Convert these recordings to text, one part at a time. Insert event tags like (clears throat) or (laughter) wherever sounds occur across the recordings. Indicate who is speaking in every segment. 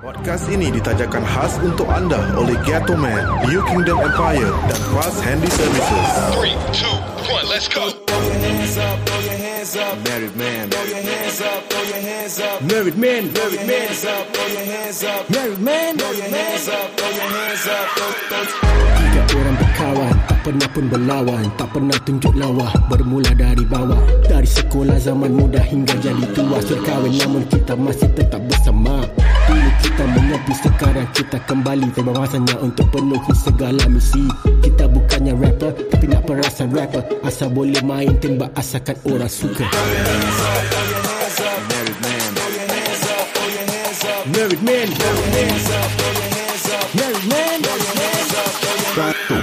Speaker 1: Podcast ini ditajakan khas untuk anda oleh Gato Man, New Kingdom Empire dan Fast Handy Services.
Speaker 2: Three, two, one, let's go.
Speaker 1: Married man,
Speaker 3: Married men, married men, married men, married men. Tiga orang berkawan, tak pernah pun berlawan, tak pernah tunjuk lawa, bermula dari bawah. Dari sekolah zaman muda hingga jadi tua, serkawin namun kita masih tetap bersama. Dulu kita menepi, sekarang kita kembali, terbawasannya untuk penuhi segala misi. Kita bukannya rapper, tapi nak perasan rapper, asal boleh main tembak asalkan orang suka.
Speaker 1: married
Speaker 3: Married
Speaker 1: man,
Speaker 3: men, married men, married men,
Speaker 1: satu,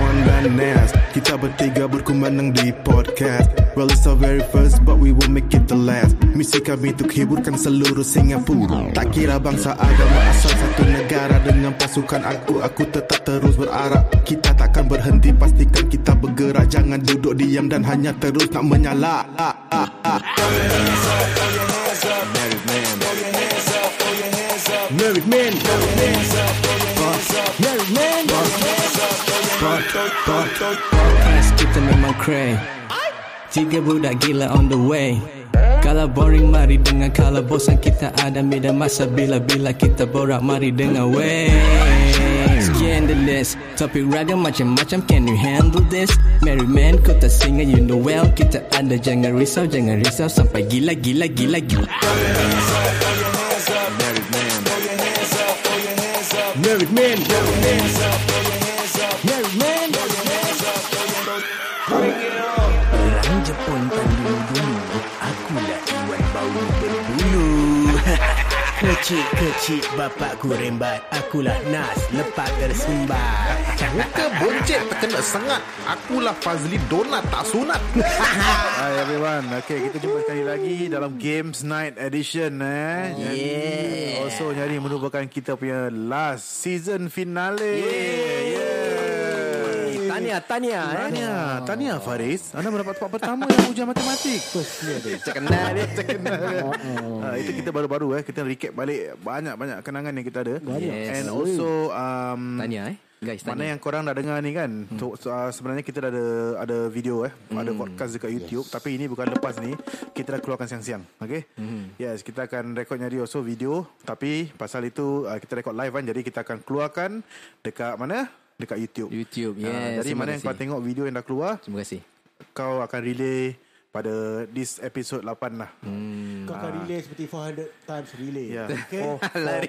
Speaker 1: one dan Nas. Kita bertiga berkumandang di podcast. Well, it's our very first, but we will make it the last. Misi kami untuk hiburkan seluruh Singapura. Tak kira bangsa, agama, asal satu negara. Dengan pasukan aku, aku tetap terus berarah. Kita takkan berhenti, pastikan kita bergerak. Jangan duduk diam dan hanya terus nak menyala. Married man,
Speaker 3: married men, married men.
Speaker 4: Podcast kita memang cray Tiga budak gila on the way Kalau boring mari dengar Kalau bosan kita ada media masa Bila-bila kita borak mari dengar way Scandalous Topik ragam macam-macam Can you handle this? Merry man kau tak singa you know well Kita ada jangan risau Jangan risau sampai gila-gila-gila-gila
Speaker 1: married man.
Speaker 3: Married men, married men, married men.
Speaker 4: Orang Jepun pandung dulu Akulah Iwan bau berbulu
Speaker 3: Kecil-kecil bapakku rembat Akulah Nas lepas tersumbat
Speaker 1: Muka boncet terkena sengat Akulah Fazli Donat tak sunat Hai everyone Okay kita jumpa sekali lagi Dalam Games Night Edition eh.
Speaker 3: Oh,
Speaker 1: Yeah Also hari merupakan kita punya Last season finale Yeah, yeah.
Speaker 3: Tahniah, tahniah
Speaker 1: Tania, Tania Faris Anda mendapat tempat pertama yang ujian matematik Terkenal dia (laughs) Terkenal dia ha, Itu kita baru-baru eh Kita recap balik Banyak-banyak kenangan yang kita ada yes. And also um,
Speaker 4: Tanya eh Guys
Speaker 1: Mana
Speaker 4: tanya
Speaker 1: yang korang dah dengar ni kan hmm. so, so, uh, Sebenarnya kita dah ada Ada video eh hmm. Ada podcast dekat YouTube yes. Tapi ini bukan lepas ni Kita dah keluarkan siang-siang Okay hmm. Yes kita akan rekodnya dia also video Tapi pasal itu uh, Kita rekod live kan Jadi kita akan keluarkan Dekat mana? Dekat YouTube
Speaker 4: YouTube,
Speaker 1: Ah,
Speaker 4: yes,
Speaker 1: Jadi
Speaker 4: terima
Speaker 1: mana yang
Speaker 4: kasih.
Speaker 1: kau tengok video yang dah keluar
Speaker 4: Terima kasih
Speaker 1: Kau akan relay Pada this episode 8 lah
Speaker 4: Hmm.
Speaker 5: Kau akan relay seperti 400 times relay
Speaker 1: Ya
Speaker 5: Okay
Speaker 4: (laughs)
Speaker 1: Four-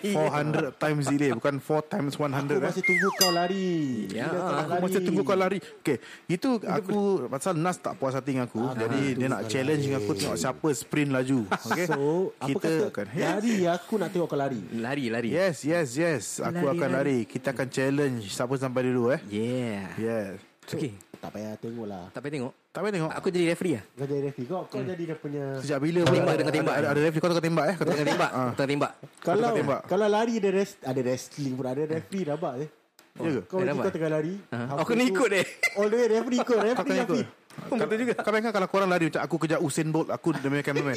Speaker 1: four- 400 times delay Bukan 4 times 100
Speaker 5: Aku
Speaker 1: eh.
Speaker 5: masih tunggu kau lari
Speaker 4: Ya,
Speaker 5: Bila kau nak
Speaker 1: Aku masih tunggu kau lari Okay Itu aku Pasal Nas tak puas hati dengan aku
Speaker 5: Ah,
Speaker 1: Jadi dia nak challenge dengan aku Tengok siapa sprint laju Okay
Speaker 5: So Oh, Apa
Speaker 1: Kita
Speaker 5: kata
Speaker 1: akan yes.
Speaker 5: Lari aku nak tengok kau lari
Speaker 4: Lari lari
Speaker 1: yes yes yes Aku
Speaker 4: Lari,
Speaker 1: akan lari Kita akan challenge Siapa sampai dulu eh
Speaker 4: Yeah
Speaker 1: Yes
Speaker 4: Okay
Speaker 5: Tak payah tengok lah
Speaker 4: Tak payah tengok
Speaker 1: Tak payah tengok
Speaker 4: Ya. Aku jadi
Speaker 1: (laughs)
Speaker 4: referee lah
Speaker 5: Kau jadi referee Kau, kau
Speaker 1: Hmm.
Speaker 5: jadi dia punya
Speaker 1: Sejak bila
Speaker 4: Tembak
Speaker 1: pula
Speaker 4: dengan tembak.
Speaker 1: ada, ada, ada referee kau tengah tembak eh Kau tengah
Speaker 4: Tengah tembak
Speaker 1: tembak Ah,
Speaker 4: Tengah tembak
Speaker 5: Kalau
Speaker 1: Kau tembak.
Speaker 5: kalau lari ada rest, ada wrestling pun ada referee rabak eh.
Speaker 1: Ya ke?
Speaker 5: Kau
Speaker 4: Eh,
Speaker 5: lagi
Speaker 4: rabak.
Speaker 5: kau tengah lari.
Speaker 4: Ah.
Speaker 5: Aku
Speaker 4: Aku ni ikut eh
Speaker 5: (laughs) All the way referee ikut
Speaker 1: Kau
Speaker 5: referee
Speaker 1: tengah ikut
Speaker 5: Rafi.
Speaker 1: Kau- Kau bayangkan kalau korang lari Macam aku kejar Usain Bolt Aku demi
Speaker 4: (laughs)
Speaker 1: cameraman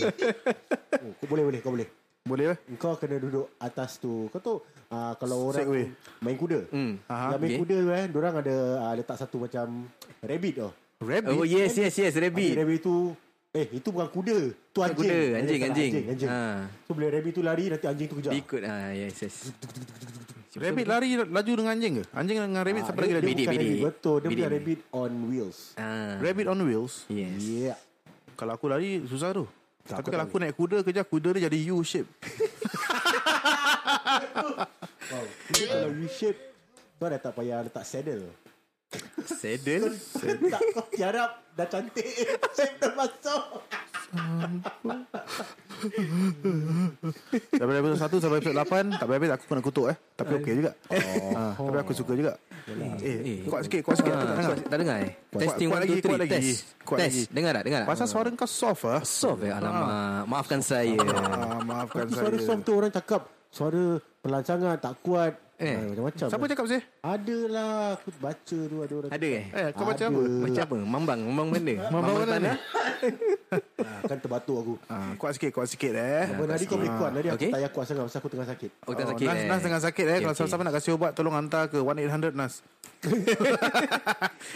Speaker 5: Oh, Kau boleh boleh kau boleh.
Speaker 1: Boleh eh
Speaker 5: Kau kena duduk atas tu. Kau tahu ah, kalau orang
Speaker 1: Segway. Hmm.
Speaker 5: main kuda.
Speaker 1: Aha,
Speaker 5: Yang main
Speaker 4: okay.
Speaker 5: kuda tu eh, orang ada ah, letak satu macam rabbit oh.
Speaker 4: Oh
Speaker 1: Rabbit
Speaker 4: yes yes yes
Speaker 5: Rabbit. rabbit
Speaker 4: Rabbit
Speaker 5: tu Eh itu bukan kuda Tu anjing
Speaker 4: kuda,
Speaker 5: Eh,
Speaker 4: anjing,
Speaker 5: salah,
Speaker 4: anjing.
Speaker 5: anjing, anjing.
Speaker 4: Ha.
Speaker 5: So bila rabbit tu lari Nanti anjing tu kejar
Speaker 4: Ikut ah yes yes
Speaker 1: Rabbit lari laju dengan anjing ke? Anjing dengan rabbit
Speaker 5: Ah,
Speaker 1: Siapa lagi
Speaker 5: dia,
Speaker 1: laju?
Speaker 5: dia
Speaker 4: Bidik,
Speaker 5: bukan
Speaker 4: bidik.
Speaker 5: rabbit Betul Dia
Speaker 4: Bidik,
Speaker 5: bukan
Speaker 4: bidik.
Speaker 5: rabbit on wheels
Speaker 4: Ah
Speaker 1: Rabbit on wheels
Speaker 4: Yes
Speaker 5: Yeah
Speaker 1: Kalau aku lari susah tu. Tapi kalau aku naik kuda kejar kuda dia jadi U shape.
Speaker 5: Wow Jadi Kalau U-shape Kau dah tak payah letak saddle
Speaker 4: (laughs) Saddle
Speaker 5: Tak kau tiarap Dah cantik Shape dah masuk
Speaker 1: Daripada episode 1 sampai episode 8 tak habis aku kena kutuk eh. Tapi okey juga.
Speaker 4: Oh.
Speaker 1: (laughs) Ah, tapi aku suka juga. Eh, kuat sikit, kuat sikit aku tak dengar.
Speaker 4: Kuat- Tak dengar eh Testing
Speaker 1: kuat
Speaker 4: 1,
Speaker 1: lagi,
Speaker 4: 2,
Speaker 1: kuat
Speaker 4: 3
Speaker 1: lagi.
Speaker 4: Test
Speaker 1: Kuat
Speaker 4: Test
Speaker 1: lagi.
Speaker 4: Dengar tak dengar tak
Speaker 1: Pasal suara kau soft ah.
Speaker 4: Soft eh Alamak
Speaker 1: (laughs)
Speaker 4: Maafkan saya
Speaker 1: Ah, maafkan
Speaker 5: Suara
Speaker 1: saya.
Speaker 5: soft tu orang cakap Suara pelan sangat Tak kuat
Speaker 1: Eh.
Speaker 6: Ah, Macam-macam
Speaker 1: Siapa
Speaker 6: lah.
Speaker 1: cakap sih?
Speaker 6: Adalah Aku baca tu Ada orang
Speaker 4: Ada eh?
Speaker 1: Eh, kau baca
Speaker 6: Ada.
Speaker 1: apa?
Speaker 4: Macam apa? Mambang, mambang mana?
Speaker 1: Mambang mana?
Speaker 6: Ah, Kan terbatuk aku
Speaker 1: Ah, kuat sikit, kuat sikit eh.
Speaker 6: Apa tadi kau boleh kuat Tadi aku
Speaker 4: Okey.
Speaker 6: tak payah kuat sangat Pasal aku tengah sakit
Speaker 4: Ya. Oh, tak
Speaker 1: Oh,
Speaker 4: sakit
Speaker 1: Nas,
Speaker 4: eh.
Speaker 1: Nas tengah sakit eh.
Speaker 4: Okey,
Speaker 1: Kalau
Speaker 4: okey.
Speaker 1: siapa-siapa nak kasih ubat, tolong hantar ke 1-800
Speaker 4: (laughs)
Speaker 1: Nas.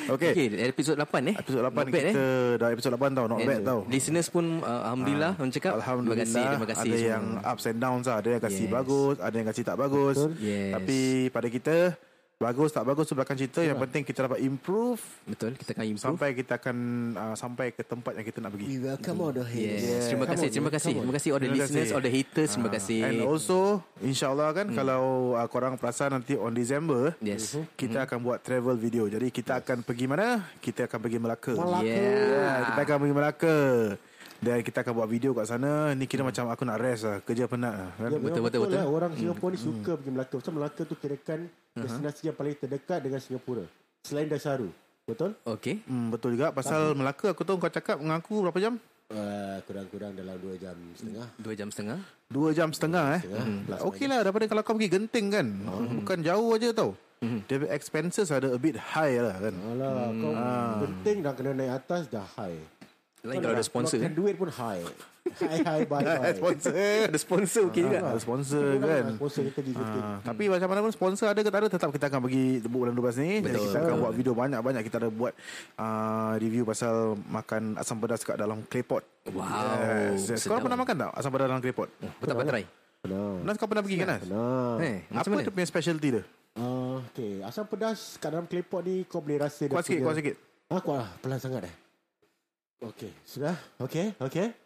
Speaker 4: Okay.
Speaker 1: okay.
Speaker 4: episod 8 eh.
Speaker 1: Episod 8
Speaker 4: Not bad, eh?
Speaker 1: kita dah episod 8 tau, not
Speaker 4: And
Speaker 1: bad tau. Ah,
Speaker 4: Listeners pun uh, alhamdulillah orang cakap
Speaker 1: Alhamdulillah
Speaker 4: terima kasih terima kasih
Speaker 1: Ada
Speaker 4: semua.
Speaker 1: yang ups and downs lah Ada yang kasih
Speaker 4: Yes.
Speaker 1: bagus Ada yang kasih tak bagus
Speaker 6: Betul.
Speaker 4: Yes.
Speaker 1: Tapi pada kita Bagus tak bagus tu belakang cerita Yang penting kita dapat improve
Speaker 4: betul kita akan improve.
Speaker 1: Sampai kita akan uh, Sampai ke tempat yang kita nak pergi
Speaker 3: will come out of
Speaker 4: Yes. Terima kasih terima kasih terima kasih all the
Speaker 1: Terima
Speaker 4: listeners
Speaker 1: kasih. Ah,
Speaker 4: all the haters terima kasih. Hmm.
Speaker 1: And also InsyaAllah kan Kalau uh, korang perasan nanti On December Mhm.
Speaker 4: Yes. Hmm.
Speaker 1: Kita akan buat travel video Jadi kita akan pergi mana Kita akan pergi Melaka
Speaker 4: Yeah.
Speaker 1: Kita akan pergi Melaka Dan kita akan buat video kat sana Ni kira macam aku nak rest lah Kerja penat lah kan?
Speaker 6: Ya, memang
Speaker 4: Betul, betul, betul. Hmm.
Speaker 6: Lah. Orang Singapura ni suka pergi Melaka. Pasal Melaka tu kirakan destinasi yang paling terdekat dengan Singapura. Selain Dasaru. Betul?
Speaker 4: Okay.
Speaker 1: Hmm, betul juga Pasal Melaka aku tahu kau cakap dengan aku berapa jam?
Speaker 6: Uh, kurang-kurang dalam 2 jam setengah.
Speaker 4: Dua jam setengah.
Speaker 1: Dua jam setengah eh
Speaker 6: Hmm. Plus
Speaker 1: Okey lah daripada kalau kau pergi genting kan
Speaker 4: Hmm.
Speaker 1: Bukan jauh aja tau Dia punya expenses ada a bit high lah kan
Speaker 4: Hmm.
Speaker 6: Alah, kau penting dah kena naik atas dah high.
Speaker 4: Lain lah. kalau ada sponsor.
Speaker 1: eh.
Speaker 6: Keluarkan duit pun high. High, high, bye, bye.
Speaker 4: (laughs)
Speaker 1: Sponsor
Speaker 4: Ada sponsor okey juga.
Speaker 1: Ada sponsor
Speaker 6: Kau
Speaker 1: kan
Speaker 6: nak Sponsor kita pergi genting.
Speaker 1: Ah, Tapi macam mana pun sponsor ada ke tak ada Tetap kita akan pergi bulan 12 ni Jadi kita akan buat video banyak-banyak Kita ada buat ah, review pasal makan asam pedas kat dalam claypot
Speaker 4: Wow.
Speaker 1: Yes, yes. Kau
Speaker 4: Sedap. Hmm.
Speaker 1: pernah makan tak asam pedas dalam claypot?
Speaker 4: Kau tak pernah try?
Speaker 6: Nah.
Speaker 1: Nas kau pernah pergi kan Nas?
Speaker 6: Nah.
Speaker 4: Eh,
Speaker 1: Apa
Speaker 4: macam mana?
Speaker 1: dia punya specialty dia?
Speaker 6: Ah, okay. Asam pedas kat dalam klepot ni kau boleh rasa dia
Speaker 1: Kuat sikit,
Speaker 6: punya-
Speaker 1: kuat sikit
Speaker 6: Ah, kuat lah. Pelan sangat eh. Okay. Sudah? Okay, okay.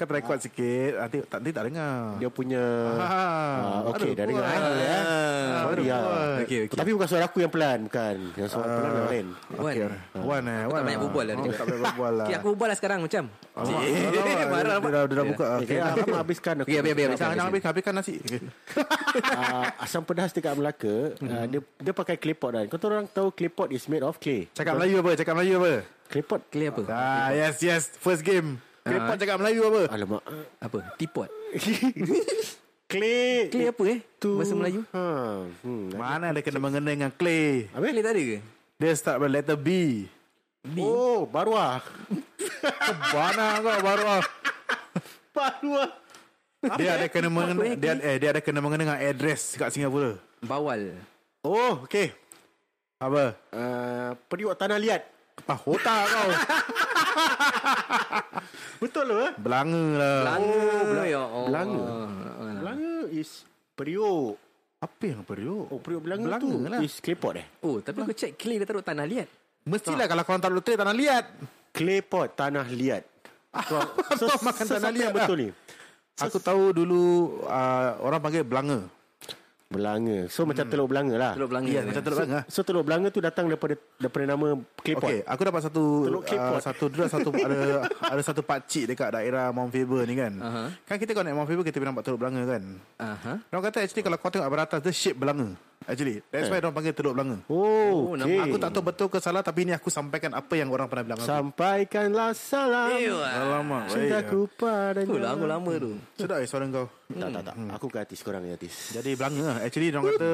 Speaker 1: Kau try kuat sikit Nanti tak, nanti tak dengar
Speaker 5: Dia punya
Speaker 1: ah,
Speaker 5: Ah, Okey dah dengar eh.
Speaker 4: Ah,
Speaker 5: Sorry ya.
Speaker 4: Okey okey.
Speaker 5: Tapi bukan suara aku yang pelan Bukan Yang suara pelan yang lain
Speaker 4: Wan.
Speaker 1: Wan eh
Speaker 4: Kau
Speaker 1: Wan
Speaker 4: tak banyak berbual lah.
Speaker 1: Oh, Tak banyak berbual lah
Speaker 4: (laughs) Okay, aku berbual lah sekarang macam. (laughs) Cik, Marah
Speaker 1: Dia
Speaker 4: nampak.
Speaker 1: dah, dia dah buka
Speaker 5: Okay,
Speaker 6: ah,
Speaker 1: Okay,
Speaker 5: aku habiskan aku.
Speaker 4: Okey, habis, habis, habis.
Speaker 1: Jangan jangan habis habiskan nasi
Speaker 4: (laughs)
Speaker 5: Ah, asam pedas dekat Melaka, ah, dia dia pakai claypot kan. Kau tahu orang tahu claypot is made of clay.
Speaker 1: Cakap Melayu apa Cakap Melayu apa
Speaker 5: Claypot.
Speaker 4: Clear apa?
Speaker 1: Ah yes yes First game Ah. Claypot cakap Melayu apa
Speaker 5: Alamak.
Speaker 4: Apa? Teapot.
Speaker 5: Clay.
Speaker 4: Clear apa eh? Bahasa Melayu.
Speaker 5: Ha. Hmm.
Speaker 1: Mana ada kena mengena dengan clay
Speaker 4: Clear tak ada ke?
Speaker 1: Dia start with letter B
Speaker 5: Oh, baruah.
Speaker 1: Mana Oh, kau baru ah.
Speaker 5: Baruah.
Speaker 1: Dia ada kena mengena dia, eh, dia ada kena mengena dengan address Kat Singapura
Speaker 4: Bawal.
Speaker 1: Oh okay Apa
Speaker 5: Ah, periuk tanah liat.
Speaker 1: Ah otak kau
Speaker 5: Betul ke?
Speaker 1: Belanga lah
Speaker 4: Belanga. Oh, ya Allah.
Speaker 5: Belanga. Belanga is periuk.
Speaker 1: Apa yang periuk
Speaker 5: Oh, periuk
Speaker 1: Belanga
Speaker 5: belanga, tu
Speaker 1: lah.
Speaker 5: is claypot eh.
Speaker 4: Oh, tapi aku check Clay dia taruh tanah liat.
Speaker 1: Mestilah kalau korang tak lutri Tanah liat
Speaker 5: Claypot tanah liat.
Speaker 1: (laughs)
Speaker 5: lah. Kau so,
Speaker 1: makan tanah liat
Speaker 5: yang Oh, betul ni.
Speaker 1: Aku tahu dulu uh, Orang panggil belanga
Speaker 5: Belanga. So macam telur belanga lah.
Speaker 4: Teluk Belanga. eh?
Speaker 1: Ya macam telur belanga
Speaker 5: So telur belanga tu datang daripada daripada nama claypot.
Speaker 1: Okey, aku dapat satu
Speaker 5: Telur
Speaker 1: uh,
Speaker 5: K-pop.
Speaker 1: satu dulu satu ada (laughs) ada satu pakcik dekat daerah Mount Faber ni kan. Uh-huh. Kan kita kalau naik Mount Faber kita boleh nampak Teluk Belanga kan.
Speaker 4: Aha.
Speaker 1: Orang kata actually kalau kau tengok beratas dia shape belanga. Actually, that's why orang panggil Teluk Belanga.
Speaker 5: Oh,
Speaker 4: Oh,
Speaker 5: okay.
Speaker 4: nama
Speaker 1: Aku tak tahu betul ke salah tapi ini aku sampaikan apa yang orang pernah bilang aku.
Speaker 5: Sampaikanlah salam
Speaker 1: Alamak.
Speaker 5: cintaku padanya. Hmm.
Speaker 4: Tu lama-lama lah, tu.
Speaker 1: Sedap eh suara kau.
Speaker 5: Tak, tak, tak. Aku ke artis, korang ke artis.
Speaker 1: Jadi belanga lah. Actually orang kata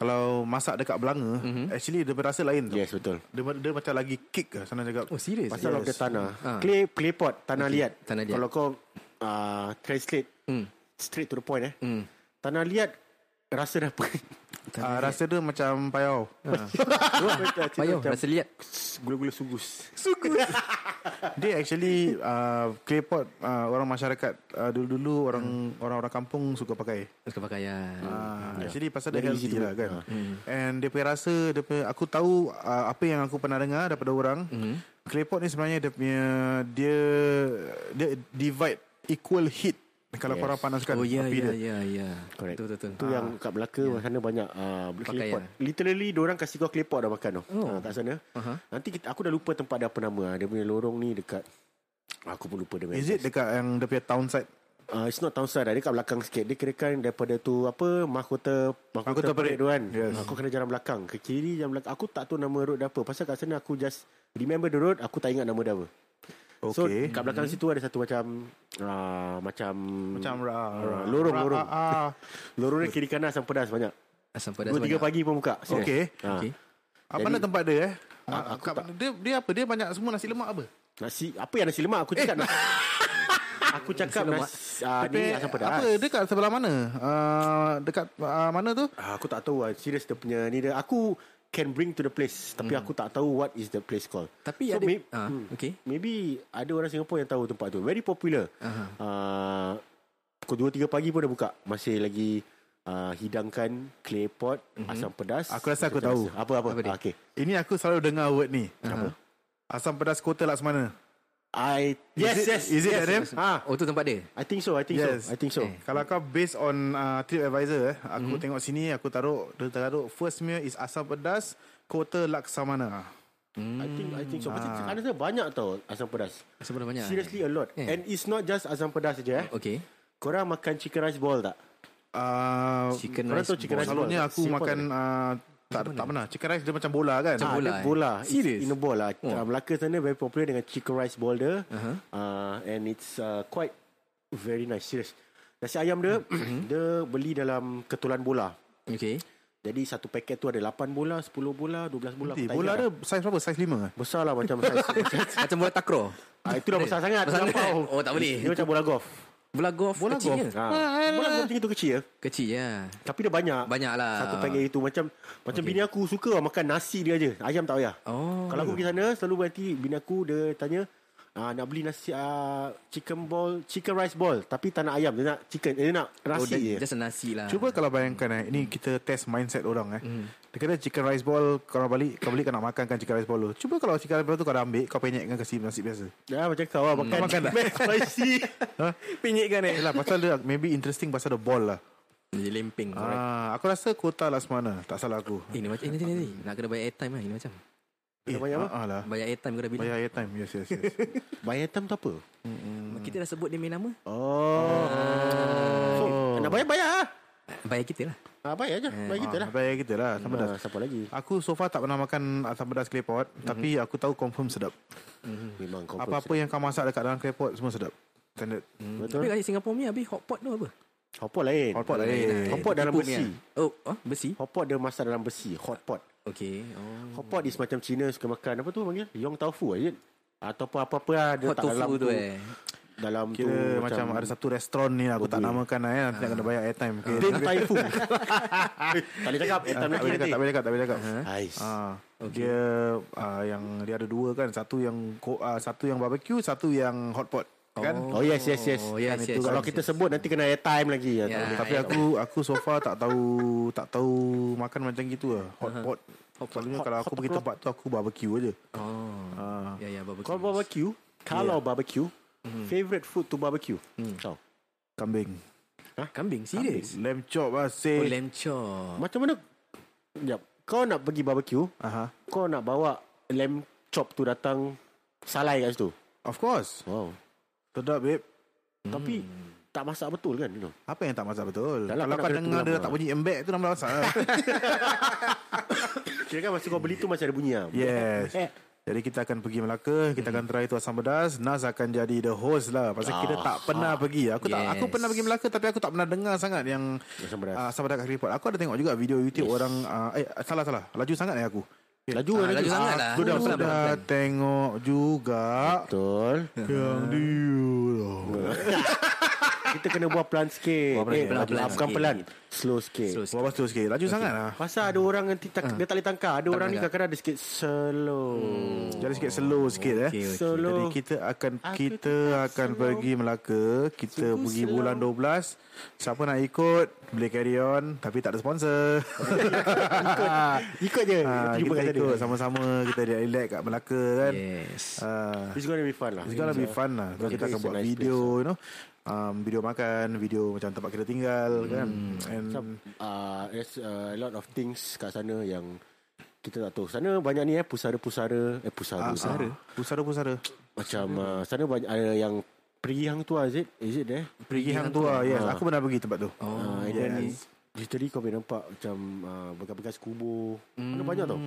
Speaker 1: kalau masak dekat belanga, actually dia berasa lain tau.
Speaker 5: Yes, betul.
Speaker 1: Dia, dia macam lagi kick lah sana cakap.
Speaker 4: Oh, serius?
Speaker 5: Pasal
Speaker 1: Yes.
Speaker 5: yes. ke tanah. Clay, clay pot, tanah liat.
Speaker 4: tanah liat.
Speaker 5: Kalau kau uh, translate straight to the point eh. Tanah liat rasa dah pening.
Speaker 1: Ah, rasa dia macam payau.
Speaker 4: Payau, rasa liat.
Speaker 5: (laughs) Gula-gula sugus.
Speaker 1: Dia actually uh, claypot uh, orang masyarakat uh, dulu-dulu orang orang-orang kampung suka pakai.
Speaker 4: Suka pakaian.
Speaker 5: Ah,
Speaker 1: Uh, actually pasal dia healthy lah kan. And dia punya rasa dia punya, aku tahu uh, apa yang aku pernah dengar daripada orang. Claypot ni sebenarnya dia punya dia dia divide equal heat kalau yes. korang panaskan
Speaker 4: Oh, ya,
Speaker 1: api
Speaker 4: ya,
Speaker 1: dia.
Speaker 4: ya, ya.
Speaker 5: Correct.
Speaker 4: Betul, betul,
Speaker 5: Tu
Speaker 4: betul.
Speaker 5: yang kat Melaka yeah. sana banyak uh, clay pot. Literally diorang kasi kau clay pot dah makan tau. Oh. kat sana. Uh-huh. Nanti kita, aku dah lupa tempat dia apa nama. ah. Dia punya lorong ni dekat Aku pun lupa dia punya
Speaker 1: Is it dekat yang dia punya town side?
Speaker 5: Uh, it's not Townsend lah. Dia kat belakang sikit. Dia kirakan daripada tu apa mahkota
Speaker 1: Mahkota
Speaker 5: mahkota parade tu kan.
Speaker 1: Yes.
Speaker 5: Yes. Aku kena jalan belakang. Ke kiri jalan belakang. Aku tak tahu nama road dia apa. Pasal kat sana aku just remember the road. Aku tak ingat nama dia apa. So
Speaker 1: Okey.
Speaker 5: kat belakang situ ada satu macam uh, macam
Speaker 1: Macam ra, ra,
Speaker 5: uh, lorong
Speaker 1: ra-
Speaker 5: lorong.
Speaker 1: ah, ah.
Speaker 5: Lorong dia kiri kanan asam pedas banyak.
Speaker 4: Asam pedas
Speaker 5: Dua tiga
Speaker 4: banyak.
Speaker 5: pagi pun buka. Serius.
Speaker 1: Okey.
Speaker 5: Ha.
Speaker 4: Okey.
Speaker 1: Apa
Speaker 5: Jadi-
Speaker 1: nak tempat dia eh?
Speaker 5: Ah,
Speaker 1: Ah,
Speaker 5: aku
Speaker 1: kat-
Speaker 5: tak-
Speaker 1: dia dia apa? Dia banyak semua nasi lemak apa?
Speaker 5: Nasi apa yang nasi lemak aku cakap. Eh. (laughs) aku cakap
Speaker 4: Nasi lemak.
Speaker 5: nasi uh, ni
Speaker 1: Tapi
Speaker 5: asam pedas.
Speaker 1: Apa dekat sebelah mana? Uh, dekat uh, mana tu?
Speaker 5: Ah, aku tak tahu lah. Serius dia punya ni dia. Aku can bring to the place. Tapi
Speaker 1: Hmm.
Speaker 5: aku tak tahu what is the place called.
Speaker 4: Tapi ada
Speaker 5: may-
Speaker 4: ah,
Speaker 5: hmm.
Speaker 4: okey.
Speaker 5: Maybe ada orang Singapore yang tahu tempat tu. Very popular.
Speaker 4: Aha.
Speaker 5: Uh, pukul 2-3 pagi pun dah buka. Masih lagi uh, hidangkan clay pot, asam pedas.
Speaker 1: Mhm. Aku rasa aku
Speaker 5: macam-macam
Speaker 1: tahu.
Speaker 5: rasa. Apa-apa.
Speaker 4: Apa dia?
Speaker 5: Ah, okay.
Speaker 1: Ini aku selalu dengar word ni.
Speaker 4: Apa?
Speaker 1: Asam pedas kota lah Laksmana.
Speaker 5: I,
Speaker 1: it-
Speaker 5: yes, yes.
Speaker 1: is it that name?
Speaker 5: Ah,
Speaker 4: Oh tu tempat dia.
Speaker 5: I think so. I think
Speaker 1: Yes.
Speaker 5: so. I think so.
Speaker 4: Eh.
Speaker 1: Kalau kau based on uh, TripAdvisor eh, aku mm-hmm. tengok sini aku taruh dia taruh first meal is asam pedas kota Laksamana. Hmm.
Speaker 5: I think I think so. Pasal
Speaker 1: Ah.
Speaker 5: sekarang tu banyak tau asam pedas.
Speaker 4: Asam pedas
Speaker 1: Ya.
Speaker 4: banyak.
Speaker 5: Seriously a lot.
Speaker 4: Eh.
Speaker 5: And it's not just asam pedas saja eh.
Speaker 1: Oh.
Speaker 4: Okey.
Speaker 5: Korang makan chicken rice ball tak?
Speaker 1: Uh,
Speaker 4: Chicken
Speaker 5: Oh, korang
Speaker 4: rice
Speaker 5: tahu chicken
Speaker 4: ball.
Speaker 5: rice ball
Speaker 1: selalunya
Speaker 5: tak?
Speaker 1: aku
Speaker 5: Simple
Speaker 1: makan uh, tak tak pernah. Chicken rice dia macam bola kan?
Speaker 4: Macam
Speaker 5: Ah, bola,
Speaker 4: bola, eh?
Speaker 5: bola.
Speaker 4: Serious?
Speaker 5: It's in a ball lah.
Speaker 4: Oh.
Speaker 5: Oh. Melaka sana very popular dengan chicken rice ball dia. Uh-huh. Uh, and it's uh, quite very nice. Serious. Nasi ayam
Speaker 4: (coughs)
Speaker 5: dia,
Speaker 4: Mm-hmm.
Speaker 5: dia beli dalam ketulan bola.
Speaker 4: Okey.
Speaker 5: Jadi satu paket tu ada 8 bola, 10 bola, 12 bola.
Speaker 1: Nanti,
Speaker 5: Aku tak
Speaker 1: bola
Speaker 5: ingat
Speaker 1: dia
Speaker 5: dah.
Speaker 1: saiz berapa? Saiz 5 eh?
Speaker 5: besar lah macam
Speaker 4: (laughs)
Speaker 5: saiz. macam,
Speaker 4: Macam bola takraw.
Speaker 5: ah, itu dah besar sangat.
Speaker 4: Besar sangat.
Speaker 5: Terlampau.
Speaker 4: Oh, tak boleh.
Speaker 5: Dia macam bola golf.
Speaker 4: Bola golf Ah,
Speaker 1: Bola
Speaker 4: kecilnya.
Speaker 1: golf.
Speaker 5: Ha. Bola golf macam itu kecil ya.
Speaker 4: Kecil ya.
Speaker 5: Tapi dia banyak.
Speaker 4: Banyak lah.
Speaker 5: Satu paket itu macam macam bini aku suka lah makan nasi dia aja. Ayam tak payah.
Speaker 4: Oh.
Speaker 5: Kalau aku pergi sana selalu nanti bini aku dia tanya Ah, nak beli nasi ah, chicken ball, chicken rice ball tapi tak nak ayam, dia nak chicken, dia nak
Speaker 4: Oh,
Speaker 5: nasi
Speaker 4: dia
Speaker 5: je.
Speaker 4: just nasi lah.
Speaker 1: Cuba kalau bayangkan eh, ini kita test mindset orang eh. Mm. Dia kata chicken rice ball kalau balik, kau balik kau nak makan kan chicken rice ball tu. Cuba kalau chicken rice ball tu kau dah ambil, kau penyek dengan kasi nasi biasa.
Speaker 5: Ya macam kau lah makan.
Speaker 1: Makan
Speaker 5: (laughs)
Speaker 1: tak?
Speaker 5: spicy.
Speaker 4: Pinyikkan eh.
Speaker 1: Yalah lah, pasal dia maybe interesting pasal the ball lah.
Speaker 4: Jadi lempeng. Correct.
Speaker 1: Ah, aku rasa kota Lasmana, tak salah aku.
Speaker 4: Eh, ni macam eh, nanti, nanti. Nak kena bayar airtime lah. Ini macam.
Speaker 1: Eh,
Speaker 5: banyak apa?
Speaker 1: ah, ah lah.
Speaker 4: Bayar airtime kena bila.
Speaker 1: Bayar airtime. Yes, yes, yes.
Speaker 5: Bayar tam tu apa?
Speaker 4: Kita dah sebut dia main nama.
Speaker 5: Oh. So, nak bayar bayar ah.
Speaker 4: Bayar kita lah.
Speaker 5: Ah bayar je, bayar kita lah.
Speaker 1: ah, bayar kita lah. Asam pedas.
Speaker 5: Ah, siapa lagi?
Speaker 1: Aku so far tak pernah makan asam pedas claypot, tapi aku tahu confirm sedap.
Speaker 5: Ah, Memang kau.
Speaker 1: Apa-apa yang kau masak dekat dalam claypot semua sedap. Standard.
Speaker 4: Tapi kat Singapore ni habis hotpot tu apa?
Speaker 5: Hotpot lain.
Speaker 1: Hotpot lain.
Speaker 5: Hotpot dalam
Speaker 4: Tipu ni
Speaker 5: besi.
Speaker 4: kan? Oh, oh, besi?
Speaker 5: Hotpot dia masak dalam besi, hotpot.
Speaker 4: Okey. Oh.
Speaker 5: Hotpot is macam Cina suka makan apa tu panggil? Yong tofu eh. Ataupun apa-apa lah dia
Speaker 4: Hot
Speaker 5: tak dalam
Speaker 4: tofu tu
Speaker 5: tu.
Speaker 4: eh.
Speaker 5: Dalam tu
Speaker 1: Kira macam, ada satu restoran ni lah, aku tak namakan lah eh. Nanti nak kena bayar airtime. Okay.
Speaker 5: Din Tai Fu. (laughs) tak boleh cakap eh,
Speaker 1: tak
Speaker 5: time
Speaker 1: boleh
Speaker 5: lagi
Speaker 1: cakap, tak
Speaker 5: nanti.
Speaker 1: boleh cakap, tak boleh cakap.
Speaker 5: Ais.
Speaker 1: Ah, Dia ah, yang dia ada dua kan, satu yang ko- ah, satu yang barbecue, satu yang hotpot kan.
Speaker 5: Oh yes yes yes.
Speaker 4: Oh, yes,
Speaker 5: Kan
Speaker 4: yes,
Speaker 5: itu kalau
Speaker 4: yes,
Speaker 5: kita
Speaker 4: yes.
Speaker 5: sebut nanti kena airtime lagi ya.
Speaker 4: Ya.
Speaker 1: Tapi
Speaker 4: Ah,
Speaker 1: aku aku so far tak tahu tak tahu makan macam gitu lah.
Speaker 5: Uh-huh.
Speaker 1: Hotpot. Selalunya kalau aku pergi tempat tu aku barbecue aje.
Speaker 4: Oh.
Speaker 1: Ah.
Speaker 4: Ya, ya, barbecue.
Speaker 5: Kalau barbecue, kalau
Speaker 4: Ya.
Speaker 5: barbecue,
Speaker 4: Hmm.
Speaker 5: favorite food to barbecue. Tahu.
Speaker 1: Kambing.
Speaker 4: Kambing, serius?
Speaker 1: Lamb chop lah,
Speaker 4: Oh,
Speaker 1: say.
Speaker 4: lamb chop.
Speaker 5: Macam mana? Jap. Kau nak pergi barbecue,
Speaker 1: Aha.
Speaker 5: kau nak bawa lamb chop tu datang salai kat situ.
Speaker 1: Of course.
Speaker 5: Wow.
Speaker 1: Sedap, babe.
Speaker 4: Hmm.
Speaker 5: Tapi tak masak betul kan you know.
Speaker 1: Apa yang tak masak betul?
Speaker 5: Dah lah,
Speaker 1: Kalau
Speaker 5: kau nak
Speaker 1: kau
Speaker 5: kena
Speaker 1: dengar dia
Speaker 5: tunggu
Speaker 1: tak bunyi embek tu nama masak. lah.
Speaker 5: Kira kan masa kau beli tu masih ada bunyi ah.
Speaker 1: yes. Jadi kita akan pergi Melaka, kita
Speaker 4: Hmm.
Speaker 1: akan try tu asam pedas. Nas akan jadi the host lah pasal kita tak pernah pergi. Aku tak aku
Speaker 4: Ah. Yes.
Speaker 1: pernah pergi Melaka tapi aku tak pernah dengar sangat yang
Speaker 5: Asam pedas.
Speaker 1: ah, asam pedas kat Kripot. Aku ada tengok juga video YouTube orang ah, eh salah salah. Laju sangat eh aku.
Speaker 5: Laju
Speaker 4: Ah, laju sangat lah.
Speaker 1: Aku dah,
Speaker 4: Pelan, pelan,
Speaker 1: dah
Speaker 4: pelan.
Speaker 1: tengok juga
Speaker 5: (laughs) Betul.
Speaker 1: yang dia. lah.
Speaker 5: (laughs) Kita kena buat pelan sikit.
Speaker 4: Buat pelan
Speaker 5: Eh,
Speaker 4: sikit, pelan-pelan
Speaker 5: Bukan
Speaker 4: sikit.
Speaker 5: pelan. Slow sikit.
Speaker 4: Slow
Speaker 1: Bawa tu sikit. Laju sangat lah.
Speaker 5: Pasal ada orang nanti tak,
Speaker 1: Ah.
Speaker 5: dia tak boleh tangkar. Ada orang ni kadang-kadang
Speaker 4: tangkar. Hmm.
Speaker 5: ada sikit slow.
Speaker 1: Jadi sikit slow sikit eh.
Speaker 4: okey, okey.
Speaker 5: Slow.
Speaker 1: Jadi kita akan kita akan pergi Melaka, kita pergi bulan 12. Siapa nak ikut boleh carry on tapi tak ada sponsor.
Speaker 5: (laughs) Ikut je.
Speaker 1: ha,
Speaker 5: Jumpa
Speaker 1: kita
Speaker 5: kat sana.
Speaker 1: ikut sama-sama kita dia relax kat Melaka kan.
Speaker 4: Yes.
Speaker 1: Ah,
Speaker 5: It's gonna be fun lah.
Speaker 1: it's gonna be fun lah. So, kita
Speaker 5: It's
Speaker 1: akan
Speaker 5: a
Speaker 1: buat
Speaker 5: nice
Speaker 1: video, you know. Um, video makan, video macam tempat kita tinggal
Speaker 5: Hmm.
Speaker 1: kan. And
Speaker 5: Uh, there's uh, a lot of things kat sana yang kita tak tahu. Sana banyak ni eh pusara-pusara. Eh pusara.
Speaker 1: Pusara. Pusara-pusara.
Speaker 5: Macam uh, sana banyak ada yang pergi hang tu Aziz. Is it there?
Speaker 4: Ah,
Speaker 1: Pergi hang tua. Yes, aku lah, pernah pergi tempat tu.
Speaker 5: Oh, uh, and then Literally kau boleh nampak Macam uh, bekas-bekas kubur
Speaker 4: Hmm.
Speaker 5: mm. Ada banyak tau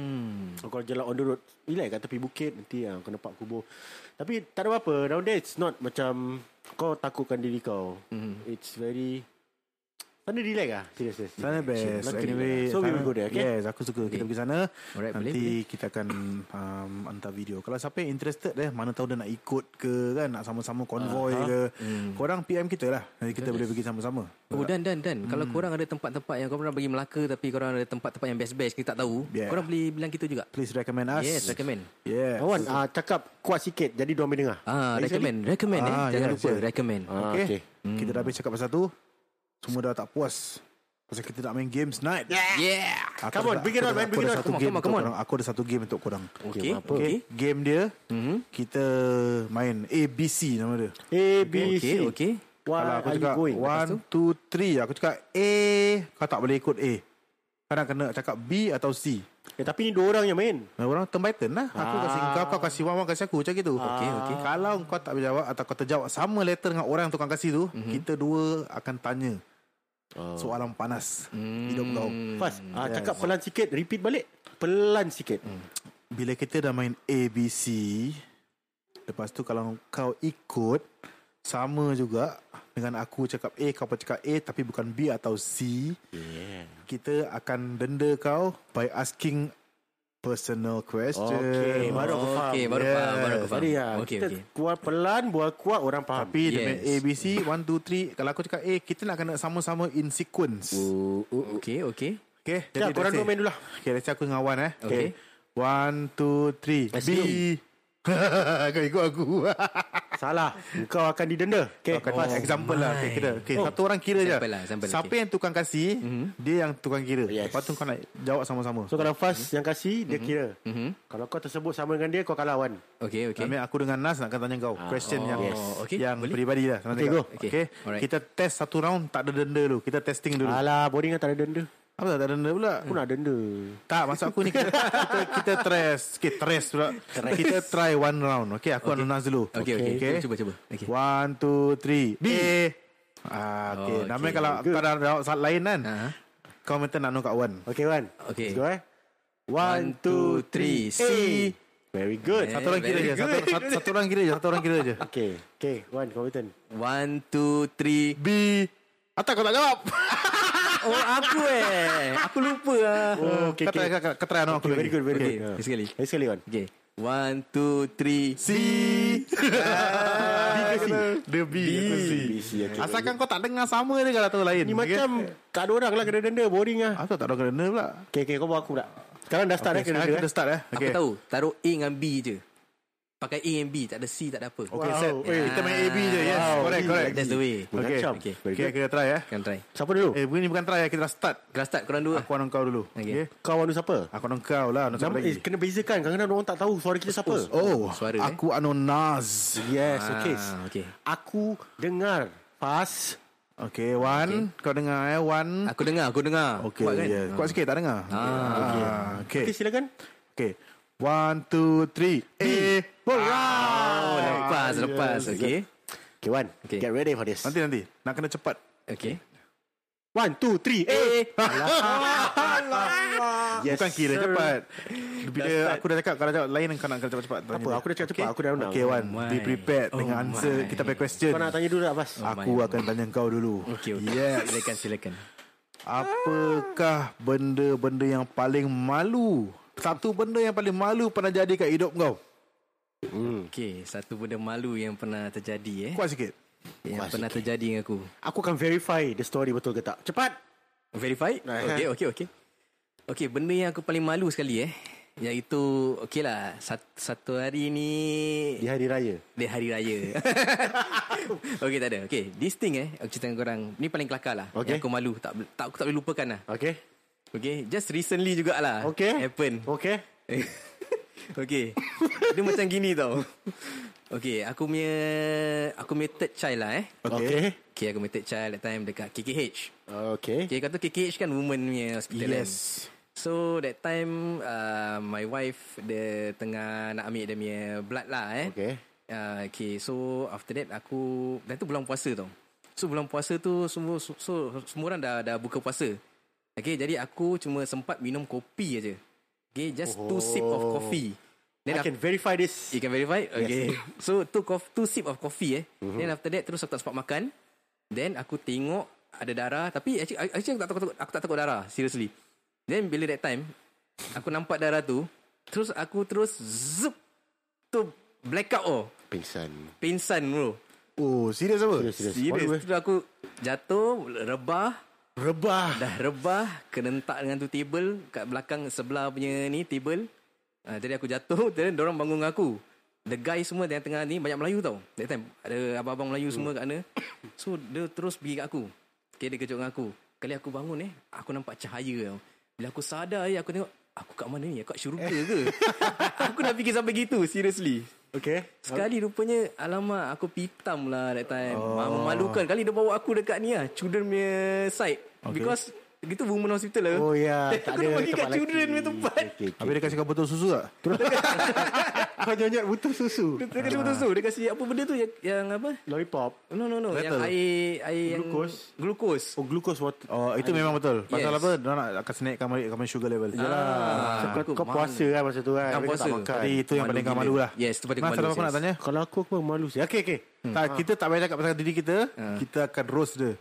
Speaker 5: So, Kalau jalan on the road Ilai kat tepi bukit Nanti uh, kau nampak kubur Tapi tak ada apa-apa Down there it's not macam Kau takutkan diri kau
Speaker 4: Hmm.
Speaker 5: mm. It's very Sana relax lah Serius serius.
Speaker 1: Sana best
Speaker 5: Melaka
Speaker 1: Anyway
Speaker 5: relax. So we
Speaker 1: sana-
Speaker 5: will go there okay
Speaker 1: Yes aku suka Kita pergi sana
Speaker 4: Alright, boleh,
Speaker 1: Nanti kita akan um, Hantar video Kalau siapa yang interested eh, Mana tahu dia nak ikut ke kan Nak sama-sama konvoy uh-huh. ke Korang PM kita lah Nanti kita boleh pergi sama-sama
Speaker 4: Hmm. Oh dan dan dan
Speaker 5: Hmm.
Speaker 4: Kalau korang ada tempat-tempat Yang korang pergi Melaka Tapi korang ada tempat-tempat yang best-best Kita tak tahu
Speaker 1: Yeah.
Speaker 4: Korang boleh bilang kita juga
Speaker 1: Please recommend us
Speaker 4: Yes recommend
Speaker 1: Yeah
Speaker 5: Kawan uh, cakap kuat sikit Jadi diorang boleh dengar
Speaker 4: Ah, recommend, recommend eh.
Speaker 1: Ah,
Speaker 4: Jangan
Speaker 1: yes,
Speaker 4: lupa
Speaker 1: yes.
Speaker 4: recommend.
Speaker 5: Ah,
Speaker 1: Okay,
Speaker 5: okay.
Speaker 1: Kita
Speaker 4: Hmm.
Speaker 1: dah habis cakap pasal tu Semua dah tak puas Pasal kita nak main games night
Speaker 4: Yeah.
Speaker 1: Aku ada- aku ada-
Speaker 5: Come on, bring it on, man,
Speaker 4: lah,
Speaker 1: aku
Speaker 5: bring
Speaker 1: ada
Speaker 5: it on.
Speaker 1: satu game
Speaker 4: Come on, come on,
Speaker 1: untuk
Speaker 4: come on.
Speaker 1: korang. Aku ada satu game untuk korang
Speaker 4: Okay,
Speaker 5: apa?
Speaker 4: okay. Hmm.
Speaker 1: Okay. Game dia
Speaker 4: Mm-hmm.
Speaker 1: Kita main ABC nama dia
Speaker 5: A, B,
Speaker 4: Okay,
Speaker 5: C
Speaker 4: okay.
Speaker 1: aku
Speaker 5: Why are you
Speaker 1: cakap
Speaker 5: going
Speaker 1: One, two, three Aku cakap A Kau tak boleh ikut A Kadang kena cakap B atau C
Speaker 5: eh, Tapi ni dua orang yang main
Speaker 1: Nah, orang turn by turn lah
Speaker 5: Ah.
Speaker 1: Aku kasih kau Kau kasih Wan Wan kasih aku Macam gitu okay, okay. Kalau kau tak berjawab Atau kau terjawab Sama letter dengan orang yang tukang kasih tu
Speaker 5: Mhm.
Speaker 1: mm-hmm. Kita dua akan tanya oh. Soalan panas mm.
Speaker 5: Hmm.
Speaker 1: Hidup kau
Speaker 5: Fast
Speaker 4: Hmm.
Speaker 5: ah, Cakap pelan sikit Repeat balik Pelan sikit
Speaker 1: Bila kita dah main ABC Lepas tu kalau kau ikut Sama juga Dengan aku cakap A Kau pun cakap A Tapi bukan B atau C yeah. Kita akan denda kau By asking Personal question
Speaker 5: Okay Baru aku faham
Speaker 4: Okay, baru
Speaker 1: Yeah.
Speaker 4: faham, baru aku faham.
Speaker 5: Jadi ya
Speaker 4: okay,
Speaker 5: Kita
Speaker 4: okay.
Speaker 5: keluar pelan Buat kuat orang faham
Speaker 1: Tapi yes. dia
Speaker 4: Yes.
Speaker 1: main A, B, C 1, 2, 3 Kalau aku cakap A Kita nak kena sama-sama in sequence
Speaker 4: Okay, okay.
Speaker 1: Okay
Speaker 5: Sekejap, Oh. korang
Speaker 1: let's
Speaker 5: dua
Speaker 1: say-
Speaker 5: main dulu lah.
Speaker 1: Okay let's say aku dengan Wan eh
Speaker 4: Okay.
Speaker 1: 1, 2, 3 B (laughs) Kau ikut aku (laughs)
Speaker 4: (laughs)
Speaker 5: Salah Kau akan didenda Okay
Speaker 1: Okay, oh example lah okay, kita, okay, oh. Satu orang kira
Speaker 4: Example
Speaker 1: je
Speaker 4: lah, example, Mhm.
Speaker 1: Siapa
Speaker 4: okay.
Speaker 1: yang tukang kasih mm-hmm. Dia yang tukang kira yes. Lepas tu kau nak jawab sama-sama
Speaker 5: So kalau Fast
Speaker 4: Mhm.
Speaker 5: yang kasih Dia kira Kalau kau tersebut sama dengan dia Kau kalah wan
Speaker 4: Okay, okay.
Speaker 1: Okay. Ambil aku dengan Nas nak tanya kau question yang
Speaker 4: Ah, oh, Yes. okay.
Speaker 1: yang
Speaker 4: Boleh?
Speaker 1: peribadi lah.
Speaker 5: Okay, go.
Speaker 1: Okay.
Speaker 4: Okay.
Speaker 1: okay.
Speaker 4: Alright. Ah.
Speaker 1: Kita test satu round tak ada denda dulu. Kita testing dulu.
Speaker 5: Alah boring kan tak ada denda
Speaker 1: Apa tak ada denda pula?
Speaker 4: Hmm.
Speaker 5: Aku nak denda
Speaker 1: Tak, maksud aku ni kita kita, kita tres, kita tres pula. Kita try one round. Okay, aku okay. announce dulu.
Speaker 4: Okay, okay. Cuba, cuba, cuba. Okay.
Speaker 1: One, two, three. B. Ah, okay.
Speaker 4: Okay,
Speaker 1: okay. Namanya kalau kau dah jawab soal lain kan,
Speaker 4: Ah.
Speaker 1: kau minta nak kat Wan.
Speaker 5: Okay Wan Let's
Speaker 4: Okay.
Speaker 5: go eh
Speaker 4: One, two, three.
Speaker 1: A.
Speaker 4: C.
Speaker 5: Very good
Speaker 1: Satu orang kira
Speaker 4: very
Speaker 1: je. Satu, satu, satu orang kira je. Satu orang kira je.
Speaker 5: Okay Okay Wan kau return
Speaker 4: One, two,
Speaker 1: (laughs)
Speaker 4: three.
Speaker 1: B. Atau kau tak jawab.
Speaker 4: Oh, aku eh. Aku lupa lah.
Speaker 1: ah.
Speaker 5: Oh okay
Speaker 1: Kau try,
Speaker 5: okay
Speaker 1: kau- kau- kau try anak aku
Speaker 5: Okay,
Speaker 1: lagi.
Speaker 5: Very good very
Speaker 4: Okay,
Speaker 5: good Ah.
Speaker 4: lagi sekali.
Speaker 5: Lagi sekali Wan
Speaker 4: Okay. One, two, three.
Speaker 1: C. Ah, (laughs) Dia B. aku C. Asalkan kau tak dengar sama je kalau tahu lain.
Speaker 5: Ni
Speaker 1: okay?
Speaker 5: macam Tak ada orang lah kena denda Boring lah
Speaker 1: Aku tak tahu kena denda pula.
Speaker 5: Okay okay kau buat aku pula Sekarang dah start
Speaker 1: Okay,
Speaker 5: eh kena
Speaker 1: sekarang
Speaker 5: denda
Speaker 1: kita start eh.
Speaker 4: Aku tahu. Taruh A dengan B je. Pakai A dengan B. Tak ada C, tak ada apa. Ah,
Speaker 1: Okay, set.
Speaker 5: Wow.
Speaker 1: Eh, kita main AB je. Yes,
Speaker 5: Wow.
Speaker 1: correct, correct.
Speaker 4: That's the way.
Speaker 1: Okay,
Speaker 5: Macam.
Speaker 1: okay.
Speaker 4: Very
Speaker 1: okay kita try eh.
Speaker 4: Kan try.
Speaker 5: Siapa dulu?
Speaker 1: Eh, ini bukan try eh. Kita dah start.
Speaker 4: Kelas start korang dua.
Speaker 1: Aku akan kau dulu. Okay.
Speaker 4: Okay.
Speaker 5: Kau anu siapa?
Speaker 1: Aku akan kau lah. Nak
Speaker 5: Nama,
Speaker 1: siapa
Speaker 5: eh,
Speaker 1: lagi?
Speaker 5: kena bezakan Kadang-kadang orang tak tahu Suara kita siapa
Speaker 1: Oh,
Speaker 4: Suara, eh.
Speaker 1: aku Anu Naz.
Speaker 5: Yes okay
Speaker 4: Ah, okay.
Speaker 5: Aku dengar Fast
Speaker 1: Okay, Wan. Kau dengar eh, Wan.
Speaker 4: Aku dengar, aku dengar.
Speaker 1: Okay,
Speaker 4: Kuat kan? Ah,
Speaker 1: yes. Kuat sikit tak dengar? Ah, okay.
Speaker 5: Okay silakan
Speaker 1: Okay. One, two, three. Eh,
Speaker 4: Oh,
Speaker 1: alright.
Speaker 4: Hmm. lepas, lepas. Okay.
Speaker 5: Okay Wan
Speaker 4: Okay.
Speaker 5: Get ready for this
Speaker 1: Nanti, nanti. Nak kena cepat. ha,
Speaker 4: Okay.
Speaker 5: One, two, three Eh
Speaker 4: Eh,
Speaker 5: yes,
Speaker 1: Bukan kira
Speaker 5: sir.
Speaker 1: cepat. Bila aku dah cakap kalau jawab lain kau nak kena cepat-cepat. tanya
Speaker 5: Apa
Speaker 1: dia.
Speaker 5: aku dah cakap cepat Aku dah undang
Speaker 1: Okay Wan
Speaker 4: Oh my.
Speaker 1: Be prepared
Speaker 4: Oh
Speaker 1: Dengan answer
Speaker 4: my.
Speaker 1: Kita pakai question
Speaker 5: Kau nak tanya dulu tak Fas
Speaker 1: Aku
Speaker 4: my, oh
Speaker 1: akan tanya kau dulu
Speaker 4: okay, okay.
Speaker 1: Yes
Speaker 4: Silakan, silakan.
Speaker 1: Apakah benda-benda yang paling malu Satu benda yang paling malu Pernah jadi kat hidup kau
Speaker 4: Okay, satu benda malu yang pernah terjadi eh.
Speaker 1: Hmm. Kuat sikit
Speaker 4: yang pernah terjadi dengan aku.
Speaker 5: Aku akan verify The story betul ke tak Cepat
Speaker 4: Verified? Okay, okay, okay. Okay, benda yang aku paling malu sekali eh. Iaitu, okay lah, satu, satu hari ni...
Speaker 5: Di hari raya
Speaker 4: Dia hari raya (laughs) Okay tak ada Okay This thing eh Aku cerita dengan korang Ni paling kelakar lah
Speaker 5: Okay.
Speaker 4: Yang aku malu tak, bel- tak, Aku tak boleh lupakan lah
Speaker 5: Okay
Speaker 4: Okay Just recently jugalah
Speaker 5: Okay
Speaker 4: Ah, Happen
Speaker 5: Okay
Speaker 4: (laughs) Okay Eh, Dia macam gini tau Okay Aku punya Aku punya third child lah eh
Speaker 5: Okay
Speaker 4: Okay aku punya third child That time dekat KKH
Speaker 5: Okay
Speaker 4: Okay kata KKH kan Women punya hospital kan?
Speaker 1: Yes.
Speaker 4: So that time uh, My wife Dia tengah Nak ambil dia punya blood lah eh
Speaker 5: Okay
Speaker 4: Uh, okay, so after that aku dan tu bulan puasa tau. So bulan puasa tu semua so, so semua orang dah dah buka puasa. Okay, jadi aku cuma sempat minum kopi aja. Okay, just oh. two sip of coffee.
Speaker 5: I
Speaker 4: Then after,
Speaker 5: can verify this.
Speaker 4: you can verify? Okay. so, two, cof- two sip of coffee eh. Mm-hmm. Then after that, terus aku tak sempat makan. Then aku tengok ada darah. Tapi actually, actually aku tak takut, aku tak takut darah. Seriously. Then bila that time, aku nampak darah tu. Terus aku terus zup. Tu blackout oh.
Speaker 5: Pingsan.
Speaker 4: Pingsan bro.
Speaker 1: Oh, serius apa?
Speaker 5: eh.
Speaker 4: Serius. Tu aku jatuh, rebah.
Speaker 1: Rebah.
Speaker 4: Dah rebah Kenentak dengan tu table Kat belakang sebelah punya ni table uh, Jadi aku jatuh (laughs) Then orang bangun dengan aku The guy semua yang tengah ni Banyak Melayu tau That time Ada abang-abang Melayu semua kat sana So dia terus pergi kat aku Okay dia kejut dengan aku Kali aku bangun eh Aku nampak cahaya tau Bila aku sadar eh Aku tengok Aku kat mana ni Aku kat syurga ke Aku dah fikir sampai gitu Seriously
Speaker 1: Okay.
Speaker 4: Sekali rupanya Alamak aku pitam lah That time oh. Memalukan Kali dia bawa aku dekat ni lah Children punya side okay. Because Gitu women hospital lah
Speaker 5: Oh ya,
Speaker 4: (laughs)
Speaker 5: yeah.
Speaker 4: Aku nak pergi kat children punya tempat
Speaker 5: Okay, okay.
Speaker 1: Habis dia kasi kau botol susu tak?
Speaker 5: Kau jangan butuh susu.
Speaker 4: Dia, dia kasi betul
Speaker 5: Ah.
Speaker 4: Dia kasi apa benda tu Yang, yang apa
Speaker 5: Lollipop.
Speaker 4: No no no Yang
Speaker 1: Metal.
Speaker 4: air, air yang
Speaker 5: Glukos.
Speaker 4: Glukos
Speaker 5: Oh, glucose water.
Speaker 1: Oh, itu memang betul. Pasal
Speaker 4: Yes.
Speaker 1: apa? Dia nak akan naikkan balik kau punya sugar level.
Speaker 4: ah,
Speaker 5: Kau,
Speaker 4: aku
Speaker 5: kau
Speaker 4: malu.
Speaker 5: puasa kan masa tu kan.
Speaker 4: Ah,
Speaker 5: Habis kau
Speaker 4: puasa.
Speaker 5: Tak makan.
Speaker 1: Tadi itu yang
Speaker 4: Malu
Speaker 1: paling kau
Speaker 4: gila.
Speaker 1: malu lah.
Speaker 4: Yes, tu paling
Speaker 1: Mas,
Speaker 4: malu,
Speaker 1: ada apa
Speaker 4: yes.
Speaker 1: nak tanya? Ya,
Speaker 5: Kalau aku, aku malu sih. Okay, okay.
Speaker 4: Hmm.
Speaker 1: Tak, kita tak payah cakap pasal diri kita. Kita akan roast dia.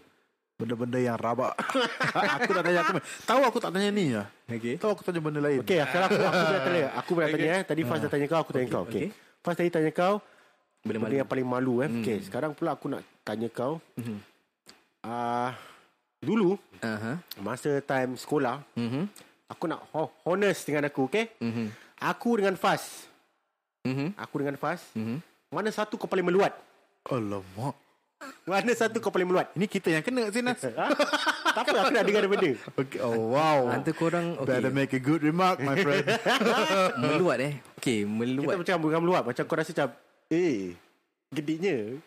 Speaker 1: Benda-benda yang rabak. (laughs) aku dah tanya aku. Tahu aku tak tanya ni lah.
Speaker 4: Okay.
Speaker 1: Tahu aku tanya benda lain.
Speaker 5: Okay, kalau aku, aku dah tanya. Aku pernah tanya eh. Tadi Faz dah tanya kau, aku tanya kau. Okay.
Speaker 4: okay.
Speaker 5: Faz tadi tanya kau, benda
Speaker 4: Benda malu
Speaker 5: yang paling malu eh. Okay, sekarang pula aku nak tanya kau. Ah, Dulu,
Speaker 4: Aha.
Speaker 5: masa time sekolah, aku nak ho- honest dengan aku, okay?
Speaker 4: Hmm.
Speaker 5: Aku dengan Faz. Aku dengan Faz.
Speaker 4: Hmm.
Speaker 5: Mana satu kau paling meluat?
Speaker 1: Alamak.
Speaker 5: Mana satu kau paling meluat?
Speaker 1: Ini kita yang kena Sinas.
Speaker 5: Ha? tak apa, aku nak dengar daripada.
Speaker 1: okay. Oh, wow.
Speaker 4: Antara korang okay.
Speaker 1: Better make a good remark, my friend.
Speaker 4: (laughs) Meluat eh
Speaker 5: Kita
Speaker 4: Okay meluat
Speaker 5: macam bukan meluat. Macam kau rasa macam, eh, gediknya.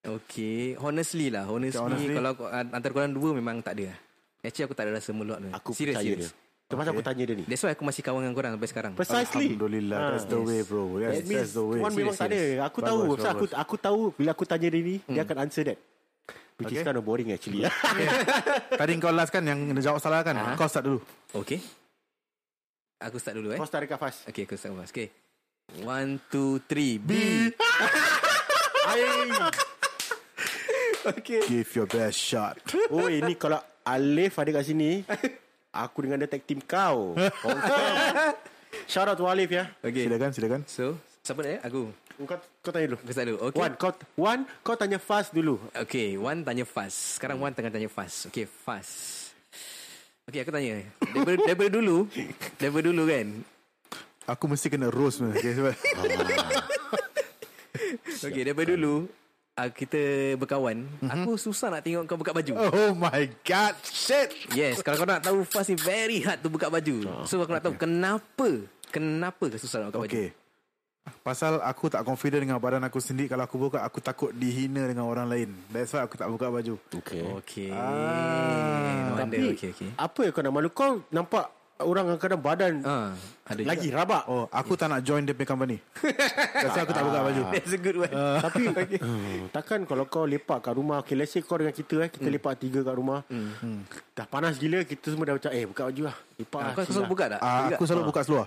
Speaker 4: Okay Honestly lah Honestly,
Speaker 1: Okay, honestly.
Speaker 4: honestly. Kalau ko- an- antara korang dua Memang tak ada Actually aku tak ada rasa meluat ni
Speaker 5: Aku serious,
Speaker 4: serious,
Speaker 5: percaya
Speaker 4: serious.
Speaker 5: dia. Itu pasal aku tanya dia ni.
Speaker 4: That's why aku masih kawan dengan korang Sampai sekarang
Speaker 5: Precisely.
Speaker 1: Alhamdulillah.
Speaker 5: Ah.
Speaker 1: That's the way, bro. Yes,
Speaker 5: That means
Speaker 1: that's the way.
Speaker 5: Wan memang tak ada. Aku tahu.
Speaker 1: Bagus,
Speaker 5: Pasal aku
Speaker 1: bagus.
Speaker 5: aku tahu bila aku tanya dia ni, dia akan answer that. Which is
Speaker 1: Okay.
Speaker 5: kind of boring actually.
Speaker 1: Tadi kau last kan yang dia jawab salah kan?
Speaker 5: Ah.
Speaker 1: Kau start dulu.
Speaker 4: Okay Aku start dulu eh
Speaker 5: Kau start dekat Fas.
Speaker 4: Okay aku start first Okay One, two, three B Okay
Speaker 1: Give your best shot.
Speaker 5: Oh ini kalau Alif ada kat sini, aku dengan dia tag team kau. Confirm. Shout out to Alif ya.
Speaker 4: Okay
Speaker 1: Silakan, silakan.
Speaker 4: So Siapa dah eh? Aku
Speaker 5: Kau, kau tanya dulu.
Speaker 4: Aku start dulu Okay
Speaker 5: Wan, kau, Wan, kau tanya Fas dulu.
Speaker 4: Okay, Wan tanya Faz. Sekarang Wan tengah tanya Faz. Okay, Faz. Okay, aku tanya. Daripada, daripada dulu, daripada dulu kan.
Speaker 1: Aku mesti kena roast man. Okay, sebab
Speaker 4: Okay, daripada dulu, uh, kita berkawan. Aku susah nak tengok kau buka baju.
Speaker 1: (laughs) Oh my god, shit.
Speaker 4: Yes, kalau kau nak tahu Faz ni very hard to buka baju. So, aku nak tahu kenapa, kenapa kau susah nak buka baju.
Speaker 1: Okay. Pasal aku tak confident dengan badan aku sendiri Kalau aku buka Aku takut dihina dengan orang lain That's why aku tak buka baju
Speaker 5: Okay.
Speaker 4: Okay. Ah, Wonder.
Speaker 5: Tapi
Speaker 4: Okay, okay.
Speaker 5: apa yang kau nak malu? Kau nampak orang kadang-kadang badan
Speaker 4: Ah, ada
Speaker 5: lagi
Speaker 4: juga.
Speaker 5: rabak.
Speaker 1: Oh aku tak nak join dia punya company That's why aku tak buka baju Ah.
Speaker 4: That's a good one.
Speaker 5: Tapi hmm, Takkan kalau kau lepak kat rumah Okay let's say kau dengan kita eh Kita
Speaker 4: Hmm.
Speaker 5: lepak tiga kat rumah Dah panas gila Kita semua dah macam Eh buka baju lah Lepak lah
Speaker 4: kau
Speaker 5: chill
Speaker 4: susah
Speaker 5: lah. (laughs)
Speaker 4: buka tak?
Speaker 1: Ah,
Speaker 4: Juga.
Speaker 1: Aku selalu buka seluar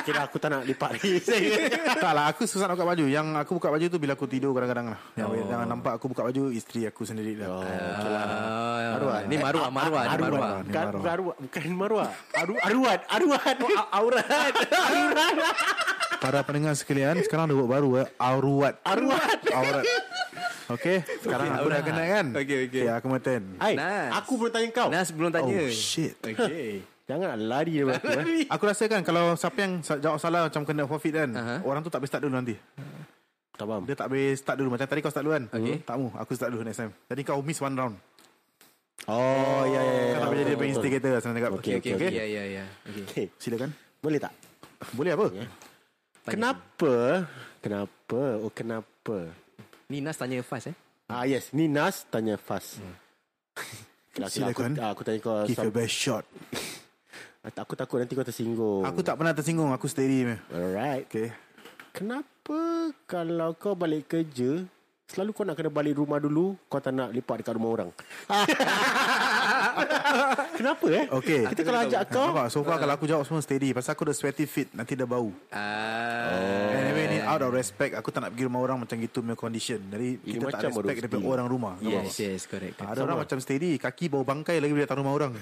Speaker 5: Okay lah aku tak nak lepak ni (laughs)
Speaker 1: Tak lah aku susah nak buka baju Yang aku buka baju tu bila aku tidur kadang-kadang lah Yang
Speaker 5: Oh.
Speaker 1: jangan nampak aku buka baju Isteri aku sendiri lah ah,
Speaker 4: Ah, Ni (laughs) maruah, maruah, ni
Speaker 5: Aruan
Speaker 4: maruah.
Speaker 1: Maruan, ni
Speaker 5: Bukan
Speaker 1: Maruan.
Speaker 5: bukan Aruan Kan, Bukan Maruan Aru, Aruan
Speaker 4: (laughs)
Speaker 5: Aruan Aurat (laughs) Aruan
Speaker 1: Para pendengar sekalian Sekarang ada word baru eh. Aurat
Speaker 4: (laughs)
Speaker 5: Aruan
Speaker 1: Aurat Okay Sekarang aku dah kena kan
Speaker 4: Okay, okay.
Speaker 1: Aku maten
Speaker 5: Hai
Speaker 4: Nas.
Speaker 5: Aku belum tanya kau
Speaker 4: Nas belum tanya.
Speaker 1: Oh shit (laughs)
Speaker 4: Okay.
Speaker 5: Jangan lari daripada aku eh.
Speaker 1: Aku rasa kan Kalau siapa yang sa- jawab salah Macam kena forfeit kan uh-huh. Orang tu tak boleh start dulu nanti
Speaker 5: Tak faham
Speaker 1: Dia tak boleh start dulu Macam tadi kau start dulu kan
Speaker 4: Okay.
Speaker 1: Tak mu Aku start dulu next time Tadi kau miss one round
Speaker 5: Oh ya ya ya
Speaker 1: Kau tak boleh jadi instigator Senang cakap
Speaker 5: Okay,
Speaker 4: Okay, okay, yeah, yeah, yeah. Okay.
Speaker 5: Okay
Speaker 1: Silakan
Speaker 5: Boleh tak
Speaker 1: Boleh apa?
Speaker 5: Kenapa Kenapa Oh kenapa
Speaker 4: Ni Nas tanya fast eh.
Speaker 5: Ah yes, ni Nas tanya Fas. (laughs) Hmm.
Speaker 1: Silakan.
Speaker 5: Aku, ah, aku tanya kau
Speaker 1: Give
Speaker 5: some,
Speaker 1: your best shot
Speaker 5: Aku takut nanti kau tersinggung
Speaker 1: Aku tak pernah tersinggung Aku steady meh.
Speaker 5: Alright
Speaker 1: Okay
Speaker 5: Kenapa Kalau kau balik kerja Selalu kau nak kena balik rumah dulu Kau tak nak lepak dekat rumah
Speaker 1: (laughs)
Speaker 5: orang Kenapa eh
Speaker 1: Okay. Ah,
Speaker 5: Kita kalau ajak kau Eh.
Speaker 1: Nampak? So far kalau aku jawab semua steady Pasal aku dah sweaty feet Nanti dah bau
Speaker 5: Eh.
Speaker 4: Ah,
Speaker 1: Anyway ni out of respect Aku tak nak pergi rumah orang Macam gitu punya condition Jadi
Speaker 5: Eh,
Speaker 1: kita tak
Speaker 5: macam
Speaker 1: respect
Speaker 5: baru
Speaker 1: Daripada
Speaker 5: steady.
Speaker 1: orang rumah Nampak
Speaker 4: yes,
Speaker 1: tak?
Speaker 4: yes, correct.
Speaker 1: Ah,
Speaker 4: correct.
Speaker 1: Ada orang macam steady Kaki bau bangkai lagi Bila datang rumah
Speaker 5: (laughs)
Speaker 1: orang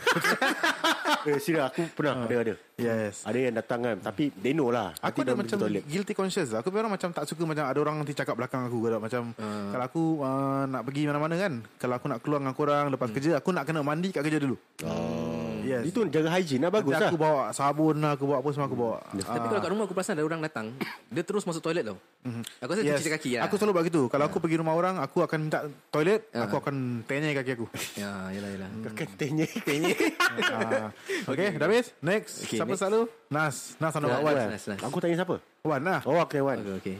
Speaker 5: eh, Serius aku pernah Ada ada
Speaker 1: Ah. Yes
Speaker 5: Ada yang datang kan Tapi they know lah
Speaker 1: Aku
Speaker 5: Nanti
Speaker 1: ada
Speaker 5: dia
Speaker 1: macam
Speaker 5: pergi toilet.
Speaker 1: guilty conscious lah. Aku memang macam tak suka macam ada orang nanti cakap belakang aku kalau macam
Speaker 5: Ah.
Speaker 1: uh. kalau aku uh, nak pergi mana-mana kan, kalau aku nak keluar dengan korang lepas kerja, aku nak kena mandi kat kerja dulu. Oh. Yes.
Speaker 5: Hmm. Ah. Itu jaga hygiene lah
Speaker 1: Nanti
Speaker 5: bagus lah
Speaker 1: aku bawa sabun lah, aku bawa apa semua aku bawa. Ah,
Speaker 4: Tapi kalau kat rumah aku perasan ada orang datang, dia terus masuk toilet tau. Aku rasa yes. cuci kaki lah.
Speaker 1: Mhm. Aku selalu buat gitu. Kalau aku pergi rumah orang, aku akan minta toilet,
Speaker 4: Ah.
Speaker 1: aku akan tanya kaki
Speaker 4: (laughs)
Speaker 1: aku.
Speaker 4: Ya, yelah, yelah.
Speaker 1: Hmm.
Speaker 5: Kan
Speaker 1: (laughs)
Speaker 5: tanya
Speaker 1: Ah. okay, dah habis? Next.
Speaker 4: Okay,
Speaker 1: Siapa
Speaker 4: next.
Speaker 1: selalu? Nas. Nas anak
Speaker 4: Nas,
Speaker 1: wan.
Speaker 4: Nas, Nas.
Speaker 5: Aku tanya siapa
Speaker 1: Wan lah.
Speaker 5: Oh okay Wan
Speaker 4: Okay, okay.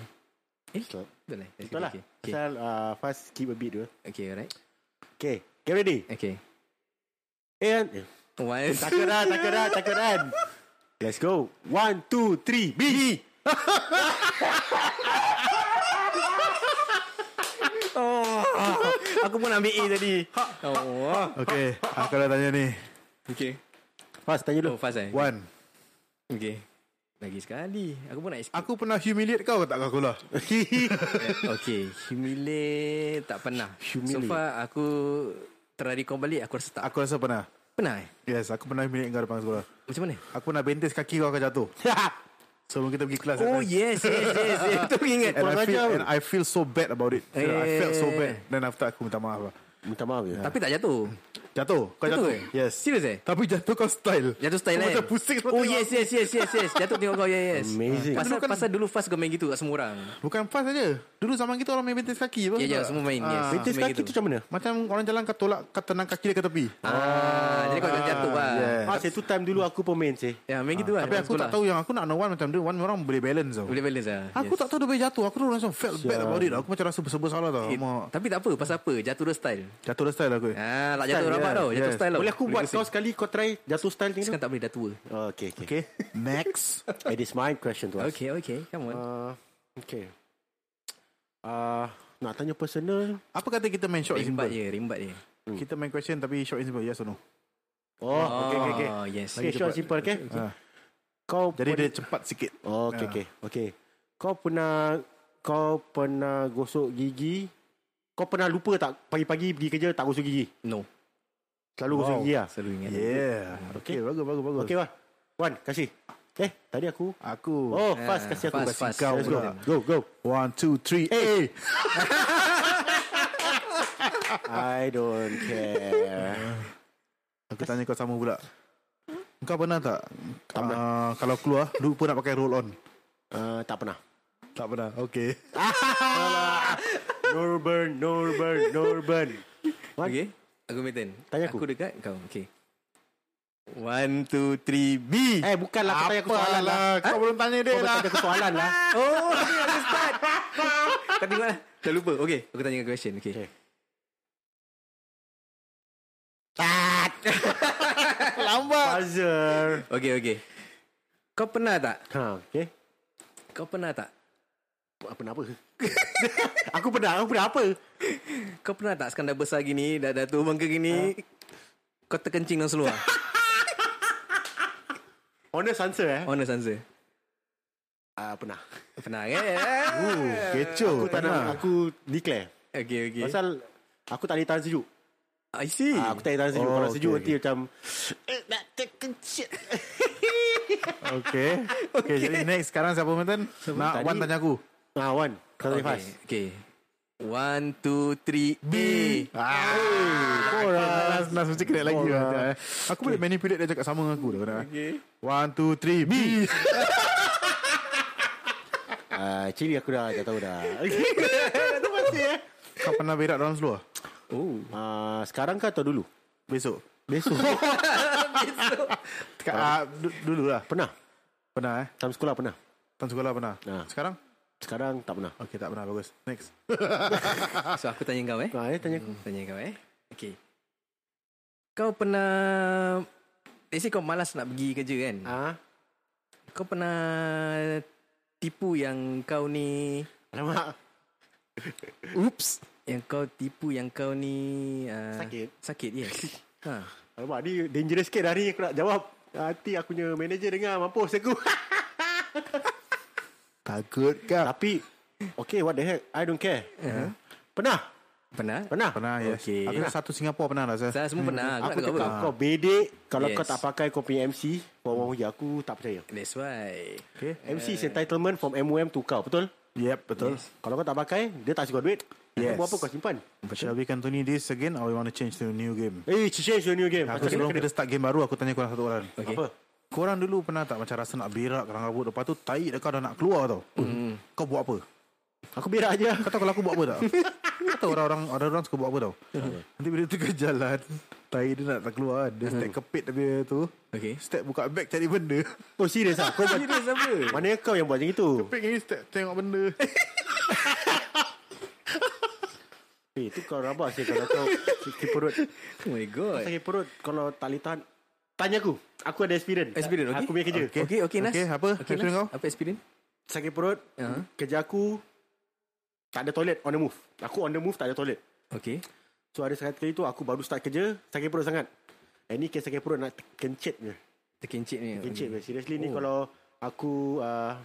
Speaker 4: Eh, betul lah.
Speaker 5: Betul lah
Speaker 4: Okay, okay.
Speaker 5: Pasal uh, fast keep a beat tu
Speaker 4: okay alright.
Speaker 5: Okay Get ready Eh,
Speaker 4: Okay.
Speaker 5: And
Speaker 4: One.
Speaker 5: Takaran Takaran Takaran Let's go One two three B
Speaker 4: aku pun (laughs) ambil A tadi. Oh.
Speaker 1: Okay, aku dah tanya ni.
Speaker 4: Okay.
Speaker 5: Fast tanya (laughs)
Speaker 4: Oh,
Speaker 5: dulu
Speaker 4: fast eh?
Speaker 1: Wan,
Speaker 4: Okay. Lagi sekali. Aku pun nak escape. eh?
Speaker 1: aku pernah humiliate kau ke tak kau
Speaker 4: (laughs)
Speaker 1: lah?
Speaker 4: okay. Humiliate. Tak pernah. Humiliate. So far, aku terari kau balik, aku rasa tak.
Speaker 1: Aku rasa pernah
Speaker 4: Pernah eh?
Speaker 1: Yes aku pernah milik kau depan sekolah
Speaker 4: Macam mana?
Speaker 1: Aku pernah bentes kaki kau akan jatuh Sebelum kita pergi kelas
Speaker 4: Oh, yes, yes, yes.
Speaker 5: Eh,
Speaker 4: yes. Itu aku ingat.
Speaker 1: And I, feel, and I feel so bad about it
Speaker 4: Eh.
Speaker 1: I felt so bad Then after aku minta maaf lah.
Speaker 5: Minta maaf ya
Speaker 4: (laughs) Tapi tak jatuh.
Speaker 1: Jatuh Kau
Speaker 4: Jatuh
Speaker 1: jatuh,
Speaker 4: eh?
Speaker 1: Yes
Speaker 4: Serius eh?
Speaker 1: Tapi jatuh kau style
Speaker 4: Jatuh style
Speaker 1: Kau
Speaker 4: kan
Speaker 1: Macam pusing kau
Speaker 4: Oh
Speaker 1: tengok.
Speaker 4: yes yes yes yes yes Jatuh tengok kau yes yes
Speaker 5: Amazing.
Speaker 4: Pasal,
Speaker 1: Dulu kan-
Speaker 4: pasal dulu fast kau main gitu kat semua orang
Speaker 1: Bukan fast saja Dulu zaman kita orang main bentes kaki apa
Speaker 4: Ya
Speaker 1: betul
Speaker 4: ya
Speaker 1: tak?
Speaker 4: semua main yes
Speaker 1: Ah.
Speaker 4: Semua
Speaker 5: Betis
Speaker 4: main
Speaker 5: kaki
Speaker 4: gitu.
Speaker 5: tu macam mana
Speaker 1: Macam orang jalan kau tolak Kau tenang kaki dia ke tepi
Speaker 4: ah, Jadi kau akan jatuh lah
Speaker 1: yes.
Speaker 5: Ah, tu time dulu aku pun main sih.
Speaker 4: Ya main
Speaker 5: Ah,
Speaker 4: gitu lah
Speaker 1: Tapi aku tak tahu yang aku nak know one Macam dia one orang boleh balance tau
Speaker 4: Boleh balance lah
Speaker 1: Aku tak tahu dia boleh jatuh Aku dulu macam felt bad about it Aku macam rasa bersalah tau Mak.
Speaker 4: Tapi tak apa Pasal apa Jatuh dia style
Speaker 1: Jatuh dah style aku
Speaker 4: Ah, tak jatuh
Speaker 1: Style,
Speaker 4: rabak
Speaker 1: yeah,
Speaker 4: tau Jatuh
Speaker 1: yes.
Speaker 4: style tau
Speaker 5: Boleh aku buat
Speaker 4: pusing.
Speaker 5: kau sekali Kau try jatuh style ni
Speaker 4: Sekarang tak boleh dah tua
Speaker 5: oh, Okay okay
Speaker 1: Okay
Speaker 4: (laughs)
Speaker 1: Next
Speaker 5: It is my question to us
Speaker 4: Okay okay Come on
Speaker 5: Uh, okay. Uh, nak tanya personal.
Speaker 1: Apa kata kita main short and
Speaker 4: Rimbat
Speaker 1: simple
Speaker 4: je Rimbat je
Speaker 1: Kita main question Tapi short and simple Yes or no
Speaker 5: Oh, oh. okay, okay, okay.
Speaker 4: Oh yes
Speaker 5: Okay, short simple, okay?
Speaker 1: Ah.
Speaker 5: Kau
Speaker 1: Jadi
Speaker 5: pernah,
Speaker 1: dia cepat sikit
Speaker 5: oh, okay, okay, okay. Kau pernah, kau pernah gosok gigi. Kau pernah lupa tak pagi-pagi pergi kerja tak gosok gigi?
Speaker 4: No
Speaker 5: Selalu wow. gosok gigi lah.
Speaker 4: Selalu ingat
Speaker 1: Yeah Okay bagus bagus bagus
Speaker 5: Okay, Wan. Wan, kasih. Eh, tadi aku.
Speaker 1: Aku
Speaker 5: Oh, fast kasih aku.
Speaker 4: Ah, fast,
Speaker 5: Kasih
Speaker 4: fast.
Speaker 5: Kau, Let's go.
Speaker 1: pula.
Speaker 5: Go, go.
Speaker 1: One two three Eh, A
Speaker 5: I don't care.
Speaker 1: Aku tanya kau sama pula Kau pernah Hmm? tak uh, Kalau keluar Lupa nak pakai roll on
Speaker 5: (laughs) uh, tak pernah.
Speaker 1: Tak pernah Okay
Speaker 5: Norburn, Norburn, Norburn. Wan,
Speaker 4: Okay Aku main ten
Speaker 5: Tanya aku.
Speaker 4: Aku dekat kau Okay One, two, three, B
Speaker 5: Eh bukanlah kau tanya aku soalan lah.
Speaker 1: Kau belum tanya dia
Speaker 5: Kau
Speaker 1: lah
Speaker 5: tanya aku soalan (laughs) lah.
Speaker 4: Oh, okay, aku start. Kau tengok lah. Dah lupa. Okay, aku tanya kau question. Okay.
Speaker 5: Okay.
Speaker 4: okay.
Speaker 5: Buzzer.
Speaker 4: Okay, okay. Kau pernah tak?
Speaker 5: Ha, okay.
Speaker 4: Kau pernah tak?
Speaker 5: Apa nak apa? (laughs) aku pernah, aku pernah apa?
Speaker 4: Kau pernah tak skandal besar gini, dah, dah tua bangka gini,
Speaker 5: Ah.
Speaker 4: kau terkencing dan
Speaker 5: (laughs)
Speaker 4: seluar?
Speaker 5: Honest answer eh.
Speaker 1: Oh.
Speaker 4: Honest answer.
Speaker 5: Ah, pernah.
Speaker 4: Pernah kan?
Speaker 1: Uh, Kecoh
Speaker 5: Aku tak nak, aku declare.
Speaker 4: okay, okay.
Speaker 5: Pasal aku tak boleh tahan sejuk.
Speaker 4: I see.
Speaker 5: Ah, aku tak boleh tahan sejuk.
Speaker 1: Oh,
Speaker 5: Kalau
Speaker 1: okay,
Speaker 5: sejuk nanti
Speaker 1: okay.
Speaker 5: macam "Eh,
Speaker 1: (laughs) Okay Okay jadi next Sekarang siapa Mantan Nak
Speaker 5: tadi?
Speaker 1: Wan tanya aku
Speaker 5: Ah, Wan, kau tanya
Speaker 4: okay.
Speaker 5: fast.
Speaker 4: okay. One, two, three, B.
Speaker 1: Ah, Korang Nas mesti kena lagi lah. Aku boleh manipulate dia cakap sama dengan aku dah. Okay. One, two, three, B.
Speaker 5: Ah, cili aku dah, dah tahu dah.
Speaker 1: Kau pernah berak dalam seluar?
Speaker 5: (laughs) Ah, sekarang ke atau dulu?
Speaker 1: Besok. (laughs)
Speaker 5: Besok. (laughs)
Speaker 1: Dekat, ah, du- dulu lah.
Speaker 5: pernah.
Speaker 1: Pernah eh?
Speaker 5: Time sekolah pernah.
Speaker 1: Tahun sekolah pernah.
Speaker 5: Ah.
Speaker 1: Sekarang?
Speaker 5: Sekarang tak pernah.
Speaker 1: Okay, tak pernah. Bagus. Next.
Speaker 4: (laughs) So, aku tanya kau eh.
Speaker 5: Ah, eh, tanya aku.
Speaker 4: Tanya kau eh Okay Kau pernah Let's say kau malas nak pergi kerja kan
Speaker 1: Hmm.
Speaker 5: Ah,
Speaker 4: Kau pernah Tipu yang kau ni
Speaker 5: alamak.
Speaker 1: Oops.
Speaker 4: Yang kau tipu Yang kau ni uh,
Speaker 5: Sakit.
Speaker 4: Sakit
Speaker 5: (laughs)
Speaker 4: yes ha.
Speaker 5: Alamak ni dangerous sikit dah ni Aku nak jawab Ah, Nanti aku punya manager dengar Mampus aku (laughs)
Speaker 1: Takut kah?
Speaker 5: Tapi Okay what the heck I don't care uh-huh. Pernah
Speaker 4: Pernah
Speaker 5: Pernah
Speaker 1: Pernah yes.
Speaker 4: Okey.
Speaker 1: Aku nak satu Singapura pernah lah Zah.
Speaker 4: Saya semua pernah Aku,
Speaker 5: Aku
Speaker 4: nak cakap
Speaker 5: cakap
Speaker 4: apa
Speaker 5: kau bedek Kalau yes. kau
Speaker 4: Ah, Yes.
Speaker 5: tak pakai kau punya MC Kau orang punya ya, aku tak percaya
Speaker 4: That's why
Speaker 1: Okay.
Speaker 5: MC is entitlement from MOM to kau Betul?
Speaker 1: Yep, betul.
Speaker 5: Kalau kau tak pakai Dia tak kasih kau duit
Speaker 1: Yes.
Speaker 5: yes. Kau buat apa kau simpan
Speaker 1: Shall we continue this again or we want to change to a new game?
Speaker 5: Eh hey, change your new game
Speaker 1: Aku
Speaker 5: Macam
Speaker 1: sebelum
Speaker 5: kena-
Speaker 1: kita start game baru Aku tanya korang satu orang
Speaker 4: Okay.
Speaker 5: Apa?
Speaker 1: Korang dulu pernah tak Macam rasa nak berak Kerang kabut Lepas tu tahi dah kau dah nak keluar tau mm. Kau buat apa?
Speaker 5: Aku berak je
Speaker 1: Kau tahu kalau aku buat apa tak? Kau tahu orang-orang Orang-orang suka buat apa tau Nanti bila tengah jalan Tahi dia nak tak keluar kan. Dia step kepit dia tu
Speaker 4: Okay.
Speaker 1: Step buka beg cari benda (laughs)
Speaker 5: Oh serius lah Kau buat
Speaker 4: Serius apa
Speaker 5: Mana kau yang buat macam itu
Speaker 1: Pik ni step tengok benda
Speaker 5: Eh tu kau rabak sih Kalau kau sakit perut
Speaker 4: Oh my god
Speaker 5: Sakit perut Kalau tak boleh tahan Tanya aku Aku ada experience
Speaker 4: Experience, okay.
Speaker 5: Aku punya kerja
Speaker 4: Okay okay, okay Nas
Speaker 1: Okay, apa experience
Speaker 4: Nas.
Speaker 1: kau?
Speaker 4: Apa experience
Speaker 5: Sakit perut
Speaker 4: Uh-huh.
Speaker 5: Kerja aku Tak ada toilet on the move Aku on the move tak ada toilet
Speaker 4: Okay
Speaker 5: So ada sekali kali tu Aku baru start kerja Sakit perut sangat And ni kes sakit perut Nak kencit je
Speaker 4: Terkencit ni
Speaker 5: Kencit je Seriously ni
Speaker 4: Oh.
Speaker 5: kalau Aku uh,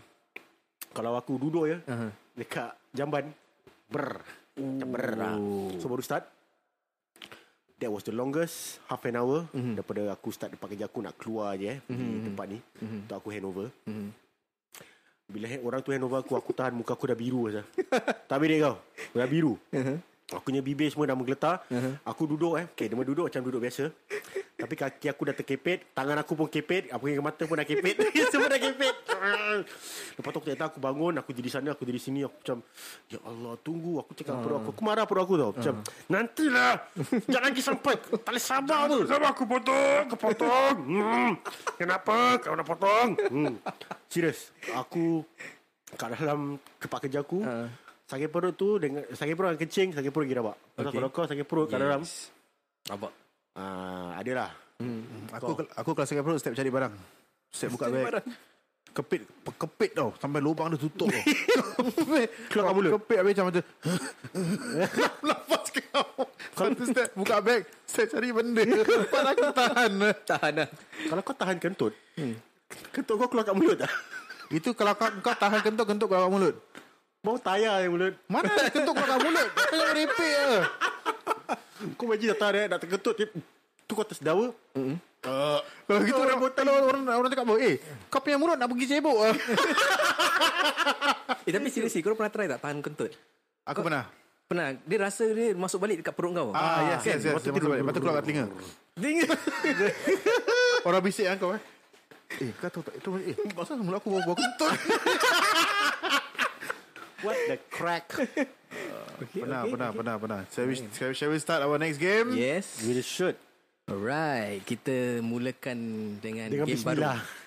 Speaker 5: Kalau aku duduk ya
Speaker 4: Aha.
Speaker 5: Dekat jamban Brr Macam brr lah So baru start That was the longest Half an hour mm-hmm. Daripada aku start Depan kerja aku Nak keluar je eh mm-hmm. Di tempat ni mm-hmm. Untuk aku handover mm-hmm. Bila hand, orang tu handover aku Aku tahan muka aku dah biru Azhar. (laughs) Tak bedek kau Dah biru Aku punya bibir semua dah menggeletar Aku duduk eh Okay dia duduk macam duduk biasa Tapi kaki aku dah terkepit Tangan aku pun kepit Aku punya mata pun dah (laughs) kepit Semua dah kepit Lepas tu aku tak tahu Aku bangun Aku jadi sana Aku jadi sini Aku macam Ya Allah tunggu Aku cakap perut aku Aku marah perut aku tau Macam Nantilah Jangan lagi sampai Tak boleh sabar tu Sabar aku potong Aku potong hmm. Kenapa Kau nak potong hmm. Serius Aku kat dalam tempat kerja aku uh. sakit perut tu dengan sakit perut dengan kencing sakit perut lagi rabak pasal
Speaker 4: Okay.
Speaker 5: kalau kau sakit perut kat dalam
Speaker 4: Abak
Speaker 5: ah ada lah
Speaker 1: Aku aku kalau sakit perut Step cari barang Step buka beg Kepit Kepit tau Sampai lubang dia tutup (laughs) tau
Speaker 5: Keluar kat mulut.
Speaker 1: Kepit habis macam macam (laughs) Lepas kau Satu step (laughs) Buka beg Step cari benda (laughs) Lepas aku tahan
Speaker 4: Tahan lah
Speaker 5: kalau kau tahan kentut hmm. kentut kau keluar kat mulut (laughs) tak
Speaker 1: Itu kalau kau, kau tahan kentut Kentut keluar kat mulut
Speaker 5: mau tayar yang mulut
Speaker 1: Mana ada kentut keluar kat mulut Kau jangan merepek je
Speaker 5: kau imagine dah tahan eh, dah terkentut dia- tu kau tersedawa
Speaker 1: Kalau gitu orang, kalau orang, orang cakap apa Eh kau punya mulut nak pergi cebok ah."
Speaker 4: Eh tapi seriously Korang pernah try tak Tahan kentut
Speaker 1: Aku pernah
Speaker 4: Pernah Dia rasa dia masuk balik Dekat perut kau
Speaker 1: Ah, yes, yes, yes. Lepas tu, lepas tu keluar kat telinga.
Speaker 4: Dengar
Speaker 1: Orang bisik kan kau eh. Eh, kau tahu tak? Itu, eh, maksud mula aku bawa-bawa kentut.
Speaker 5: what the crack
Speaker 1: pernah, pernah, pernah, pernah. Shall we, shall, we, shall we start our next game?
Speaker 4: Yes
Speaker 5: we should
Speaker 4: Alright Kita mulakan Dengan,
Speaker 5: dengan
Speaker 4: game
Speaker 5: bismillah
Speaker 4: baru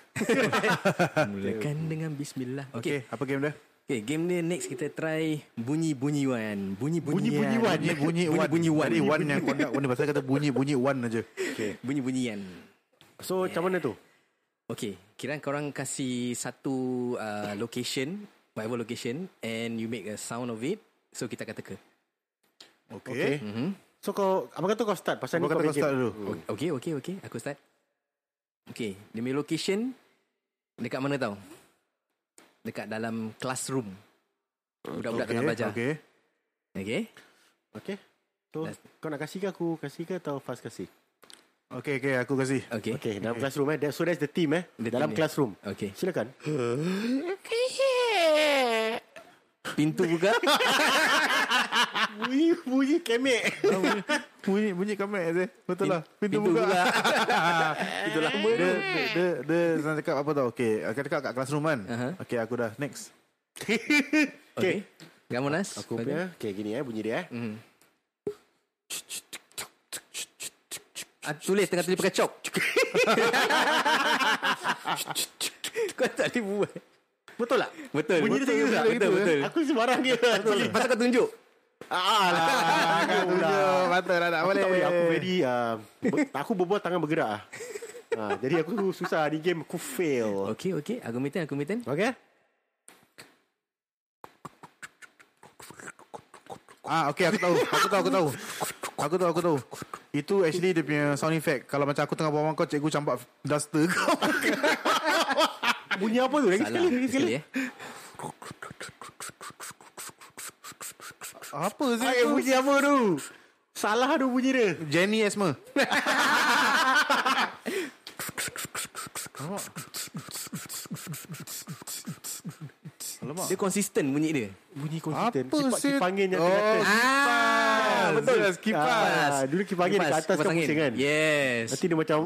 Speaker 4: (laughs) Mulakan dengan bismillah
Speaker 1: Okay,
Speaker 4: Okay
Speaker 1: apa game dia?
Speaker 4: Okay game ni next Kita try Bunyi-bunyiwan Bunyi-bunyian
Speaker 1: Bunyi-bunyian. Bunyi-bunyi wan.
Speaker 4: Bunyi-bunyiwan
Speaker 1: Tadi wan yang kau nak. Bunyi pasal kata bunyi-bunyi wan aja. Okay.
Speaker 4: Bunyi-bunyian
Speaker 5: so macam mana tu
Speaker 4: Okay, kira korang kasih satu uh, location, whatever location, and you make a sound of it. So kita kata ke. Mhm.
Speaker 1: Okay.
Speaker 4: Eh.
Speaker 5: so kau apa kata kau start pasal
Speaker 1: Kau
Speaker 5: ni
Speaker 1: kata
Speaker 5: kau Hmm.
Speaker 1: kau start dulu.
Speaker 4: Okay, okay, okay. Aku start. Okay, dia punya location dekat mana tau? Dekat dalam classroom. Budak-budak tengah belajar. Okay.
Speaker 1: Okay.
Speaker 4: okay.
Speaker 5: okay so kau nak kasih ke aku kasih ke atau Faz kasih
Speaker 1: Okay, okay. Aku kasih.
Speaker 4: Okay.
Speaker 5: okay
Speaker 4: okay.
Speaker 5: dalam classroom eh That- so that's the team eh
Speaker 4: The
Speaker 5: dalam
Speaker 4: team, eh.
Speaker 5: classroom
Speaker 4: Okay.
Speaker 5: silakan
Speaker 4: Pintu (laughs) buka.
Speaker 5: bunyi bunyi kemek
Speaker 1: Bunyi bunyi kamera eh. Betul lah. Pintu,
Speaker 4: Pintu
Speaker 1: buka.
Speaker 4: buka.
Speaker 1: (laughs) Pintu lama dia, dia, dia, dia, nak cakap apa tau. Okay. Aku cakap kat kelas kan.
Speaker 4: Aha.
Speaker 1: Okay, aku dah. Next.
Speaker 4: okay. Gamonas.
Speaker 5: Aku punya Okay gini eh Bunyi dia eh mm.
Speaker 4: Ah, tulis tengah tulis pakai chalk. (laughs) Kau tak boleh buat.
Speaker 5: Betul tak?
Speaker 4: Betul.
Speaker 5: Bunyi
Speaker 4: betul,
Speaker 5: dia
Speaker 4: betul,
Speaker 5: macam
Speaker 4: betul,
Speaker 5: gitu,
Speaker 4: betul, betul.
Speaker 5: Aku sembarang dia
Speaker 4: Pasal kau tunjuk.
Speaker 5: Alah
Speaker 1: Ah, Aku tunjuk. Patut lah. Tak
Speaker 5: Aku
Speaker 1: boleh.
Speaker 5: tak boleh Aku very uh, ber- Aku berbual tangan bergerak ah. Ah, Jadi aku susah Di game aku fail
Speaker 4: Okey, okey. Aku meten, aku meten.
Speaker 5: Okay
Speaker 1: Ah, okay aku tahu. Aku tahu, aku tahu. Aku tahu, aku tahu. Itu actually dia punya sound effect. Kalau macam aku tengah bawa kau, cikgu campak duster kau.
Speaker 5: Bunyi apa tu? Lagi
Speaker 4: Salah.
Speaker 5: sekali, lagi sekali.
Speaker 4: Sekali eh.
Speaker 1: Apa sih?
Speaker 5: Eh,
Speaker 1: itu?
Speaker 5: bunyi apa tu? Salah tu bunyi dia.
Speaker 1: Jenny Esma.
Speaker 4: Dia konsisten bunyi dia.
Speaker 5: Bunyi
Speaker 1: Apa
Speaker 5: konsisten. Kipak
Speaker 1: sih?
Speaker 5: kipangin yang
Speaker 1: Oh,
Speaker 5: kelihatan.
Speaker 4: Ah,
Speaker 1: betul. Kipas.
Speaker 5: Ah, dulu kipangin dekat atas kan pusing kan?
Speaker 4: Yes.
Speaker 5: Nanti dia macam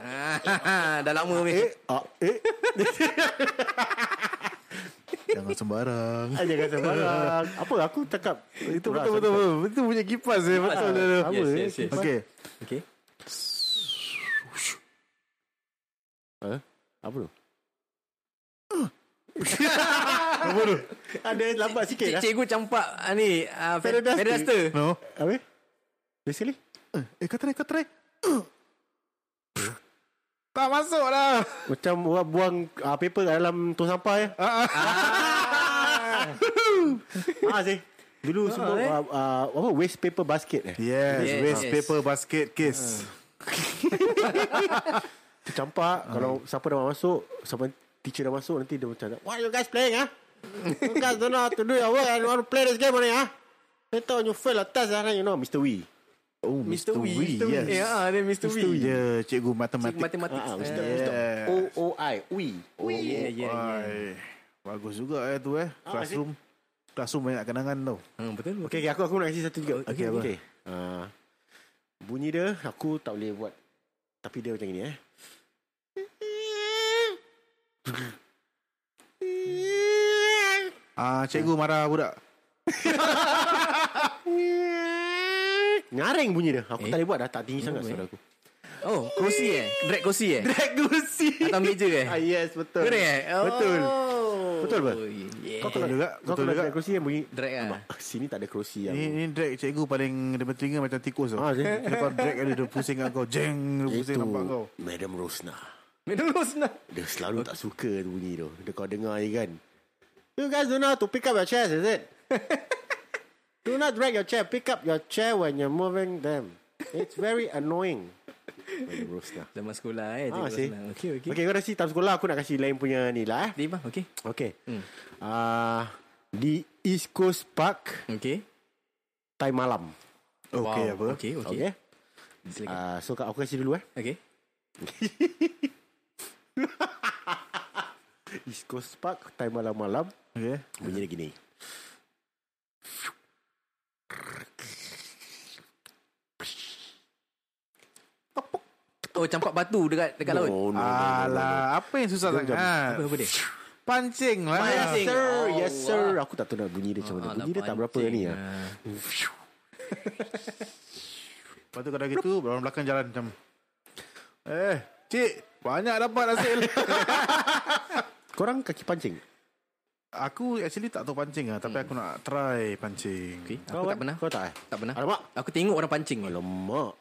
Speaker 4: Ah, (laughs) dah lama weh.
Speaker 5: ah, eh
Speaker 1: Jangan sembarang.
Speaker 5: ah, jangan sembarang. Apa aku cakap itu
Speaker 1: Betul, betul, betul. betul. Itu punya kipas eh. Betul, betul. betul.
Speaker 4: Yes, yes, yes.
Speaker 1: (laughs) Okay.
Speaker 4: Okay.
Speaker 5: Apa tu? Ada lambat sikit
Speaker 4: Cik,
Speaker 5: lah.
Speaker 4: cikgu campak ah, ni ah,
Speaker 5: Feather duster.
Speaker 4: Fedoduster.
Speaker 1: No.
Speaker 5: Apa? Dia sekali.
Speaker 1: Eh, kau try, kau try. Tak masuk lah.
Speaker 5: Macam orang buang ah, paper kat dalam tong sampah ya. Ah, ah sih. Dulu semua
Speaker 4: eh.
Speaker 5: ah, ah, apa waste paper basket eh.
Speaker 1: Yes, Ah.
Speaker 4: Yes.
Speaker 1: waste
Speaker 4: Yes.
Speaker 1: paper basket kiss.
Speaker 5: Tercampak kalau siapa dah masuk, siapa teacher dah masuk nanti dia macam what are you guys playing ah? you guys don't know how to do your work and want to play this game only ah. Later when you fail a test ah, then you know Mr. Wee.
Speaker 1: Oh, Mr. Wee. Yes.
Speaker 4: Ya, ah, dia Mr.
Speaker 1: Mr.
Speaker 4: Wee.
Speaker 1: Wee. Dia cikgu matematik.
Speaker 4: Cikgu matematik.
Speaker 5: Ah, ah,
Speaker 4: Eh, Oh,
Speaker 5: Mr. Mr. O O I Wee.
Speaker 4: Yeah, yeah, yeah.
Speaker 1: Wai. Bagus juga eh tu eh. Classroom. Classroom banyak kenangan tau.
Speaker 4: Hmm, betul.
Speaker 5: Okay, okay, aku aku nak kasi satu juga.
Speaker 4: Okey, apa?
Speaker 5: Ah, bunyi dia aku tak boleh buat. Tapi dia macam ni eh.
Speaker 1: Ah, cikgu marah budak.
Speaker 5: Nyaring bunyi dia. Aku
Speaker 4: Eh?
Speaker 5: tak boleh buat dah tak tinggi sangat
Speaker 4: eh?
Speaker 5: suara aku.
Speaker 4: Oh, kerusi eh? Drag kerusi eh?
Speaker 1: Drag kursi.
Speaker 4: Atau meja eh?
Speaker 5: Ah yes, betul.
Speaker 4: Betul eh? Oh.
Speaker 5: Betul. Betul apa?
Speaker 4: Yeah.
Speaker 1: Betul juga.
Speaker 5: Kau
Speaker 1: Betul
Speaker 5: kalau
Speaker 1: juga.
Speaker 5: ada kerusi yang bunyi
Speaker 4: Eh, Drag ah. Eh,
Speaker 5: Ah, Sini tak ada kerusi yang
Speaker 1: Ni, ni drag cikgu paling depan telinga macam tikus tau.
Speaker 5: Ah, sih.
Speaker 1: Kalau kau drag ada dia pusing kat kau. Jeng, dia pusing
Speaker 5: Itu
Speaker 1: nampak kau.
Speaker 5: Madam Rosna
Speaker 4: Minum dulu senang.
Speaker 5: Dia selalu tak suka tu bunyi tu Dia kau dengar je kan You guys do not to pick up your chairs is it? do not drag your chair Pick up your chair when you're moving them It's very annoying Madam Rosna
Speaker 4: Zaman sekolah eh.
Speaker 5: Ah,
Speaker 4: cikgu
Speaker 5: sih.
Speaker 4: senang. Okey, okey.
Speaker 5: Okay, kau dah si time sekolah aku nak kasih lain punya ni lah eh.
Speaker 4: Lima, okey.
Speaker 5: Okay. Ah, di East Coast Park
Speaker 4: Okey.
Speaker 5: time malam.
Speaker 1: Okey apa?
Speaker 4: Okey, okey.
Speaker 5: Okay.
Speaker 4: Silakan.
Speaker 5: Ah, so kau- aku kasih dulu eh.
Speaker 4: Okey.
Speaker 5: East Coast Park time malam-malam
Speaker 1: Okey.
Speaker 5: bunyi dia gini.
Speaker 4: Oh, campak batu dekat dekat laut.
Speaker 5: Oh, no,
Speaker 1: Alah, apa yang susah
Speaker 4: Apa
Speaker 1: sangat?
Speaker 4: apa dia?
Speaker 1: Pancing lah.
Speaker 5: Yes
Speaker 4: Pancing.
Speaker 5: sir,
Speaker 4: Oh,
Speaker 5: yes sir. Aku tak tahu nak bunyi Oh, dia macam mana.
Speaker 4: Ah,
Speaker 5: Bunyi dia tak berapa
Speaker 4: pancing.
Speaker 5: ni ah.
Speaker 4: Ah.
Speaker 1: Lepas tu kalau gitu Orang belakang jalan macam Eh Cik Banyak dapat hasil
Speaker 5: Korang kaki pancing.
Speaker 1: Aku actually tak tahu pancing lah Tapi aku nak try pancing
Speaker 4: Okey. Aku
Speaker 5: Kau
Speaker 4: tak
Speaker 5: kan?
Speaker 4: pernah.
Speaker 5: Kau tak eh?
Speaker 4: Tak pernah.
Speaker 5: Alamak.
Speaker 4: Aku tengok orang pancing.
Speaker 5: Lemak.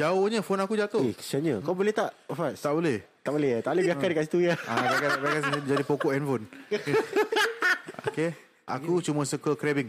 Speaker 1: Jauhnya phone aku jatuh
Speaker 5: (laughs) eh, kesiannya. Kau boleh tak? Fas.
Speaker 1: Tak boleh
Speaker 5: Tak boleh eh? Tak boleh biarkan dekat situ ya.
Speaker 1: ah, Mereka, mereka sini jadi pokok (laughs) handphone Okay Aku cuma suka crabbing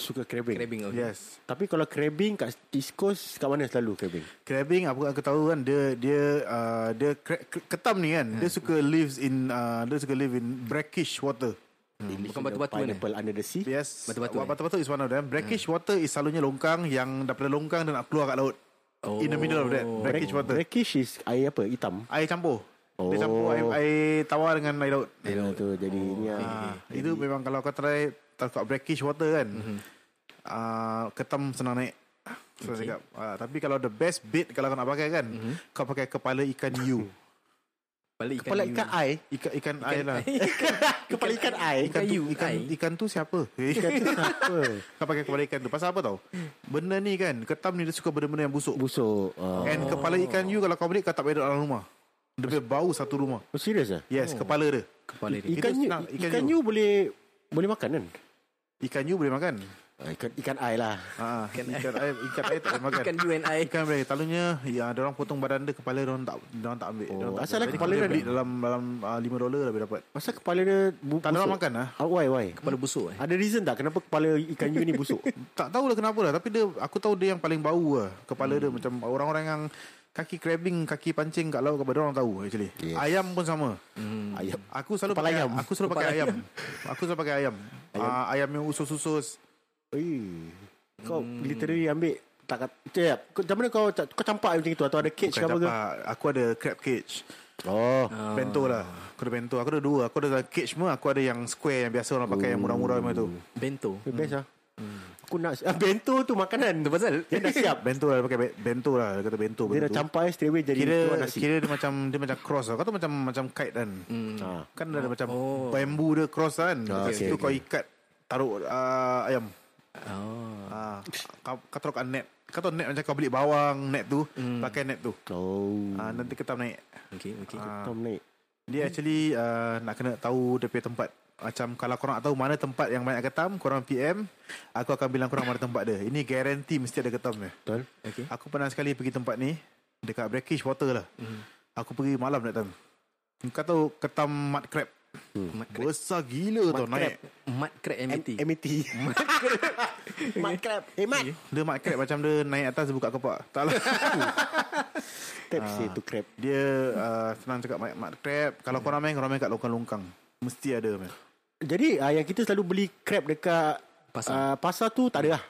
Speaker 5: Suka crabbing.
Speaker 4: Crabbing
Speaker 1: Oh,
Speaker 4: okey.
Speaker 1: Yes
Speaker 5: Tapi kalau crabbing kat East Coast kat mana selalu crabbing?
Speaker 1: Crabbing apa aku tahu kan dia dia uh, dia cra- ketam ni kan dia suka lives in uh, dia suka live in brackish water.
Speaker 4: Bukan batu-batu ni.
Speaker 5: Pineapple under the sea.
Speaker 1: Yes.
Speaker 4: Batu-batu, eh?
Speaker 1: Batu-batu Hmm. is one of them. Brackish water is selalunya longkang yang daripada longkang dan nak keluar kat laut. Oh. In the middle of that. Brackish water.
Speaker 5: Brackish is air apa? Hitam.
Speaker 1: Air campur. Dia
Speaker 5: Oh.
Speaker 1: campur air, air tawar dengan air laut.
Speaker 5: Air tu jadi ni ah.
Speaker 1: Eh, Itu memang kalau kau try tak kat brackish water kan. Uh, ketam senang naik. So okay. cakap. Uh, tapi kalau the best bait kalau kau nak pakai kan, kau pakai kepala ikan (laughs) you.
Speaker 4: Kepala ikan.
Speaker 5: Kepala ikan air.
Speaker 1: Ikan ikan, air lah.
Speaker 5: Kepala ikan air.
Speaker 1: Ikan tu,
Speaker 4: you,
Speaker 1: ikan,
Speaker 4: air.
Speaker 1: ikan tu siapa? (laughs) Ikan tu siapa? (laughs) kau pakai kepala ikan tu. Pasal apa tau? Benda ni kan, ketam ni dia suka benda-benda yang busuk.
Speaker 5: Busuk. Uh,
Speaker 1: And kepala ikan you kalau kau beli kau tak payah duduk dalam rumah. Dia punya bau satu rumah.
Speaker 5: oh, serius ah?
Speaker 1: Yes, oh. kepala dia.
Speaker 4: (laughs) Kepala dia.
Speaker 5: Ikan
Speaker 1: Itu
Speaker 5: you,
Speaker 1: senang,
Speaker 5: ikan,
Speaker 1: ikan
Speaker 5: you boleh boleh makan kan?
Speaker 1: Ikan you boleh makan.
Speaker 5: Ah, Ikan, ikan air lah
Speaker 1: Ha, ikan air, ikan air (laughs) tak boleh makan.
Speaker 4: Ikan you and I.
Speaker 1: Ikan air. Talunya ya dia orang potong badan dia kepala dia orang tak dia orang tak ambil. Oh, tak
Speaker 5: asal lah
Speaker 1: Jadi
Speaker 5: kepala
Speaker 1: dia
Speaker 5: dia
Speaker 1: ambil
Speaker 5: di-
Speaker 1: dalam dalam ah, 5 dolar lebih dapat.
Speaker 5: Masa kepala dia bu-
Speaker 1: Tak ada orang makan, ah?
Speaker 5: ah? Why why
Speaker 4: Kepala busuk eh.
Speaker 5: Ada reason tak Kenapa kepala ikan you ni
Speaker 1: (laughs)
Speaker 5: busuk
Speaker 1: Tak tahulah kenapa lah tapi dia aku tahu dia yang paling bau lah. Kepala
Speaker 5: Hmm.
Speaker 1: dia macam orang-orang yang kaki crabbing, kaki pancing kat laut kepada orang tahu actually.
Speaker 5: Yes.
Speaker 1: Ayam pun sama.
Speaker 5: Ayam
Speaker 1: Aku selalu
Speaker 5: Kepala
Speaker 1: pakai
Speaker 5: ayam.
Speaker 1: ayam. aku selalu pakai ayam. Aku selalu pakai ayam. Ayam, Ah, ayam yang usus-usus.
Speaker 5: Eh, Kau
Speaker 1: Hmm.
Speaker 5: literally ambil tak kat- Cep, kau- macam mana kau kau campak macam itu atau ada cage ke
Speaker 1: Bukan
Speaker 5: apa ke?
Speaker 1: dapat. Aku ada crab cage.
Speaker 5: Oh,
Speaker 1: Bento lah. Aku ada bento. Aku ada dua. Aku ada cage semua. Aku ada yang square yang biasa orang pakai yang murah-murah memang tu.
Speaker 4: Bento.
Speaker 5: the best ah.
Speaker 1: Hmm.
Speaker 5: Aku nak ah, bento tu makanan.
Speaker 4: Tu pasal.
Speaker 5: Dia dah
Speaker 1: (laughs)
Speaker 5: siap.
Speaker 1: Bento lah dia pakai be- bento lah dia kata bento.
Speaker 5: Dia
Speaker 1: benda
Speaker 5: dah
Speaker 1: tu.
Speaker 5: campak eh, straight away jadi
Speaker 1: Kira
Speaker 5: keluar nasi.
Speaker 1: kira dia macam dia macam cross lah. Kau tahu macam macam kite kan.
Speaker 5: Ah. Oh.
Speaker 1: Kan ada macam bambu dia cross kan. Lepas
Speaker 5: okay,
Speaker 1: tu
Speaker 5: okay.
Speaker 1: kau ikat taruh ah, ayam.
Speaker 4: Oh.
Speaker 1: Ah, kau, kau taruh kat net. Kau tahu net macam kau beli bawang net tu,
Speaker 5: Hmm.
Speaker 1: pakai net tu.
Speaker 5: Oh.
Speaker 1: Ah, nanti ketam naik.
Speaker 4: Okay, okay.
Speaker 1: Ah.
Speaker 5: Tom naik. Hmm.
Speaker 1: Dia actually uh, nak kena tahu dia punya tempat. Macam kalau korang nak tahu mana tempat yang banyak ketam, korang PM, aku akan bilang korang mana tempat dia. Ini guarantee mesti ada ketam dia.
Speaker 5: Betul.
Speaker 4: Okay.
Speaker 1: Aku pernah sekali pergi tempat ni, dekat Brackish Water lah. Mm. Aku pergi malam that time. Kau tahu ketam mud crab?
Speaker 4: Mud crab.
Speaker 1: Besar gila tau naik.
Speaker 4: Mud crab
Speaker 1: E
Speaker 4: MT.
Speaker 1: (laughs)
Speaker 5: MIT. E (laughs) Mat crab. Eh, mat.
Speaker 1: Dia mud crab macam dia naik atas dia buka kepak. Tak lah. (laughs)
Speaker 5: Crab
Speaker 1: Ah.
Speaker 5: say to crab.
Speaker 1: dia uh, senang cakap mud, mud crab. Kalau korang main, korang main kat longkang-longkang. Mesti ada. Man.
Speaker 5: Jadi ah, yang kita selalu beli crab dekat ah,
Speaker 4: Pasar.
Speaker 5: pasar tu tak ada lah.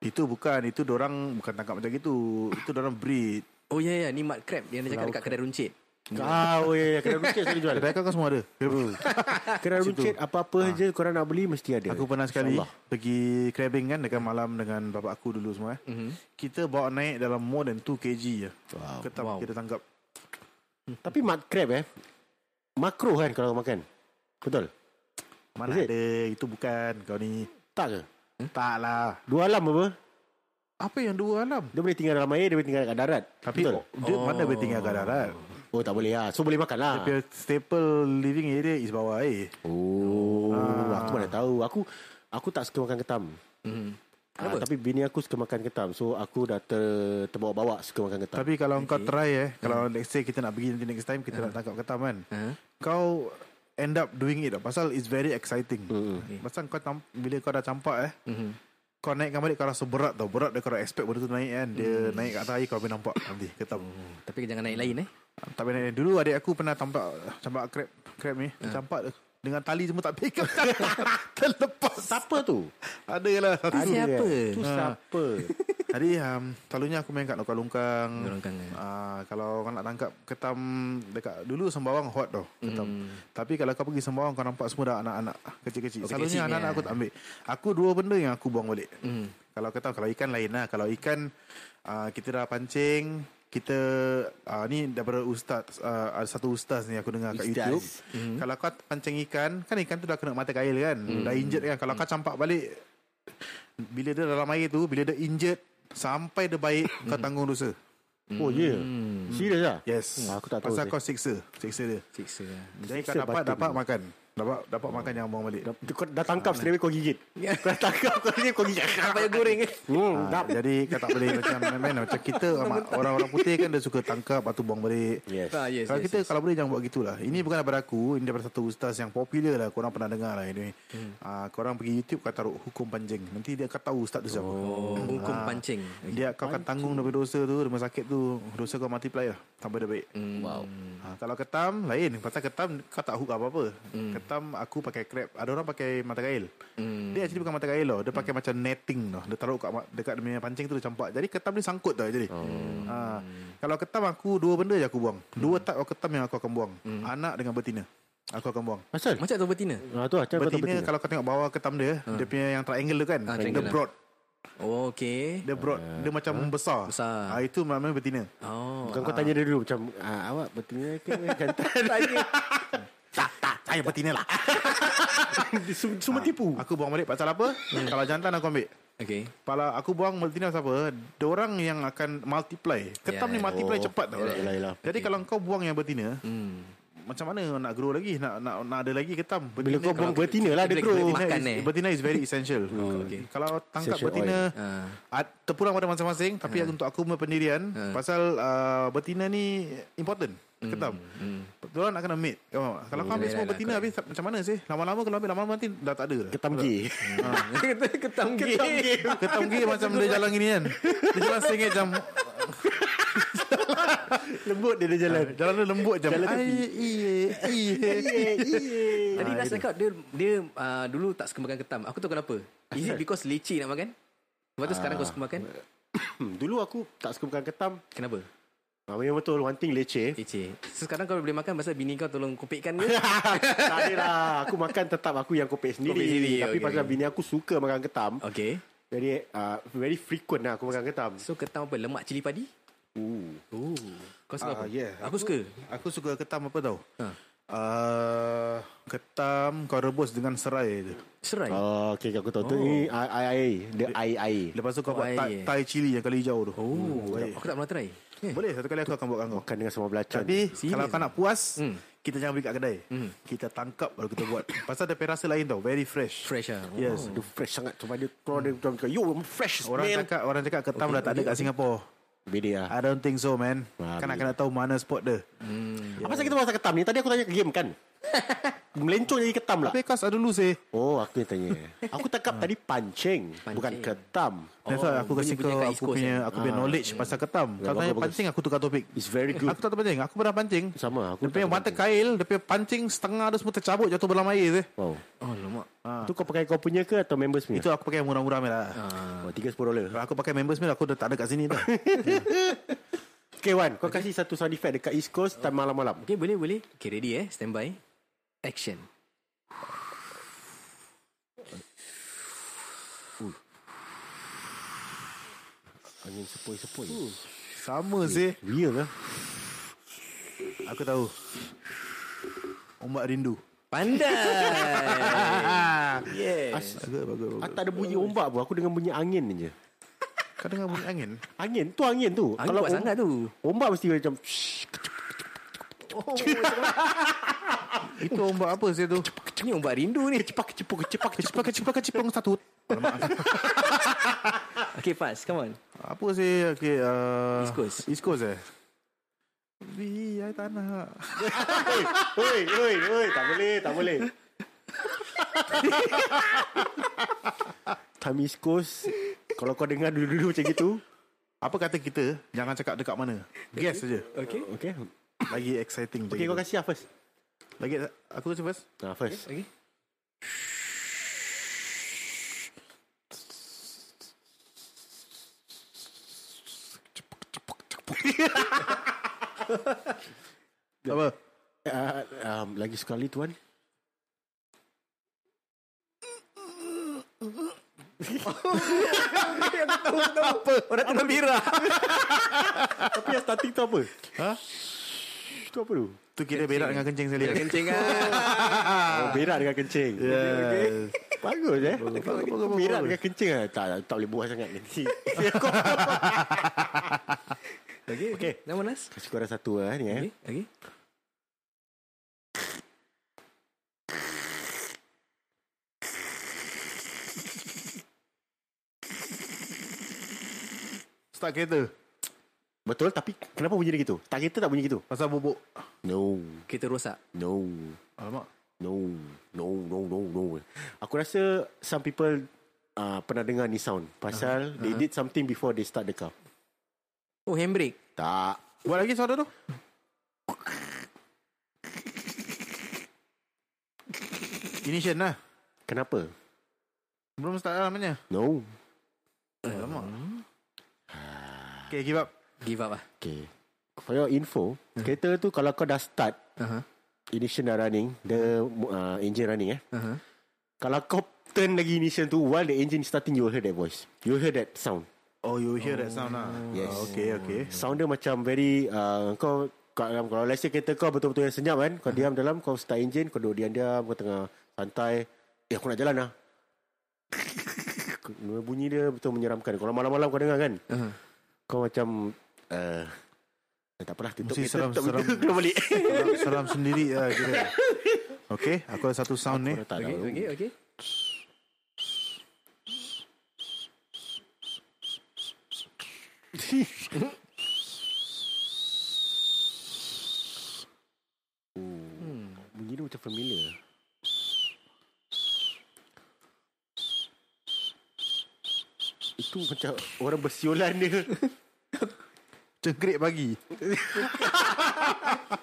Speaker 1: Itu bukan. Itu dorang bukan tangkap macam gitu. Itu dorang breed.
Speaker 4: Oh ya yeah, ya yeah. ni mud crab yang dia cakap dekat kedai runcit.
Speaker 5: Ah, oh ya, ya. Kedai runcit selalu jual.
Speaker 1: Kedai kau kan semua ada.
Speaker 5: Kedai runcit apa-apa je korang nak beli mesti ada.
Speaker 1: Ha. Aku pernah sekali pergi crabbing kan dekat malam dengan bapak aku dulu semua. Eh. Mm-hmm. Kita bawa naik dalam more than 2 kg je. Wow. Ketam wow. kita tangkap.
Speaker 5: Tapi mud crab eh Makro kan kalau kau makan Betul?
Speaker 1: Mana
Speaker 5: Is it?
Speaker 1: ada itu bukan kau ni.
Speaker 5: Tak ke?
Speaker 1: Tak lah.
Speaker 5: Dua alam apa?
Speaker 1: Apa yang dua alam?
Speaker 5: Dia boleh tinggal dalam air Dia boleh tinggal kat darat
Speaker 1: Tapi
Speaker 5: Betul?
Speaker 1: dia oh. mana boleh tinggal kat darat?
Speaker 5: Oh tak boleh lah So boleh makan lah
Speaker 1: Dia staple living area is bawah air.
Speaker 5: Oh
Speaker 1: Ah.
Speaker 5: Aku mana tahu Aku Aku tak suka makan ketam Ah, tapi bini aku suka makan ketam So aku dah ter, terbawa-bawa suka makan ketam
Speaker 1: Tapi kalau okay. kau try eh, kalau let's say kita nak pergi nanti next time kita nak tangkap ketam kan.
Speaker 4: Uh-huh.
Speaker 1: Kau end up doing it lah. pasal it's very exciting. Okay. Pasal kau tam- bila kau dah campak eh, kau naikkan balik kau rasa berat tau. Berat dia kau dah expect benda tu naik kan. Dia naik kat atas air kau boleh nampak nanti ketam.
Speaker 4: Tapi jangan naik lain eh.
Speaker 1: Tak payah naik. Dulu adik aku pernah tampak campak crab, crab ni. Campak dia. dengan tali semua tak pegang. (laughs) Terlepas.
Speaker 5: Siapa tu? eh.
Speaker 1: Ada lah.
Speaker 4: Ada siapa?
Speaker 5: Tu siapa?
Speaker 1: Jadi um, selalunya aku main kat longkang-longkang.
Speaker 4: Longkang, eh.
Speaker 1: Ah, kalau kau nak tangkap ketam dekat dulu Sembawang hot tau ketam. Tapi kalau kau pergi Sembawang kau nampak semua dah anak-anak kecil-kecil.
Speaker 4: Hmm. Oh,
Speaker 1: Selalunya
Speaker 4: kecil-kecil
Speaker 1: anak-anak
Speaker 4: ni,
Speaker 1: aku
Speaker 4: eh.
Speaker 1: tak ambil. Aku dua benda yang aku buang balik.
Speaker 5: Hmm.
Speaker 1: Kalau ketam kalau ikan lain lah. Kalau ikan ah, kita dah pancing kita ah, ni daripada ustaz ah, ada satu ustaz ni aku dengar kat
Speaker 5: Ustaz. Hmm.
Speaker 1: YouTube. Kalau kau pancing ikan, kan ikan tu dah kena mata kail kan. Dah injet kan. Kalau kau
Speaker 5: Hmm.
Speaker 1: campak balik bila dia dalam air tu bila dia injured sampai dia baik
Speaker 5: Hmm.
Speaker 1: kau tanggung dosa
Speaker 5: Oh ya yeah. Serius lah?
Speaker 1: Hmm. yes
Speaker 5: Ah, Aku tak tahu
Speaker 1: pasal
Speaker 5: sih.
Speaker 1: kau siksa siksa dia
Speaker 4: Siksa lah.
Speaker 1: jadi kau
Speaker 5: Siksa
Speaker 1: dapat
Speaker 5: batin.
Speaker 1: dapat makan dapat dapat makan yang buang balik
Speaker 5: Dia Kau
Speaker 1: Ah.
Speaker 5: dah tangkap straight away kau gigit Kau dah tangkap kau gigit kau gigit
Speaker 4: Apa yang goreng eh?
Speaker 5: hmm,
Speaker 1: Ah,
Speaker 5: dap.
Speaker 1: jadi kau tak boleh macam main-main lah. macam kita mak- orang-orang putih kan dia suka tangkap lepas tu buang balik
Speaker 5: Yes
Speaker 4: Ah, yes,
Speaker 1: kalau
Speaker 4: yes,
Speaker 1: kita
Speaker 4: yes.
Speaker 1: kalau boleh jangan buat gitulah. Ini bukan daripada aku, ini daripada satu ustaz yang popular lah. Korang pernah dengar lah ini. Hmm. Uh, korang pergi YouTube kau taruh hukum pancing. Nanti dia akan tahu ustaz tu siapa.
Speaker 4: Oh, hukum
Speaker 1: Ah.
Speaker 4: pancing.
Speaker 1: Dia kau akan tanggung daripada dosa tu Rumah sakit tu Dosa kau multiply lah Tambah dia baik
Speaker 4: Wow.
Speaker 1: ha, Kalau ketam Lain Pasal ketam Kau tak hook apa-apa
Speaker 4: Hmm.
Speaker 1: Ketam aku pakai crab Ada orang pakai mata kail
Speaker 4: Hmm.
Speaker 1: Dia actually bukan mata kail tau Dia pakai macam netting tau Dia taruh kat, ma- dekat dia punya pancing tu Dia campak Jadi ketam ni sangkut tau Jadi
Speaker 4: Oh.
Speaker 1: ha, Kalau ketam aku Dua benda je aku buang
Speaker 4: Hmm.
Speaker 1: Dua type of ketam yang aku akan buang Anak dengan betina Aku akan buang
Speaker 5: Pasal?
Speaker 4: Macam tu betina.
Speaker 5: Ah, tu lah macam mana kau tahu
Speaker 1: Betina,
Speaker 5: betina
Speaker 1: kalau kau tengok bawah ketam dia Dia punya yang triangle tu kan
Speaker 4: Hmm. Ah,
Speaker 1: Dia
Speaker 4: triangle lah.
Speaker 1: broad
Speaker 4: Oh, okay.
Speaker 1: Dia broad Dia macam besar
Speaker 4: Besar.
Speaker 1: ha, Itu namanya betina
Speaker 4: Oh.
Speaker 5: Bukan kau tanya dia dulu macam ah, awak betina (laughs) ke jantan tanya.
Speaker 1: Tak, tak. Saya betina lah.
Speaker 5: Semua, semua tipu.
Speaker 1: Aku buang balik pasal apa? Kalau jantan aku ambil.
Speaker 4: Okay.
Speaker 1: Kalau aku buang betina pasal apa? Diorang yang akan multiply. Ketam
Speaker 4: Ya,
Speaker 1: ni multiply
Speaker 5: oh.
Speaker 1: cepat tau.
Speaker 5: Yelah, yelah, yelah.
Speaker 1: Jadi kalau kau buang yang betina, macam mana nak grow lagi nak nak, nak ada lagi ketam
Speaker 5: Bila kau buang betina lah dia
Speaker 4: Bila-
Speaker 5: grow.
Speaker 4: bila- Makan,
Speaker 1: is,
Speaker 4: eh?
Speaker 1: betina is very essential.
Speaker 4: okay.
Speaker 1: Kalau tangkap
Speaker 5: Essential
Speaker 1: betina
Speaker 4: Ha.
Speaker 1: uh, terpulang pada masing-masing tapi untuk aku punya pendirian pasal uh, betina ni important ketam. Hmm. Orang nak kena mate. Oh, kalau kau ambil
Speaker 4: Yalah,
Speaker 1: semua
Speaker 4: yalah,
Speaker 1: betina habis macam mana sih? Lama-lama kalau ambil lama-lama nanti dah tak ada. dah.
Speaker 5: (laughs) Ketam Ah, gay. (laughs)
Speaker 4: Ketam gay.
Speaker 1: Ketam gila macam dia jalan gini kan. Dia jalan sengit (laughs) jam
Speaker 5: Lembut dia dia jalan.
Speaker 1: Ah, jalan dia lembut jam.
Speaker 5: Jalan tepi.
Speaker 1: Ai, iye, iye.
Speaker 4: Tadi Nas cakap dia dia ah, dulu tak suka makan ketam. Aku tahu kenapa. Is it because licin nak makan? Sebab tu
Speaker 5: Ah.
Speaker 4: sekarang kau suka makan?
Speaker 5: Hmm, Dulu aku tak suka makan ketam.
Speaker 4: Kenapa?
Speaker 5: Ah, memang betul one thing (laughs) leceh.
Speaker 4: Licin. So sekarang kau boleh makan pasal bini kau tolong kopekkan
Speaker 5: (laughs)
Speaker 4: ke?
Speaker 5: tak ada lah. Aku makan tetap aku yang kopek sendiri.
Speaker 4: Kopek sendiri,
Speaker 5: Tapi
Speaker 4: okay,
Speaker 5: pasal
Speaker 4: okay.
Speaker 5: bini aku suka makan ketam.
Speaker 4: Okay.
Speaker 5: Jadi uh, very frequent lah aku makan ketam.
Speaker 4: So ketam apa? Lemak cili padi? Ooh. Kau suka apa?
Speaker 1: Ah, yeah.
Speaker 4: Aku suka.
Speaker 1: Aku suka ketam apa tau?
Speaker 4: Ha.
Speaker 1: Uh, ketam kau rebus dengan serai je.
Speaker 4: Serai.
Speaker 5: Oh, okay, aku tahu tu. Ini ai ai ai. Dia ai ai.
Speaker 1: Lepas tu kau
Speaker 4: Oh,
Speaker 1: buat Thai,
Speaker 4: air.
Speaker 1: Thai chili yang kali hijau tu.
Speaker 4: Oh,
Speaker 1: baik.
Speaker 4: aku tak pernah try. Eh,
Speaker 1: Boleh satu kali aku akan buat kau.
Speaker 5: Makan dengan sama belacan.
Speaker 1: Tapi
Speaker 4: Serious.
Speaker 1: kalau kau nak puas,
Speaker 4: Hmm.
Speaker 1: kita jangan beli kat kedai. Kita tangkap baru kita buat. (coughs) Pasal dia punya rasa lain tau, very fresh.
Speaker 4: fresh ah. Oh.
Speaker 1: Yes.
Speaker 5: dia fresh sangat Cuma dia keluar dia macam Yo I'm fresh
Speaker 1: Orang
Speaker 5: man
Speaker 1: cakap orang cakap ketam dah tak ada kat Singapore.
Speaker 4: Ah.
Speaker 5: Beda lah
Speaker 1: I don't think so man.
Speaker 5: Wah,
Speaker 1: Kan nak
Speaker 5: bila.
Speaker 1: kena tahu mana spot dia.
Speaker 4: Hmm.
Speaker 5: Apa pasal kita bahas ketam ni Tadi aku tanya ke game (laughs) kan Melencong jadi ketam lah
Speaker 1: Tapi kau ada dulu sih.
Speaker 5: Oh aku yang tanya Aku tangkap tadi pancing, Bukan
Speaker 4: Pancing.
Speaker 5: ketam
Speaker 1: That's why
Speaker 4: Oh,
Speaker 1: aku kasi
Speaker 4: bunyi- bunyi
Speaker 1: kau
Speaker 4: kat East
Speaker 1: aku
Speaker 4: Coast,
Speaker 1: punya
Speaker 4: eh?
Speaker 1: aku punya knowledge pasal ketam. Kau
Speaker 5: Bagus,
Speaker 1: tanya
Speaker 5: bagus.
Speaker 1: pancing aku tukar topik.
Speaker 5: It's very good
Speaker 1: Aku tak tahu pancing. Aku pernah pancing.
Speaker 5: Sama, aku
Speaker 1: Dia punya
Speaker 5: tak
Speaker 1: mata kail, dia punya pancing setengah dia semua tercabut jatuh dalam air sih.
Speaker 5: Wow
Speaker 4: Oh, lemak.
Speaker 5: Tu kau pakai kau punya ke Atau members punya
Speaker 1: Itu aku pakai yang murah-murah ni lah.
Speaker 5: oh, 3 dolar
Speaker 1: Kalau aku pakai members ni aku dah tak ada kat sini
Speaker 5: (laughs)
Speaker 1: dah.
Speaker 5: Okay Wan Kau kasih satu sound effect Dekat East Coast Time malam-malam
Speaker 4: Okay, boleh, boleh. Okay, ready eh. Stand by. Action.
Speaker 5: Angin sepoi-sepoi
Speaker 1: Sama sih.
Speaker 5: Real lah
Speaker 1: Aku tahu. Ombak rindu.
Speaker 4: Pandai. yeah.
Speaker 5: As-
Speaker 1: Eh,
Speaker 5: Ah, tak ada bunyi ombak pun Aku dengan bunyi angin je
Speaker 1: Kau dengar bunyi angin?
Speaker 5: Angin tu angin tu
Speaker 4: Angin kuat
Speaker 5: om-
Speaker 4: sangat tu.
Speaker 5: Ombak mesti macam
Speaker 1: Itu ombak apa sih tu?
Speaker 4: Ni ombak rindu ni.
Speaker 5: Cepak cepuk cepak
Speaker 1: Kecipak kecipak kecipang satu. Alamak.
Speaker 4: Okay, pass. Come on.
Speaker 1: Apa sih? Okay, uh,
Speaker 4: East Coast.
Speaker 1: East Coast eh? Bi, I tak nak.
Speaker 5: Oi oi oi Tak boleh tak boleh Time East Coast Kalau kau dengar dulu-dulu macam gitu
Speaker 1: Apa kata kita? Jangan cakap dekat mana. Guess saja.
Speaker 4: (laughs) Okay.
Speaker 5: Okay
Speaker 1: Lagi exciting.
Speaker 5: Okay kau kasih lah first
Speaker 1: Lagi aku tu first.
Speaker 5: Nah Ah, first
Speaker 4: Okay.
Speaker 1: Apa?
Speaker 5: Ah, um, Lagi sekali tuan
Speaker 4: Oh, Orang kena birah.
Speaker 5: Tapi yang starting tu apa? Ha? Tu apa tu?
Speaker 1: Tu kira berak dengan kencing sekali.
Speaker 4: Kencing ah.
Speaker 5: Oh, berak dengan kencing
Speaker 1: Yes.
Speaker 5: Ya. Bagus Ah, eh
Speaker 1: bagus, bagus,
Speaker 5: Berak
Speaker 1: bagus.
Speaker 5: dengan kencing ah. Tak tak boleh buat sangat nanti
Speaker 4: (laughs) Okay. Okay. Nama Nas.
Speaker 5: Kasih korang satu lah ni eh
Speaker 4: Okay. Okay.
Speaker 1: Start kereta.
Speaker 5: Betul tapi kenapa bunyi dia gitu? Tak kereta tak bunyi gitu?
Speaker 1: Pasal bubuk.
Speaker 5: No,
Speaker 4: Kita rosak.
Speaker 5: no,
Speaker 1: Alamak.
Speaker 5: no, no, no, no, no. eh. Aku rasa some people uh, pernah dengar ni sound. Pasal uh-huh. they did something before they start the car.
Speaker 4: Oh, handbrake.
Speaker 5: Tak.
Speaker 1: Buat lagi suara tu. Ignition lah.
Speaker 5: Kenapa?
Speaker 1: Belum start lah namanya.
Speaker 5: No.
Speaker 1: Alamak.
Speaker 5: Ah,
Speaker 1: Okay, give up.
Speaker 4: Give up ah.
Speaker 5: Okay. For your info, uh-huh. kereta tu kalau kau dah start,
Speaker 4: Aha.
Speaker 5: ignition dah running, the uh, engine running eh.
Speaker 4: Aha.
Speaker 5: Kalau kau turn lagi ignition tu while the engine starting, you will hear that voice. You will hear that sound.
Speaker 1: Oh, you hear that sound lah.
Speaker 5: Oh, Yes.
Speaker 1: Ah, Okay, okay.
Speaker 5: Sound dia macam very uh, Kau kat dalam Kalau let's say kereta kau betul-betul yang senyap kan Kau diam dalam Kau start engine Kau duduk diam-diam Kau tengah santai Eh aku nak jalan lah Bunyi dia
Speaker 4: Uh-huh.
Speaker 5: betul menyeramkan Kalau malam-malam kau dengar kan
Speaker 4: Aha.
Speaker 5: Kau macam uh, Eh, tak apalah tutup
Speaker 1: Mesti
Speaker 5: kereta, tutup
Speaker 1: seram-seram.
Speaker 5: pintu, keluar balik.
Speaker 1: Seram- Seram sendiri lah kira. Okay, aku ada satu sound ni.
Speaker 5: Aku tak
Speaker 4: Okey,
Speaker 5: tahu.
Speaker 4: okey, okey.
Speaker 5: Bunyi dia macam familiar. Itu macam orang bersiolan (laughs) dia.
Speaker 1: Cengkerik pagi.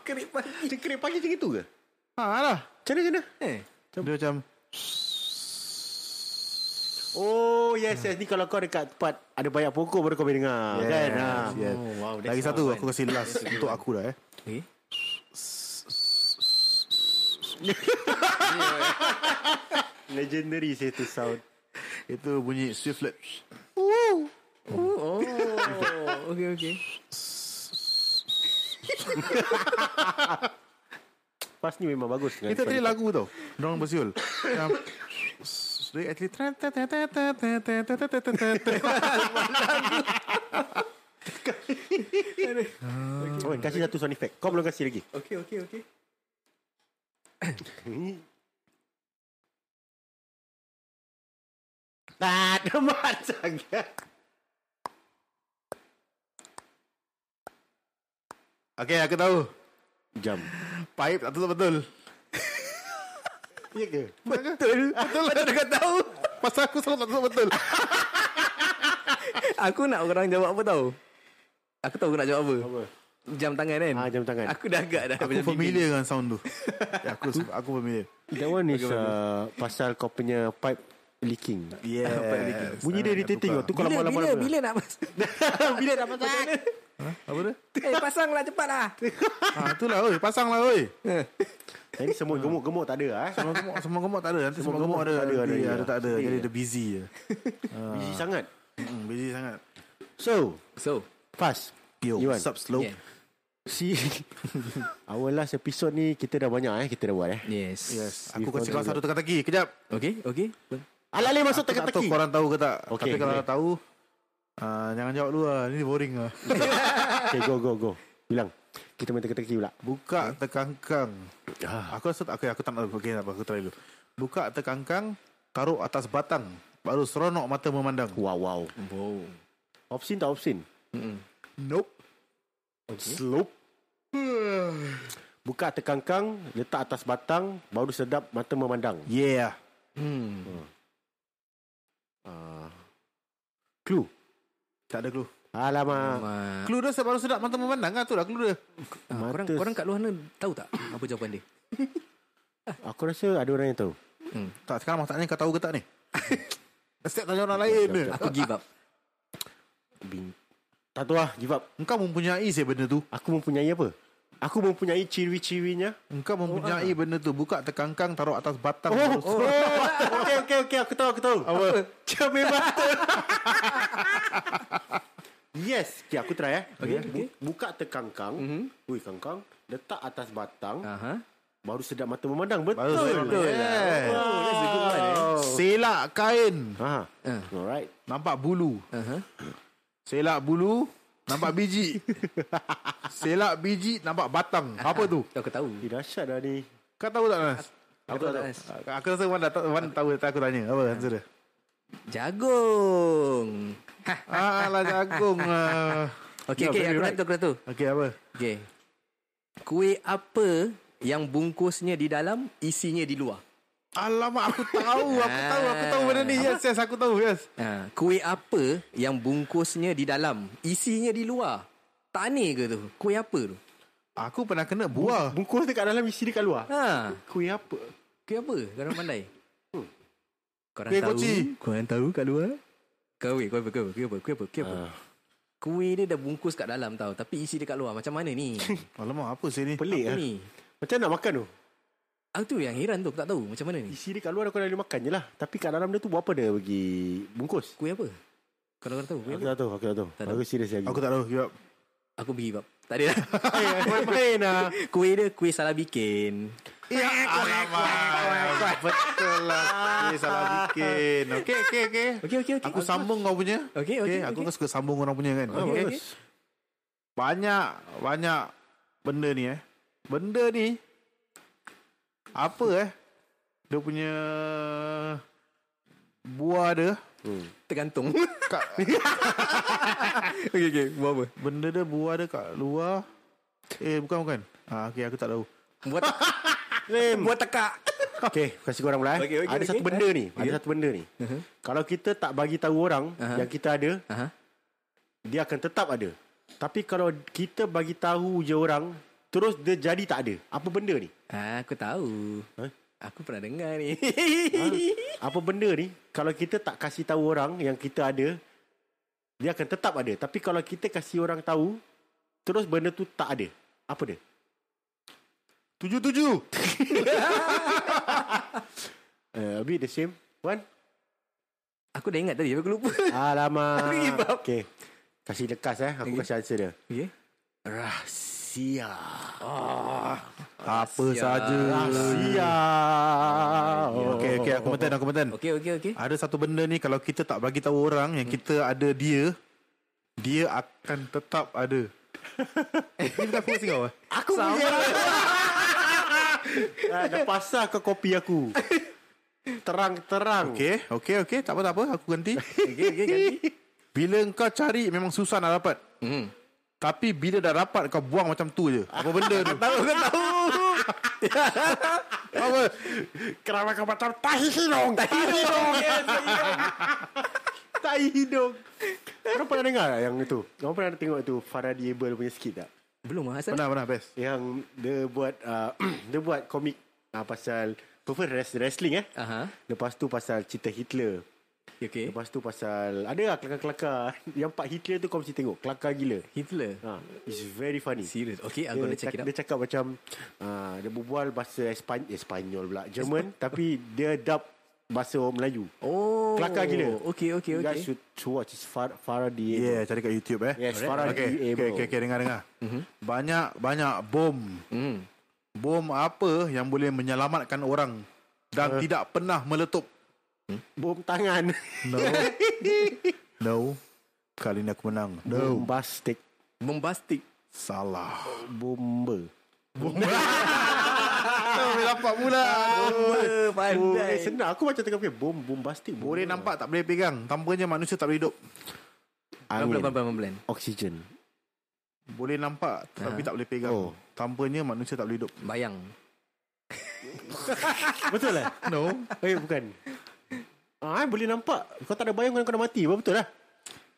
Speaker 5: Kerip pagi. Kerip pagi macam itu ke?
Speaker 1: Ha lah.
Speaker 5: Macam mana, macam mana?
Speaker 4: Eh,
Speaker 1: Dia macam
Speaker 5: Oh yes yes Ni kalau kau dekat tempat Ada banyak pokok baru kau boleh dengar yes, Kan ha.
Speaker 1: yes.
Speaker 5: Oh, wow, that's
Speaker 1: Lagi satu aku kasi last untuk aku dah eh.
Speaker 4: okey.
Speaker 5: Legendary say to sound
Speaker 1: Itu bunyi Swiftlet.
Speaker 4: Oh, oh. okey, okey.
Speaker 5: Pas ni memang bagus kan?
Speaker 1: Itu tadi lagu tau. Dorang (laughs) bersiul. Macam Dia actually tra- tra- tra- tra- tra- tra- tra- tra- tra- tra- tra- tra-
Speaker 5: oh, Kasih satu sound effect Kau belum kasih lagi
Speaker 4: Okey, okey, okey.
Speaker 5: Tak ada macam
Speaker 1: (laughs) Okay aku tahu.
Speaker 5: Jam
Speaker 1: Pipe tak tutup betul.
Speaker 5: Ya ke?
Speaker 1: Betul. Betul lah kau tahu. Pasal aku selalu tak tutup betul.
Speaker 4: Aku nak orang jawab apa tau? Aku tahu aku nak jawab apa.
Speaker 5: Apa?
Speaker 4: Jam tangan kan?
Speaker 5: Ah, jam tangan.
Speaker 4: Aku dah agak dah.
Speaker 1: Aku
Speaker 4: macam
Speaker 1: familiar dengan sound tu. Ya, aku aku familiar.
Speaker 5: That one is uh, Pasal kau punya pipe leaking
Speaker 1: Yeah.
Speaker 5: Bunyi dia irritating
Speaker 1: lah,
Speaker 5: tau. Tu
Speaker 4: Bila,
Speaker 5: kalau
Speaker 4: bila, bila,
Speaker 5: malam-malam
Speaker 4: bila nak pasang? bila nak pasang? Macam mana?
Speaker 1: Apa dia?
Speaker 4: Eh, pasanglah cepatlah.
Speaker 1: Ha itulah oi, pasanglah oi.
Speaker 5: Ini semua gemuk-gemuk tak ada ah. Eh?
Speaker 1: Semua gemuk, semua gemuk tak ada. Nanti semua
Speaker 5: Semua
Speaker 1: gemuk
Speaker 5: gemuk
Speaker 1: ada,
Speaker 5: tak
Speaker 1: ada,
Speaker 5: ada,
Speaker 1: ada,
Speaker 5: ada,
Speaker 1: ada, tak ada.
Speaker 5: ada.
Speaker 1: Jadi dia busy je.
Speaker 5: Busy sangat
Speaker 1: Mm, busy sangat.
Speaker 5: So
Speaker 4: So,
Speaker 5: Pas
Speaker 1: Yo,
Speaker 5: Yuan.
Speaker 1: what's up, Slope?
Speaker 4: yeah.
Speaker 5: Si (laughs) Our last episode ni Kita dah banyak eh Kita dah buat eh
Speaker 4: yes.
Speaker 1: Yes.
Speaker 5: We
Speaker 1: Aku kasi kau
Speaker 5: found
Speaker 1: satu teka-teki. Kejap.
Speaker 4: Okey, okey.
Speaker 5: Alalih masuk
Speaker 1: Tak tahu
Speaker 5: teka-teki
Speaker 1: korang tahu ke tak.
Speaker 5: Okay,
Speaker 1: Tapi kalau
Speaker 5: boleh.
Speaker 1: tahu, ah, jangan jawab dulu lah. Ini boring lah.
Speaker 5: Okay go go go Bilang Kita main teka-teki pula
Speaker 1: Buka terkangkang. Aku rasa tak, okay, aku tak nak. Okay, tak apa, aku try dulu. Buka terkangkang, taruh atas batang. Baru seronok mata memandang.
Speaker 5: Wow wow
Speaker 4: Wow.
Speaker 5: Opsin tak opsin
Speaker 1: Nope.
Speaker 5: Slope Buka terkangkang Letak atas batang Baru sedap mata memandang
Speaker 1: Yeah.
Speaker 4: Hmm.
Speaker 5: Clue
Speaker 1: Tak ada clue. Ah.
Speaker 5: Alamak
Speaker 4: Ma,
Speaker 1: Clue dia baru sedap mata memandang kan tu lah clue dia.
Speaker 4: ah, korang
Speaker 5: mata-
Speaker 4: korang kat luar sana tahu tak apa jawapan dia?
Speaker 5: Aku rasa ada orang yang tahu
Speaker 1: Tak sekarang masalahnya kau tahu ke (laughs) tak ni? Setiap tanya orang lain je.
Speaker 4: Aku give up.
Speaker 5: Bing. Tak tahu lah give up
Speaker 1: Engkau mempunyai sih benda tu.
Speaker 5: Aku mempunyai apa? Aku mempunyai ciri-cirinya
Speaker 1: Engkau mempunyai benda tu. Buka terkangkang taruh atas batang.
Speaker 5: Oh, oh. okay, okay, okay. Aku tahu, aku tahu. Apa? Cermin batu. (laughs) yes. Okay, aku try eh. Okay, okay. Buka terkangkang. Mm-hmm. Ui, kangkang. Letak atas batang.
Speaker 4: Mhm. Aha.
Speaker 5: Uh.
Speaker 4: Uh-huh.
Speaker 5: Baru sedap mata memandang. Betul.
Speaker 1: Baru sedap mata.
Speaker 5: Yes.
Speaker 4: Oh, that's a good one. Eh.
Speaker 1: Selak kain.
Speaker 5: Ha.
Speaker 4: Ah.
Speaker 5: Alright.
Speaker 1: Nampak bulu.
Speaker 4: Aha.
Speaker 1: Selak bulu. Nampak (laughs) biji. Selak biji. Nampak batang. Apa tu?
Speaker 4: Aku tahu.
Speaker 5: Eh, dahsyat dah ni.
Speaker 1: Kau tahu tak Nas?
Speaker 4: Aku tahu.
Speaker 1: Aku rasa Wan dah tahu, Wan tahu tak aku tanya. Apa answer dia?
Speaker 4: Jagung.
Speaker 1: Ah, lah jagung. ah.
Speaker 4: Okey, okey. Aku right. aku dah tahu.
Speaker 1: Okey, apa?
Speaker 4: Okey. Kuih apa yang bungkusnya di dalam, isinya di luar?
Speaker 1: Alamak, aku tahu. Aku tahu. Aku tahu benda ni. Yes, yes. Aku tahu. Yes.
Speaker 4: Ha, kuih apa yang bungkusnya di dalam, isinya di luar? Tak aneh ke tu? Kuih apa tu?
Speaker 1: Aku pernah kena buah.
Speaker 5: Bungkus dekat dalam, isi dekat luar.
Speaker 4: Ha,
Speaker 5: Kuih apa?
Speaker 4: kuih apa? Korang pandai? Korang
Speaker 1: Kuih
Speaker 4: tahu?
Speaker 1: koci.
Speaker 4: Korang tahu kat luar? Kau weh, kuih apa? Kuih apa? Kuih apa? Kuih apa? Kuih apa? Kuih dia dah bungkus kat dalam tau Tapi isi dekat luar Macam mana ni?
Speaker 1: Alamak, apa sih ni?
Speaker 5: Pelik
Speaker 4: Apa
Speaker 5: lah.
Speaker 4: ni?
Speaker 5: Macam nak makan tu?
Speaker 4: Aku tu yang heran tu Aku tak tahu Macam mana ni?
Speaker 5: Isi dekat luar kau dah boleh makan je lah. Tapi kat dalam dia tu buat apa dia bagi bungkus?
Speaker 4: Kuih apa? Kalau korang tahu kuih
Speaker 5: Aku
Speaker 4: apa?
Speaker 5: tak tahu, aku tak tahu.
Speaker 4: Tak tahu.
Speaker 5: Aku serius lagi.
Speaker 1: Aku tak tahu. Give up.
Speaker 4: Aku pergi bab Tak ada lah
Speaker 5: main lah.
Speaker 4: Kuih dia kuih salah bikin
Speaker 1: Ya, Alamak Betul lah Okay salah bikin Okay okay okay
Speaker 4: Okey okey okey
Speaker 1: Aku sambung kau punya
Speaker 4: Okey, okey,
Speaker 1: Aku
Speaker 4: okey.
Speaker 1: kan suka sambung orang punya kan
Speaker 4: Okey,
Speaker 1: Okay
Speaker 4: okey.
Speaker 1: Banyak Banyak Benda ni eh Benda ni Apa eh Dia punya Buah dia
Speaker 4: Tergantung (laughs) Okay okay Buat apa
Speaker 1: Benda dia buah dia kat luar Eh bukan bukan ah, Okay aku tak tahu
Speaker 4: Buat Buat tekak
Speaker 5: Okay, kasih korang pula eh.
Speaker 4: Okey, okey,
Speaker 5: ada
Speaker 4: okey. Ya.
Speaker 5: satu benda ni, ada satu benda ni. Kalau kita tak bagi tahu orang
Speaker 4: Aha.
Speaker 5: yang kita ada,
Speaker 4: Aha.
Speaker 5: dia akan tetap ada. Tapi kalau kita bagi tahu je orang, terus dia jadi tak ada. Apa benda ni?
Speaker 4: Ah, Aku tahu
Speaker 5: Eh?
Speaker 4: Aku pernah dengar ni
Speaker 5: Apa benda ni? Kalau kita tak kasih tahu orang yang kita ada, dia akan tetap ada. Tapi kalau kita kasih orang tahu, terus benda tu tak ada. Apa dia?
Speaker 1: Tujuh
Speaker 4: (laughs)
Speaker 5: (laughs)
Speaker 1: tujuh
Speaker 5: Uh, a bit the same. One.
Speaker 4: Aku dah ingat tadi tapi Aku lupa Aku give up.
Speaker 5: Alamak. Okay. Ah, Kasih lekas eh. Aku
Speaker 4: Okey.
Speaker 5: kasih answer dia.
Speaker 4: Okay
Speaker 5: Rahsia.
Speaker 1: Apa Oh, saja
Speaker 5: Rahsia.
Speaker 1: Okay okay aku menten aku menten
Speaker 4: Okay okay okay
Speaker 1: Ada satu benda ni kalau kita tak bagi tahu orang yang kita ada dia, dia akan tetap ada. Ini bukan aku kau eh?
Speaker 5: Aku punya. ah, dah pasal ke kopi aku. Terang-terang.
Speaker 1: Okey, okey, okey. Tak apa, tak apa. Aku ganti. okey, okey, ganti. (laughs) Bila engkau cari memang susah nak dapat. Hmm. Tapi bila dah dapat kau buang macam tu je. Apa benda (laughs) tu? tahu, kau tahu. apa?
Speaker 5: Kenapa kau macam tahi hidung? Tahi hidung. (laughs) tahi hidung. Korang pernah dengar tak yang itu? Korang pernah tengok tu Faraday Abel punya skit tak?
Speaker 4: Belum lah Hasan
Speaker 1: Pernah, pernah. Best.
Speaker 5: Yang dia buat uh, (clears throat) dia buat komik uh, pasal apa res- wrestling eh.
Speaker 4: Aha.
Speaker 5: Lepas tu pasal cerita Hitler.
Speaker 4: Okay, okay.
Speaker 5: Lepas tu pasal ada lah kelakar-kelakar. (laughs) Yang part Hitler tu kau mesti tengok. Kelakar gila.
Speaker 4: Hitler
Speaker 5: Ha, it's very funny.
Speaker 4: Serious Okay
Speaker 5: dia,
Speaker 4: I'm gonna check it
Speaker 5: cak-
Speaker 4: out
Speaker 5: dia cakap macam uh, dia berbual bahasa Espan eh, Spanyol pula, German tapi dia dub bahasa orang Melayu.
Speaker 4: Oh
Speaker 5: Kelakar gila.
Speaker 4: Okay okay
Speaker 5: You guys
Speaker 4: okay
Speaker 5: should to watch it's Far Faraday.
Speaker 1: Yeah, cari kat YouTube eh.
Speaker 5: Yes,
Speaker 1: Alright.
Speaker 5: Farah
Speaker 1: okay.
Speaker 5: D.
Speaker 1: okay,
Speaker 5: Abel.
Speaker 1: okay, okay, dengar dengar. Mm-hmm. Banyak banyak bom. Mm. Bom apa yang boleh menyelamatkan orang dan uh. tidak pernah meletup?
Speaker 5: Bom
Speaker 4: (laughs)
Speaker 5: tangan.
Speaker 1: No. no. Kali ni aku menang. No.
Speaker 5: Bombastic
Speaker 4: Bombastic
Speaker 1: (laughs) Salah.
Speaker 5: bomber.
Speaker 1: Boleh nampak pula.
Speaker 4: Bomba
Speaker 5: Oh,
Speaker 4: Pandai
Speaker 5: eh, senang. Aku macam tengah fikir bom bombastic. bomber.
Speaker 1: Boleh nampak tak boleh pegang. Tampaknya manusia tak boleh hidup.
Speaker 5: angin.
Speaker 4: Pelan-pelan pelan-pelan
Speaker 5: Oksigen.
Speaker 1: Boleh nampak tapi tak boleh pegang.
Speaker 5: Oh.
Speaker 1: Tampaknya manusia tak boleh hidup.
Speaker 4: Bayang
Speaker 5: Betul lah.
Speaker 1: No.
Speaker 5: eh bukan. Ah, boleh nampak. Kau tak ada bayang kau nak mati. Betul lah.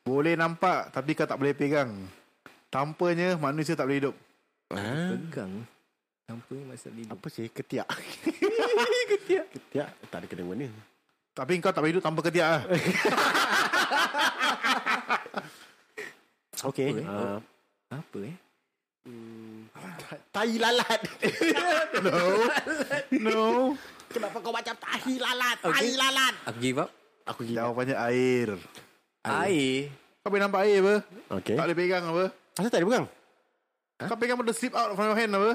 Speaker 1: Boleh nampak tapi kau tak boleh pegang. Tampaknya manusia tak boleh hidup.
Speaker 4: Pegang Tanpa masuk lidah
Speaker 5: Apa sih? Ketiak. (laughs) ketiak. Ketiak tak ada kena mana.
Speaker 1: Tapi kau tak boleh hidup tanpa ketiak
Speaker 5: (laughs)
Speaker 1: lah.
Speaker 5: Okay.
Speaker 4: Apa, eh?
Speaker 5: Ah,
Speaker 4: Apa eh
Speaker 5: tahi (laughs) lalat.
Speaker 1: No.
Speaker 5: Kenapa kau macam tahi lalat?
Speaker 4: Okay.
Speaker 5: Tahi lalat.
Speaker 4: Aku give up
Speaker 5: Aku gila.
Speaker 1: Jawapannya air.
Speaker 4: Air
Speaker 1: Kau boleh nampak air apa?
Speaker 5: Okay.
Speaker 1: Tak boleh pegang apa?
Speaker 5: Asal tak boleh pegang? Ha?
Speaker 1: Kau pegang benda slip out from your hand apa?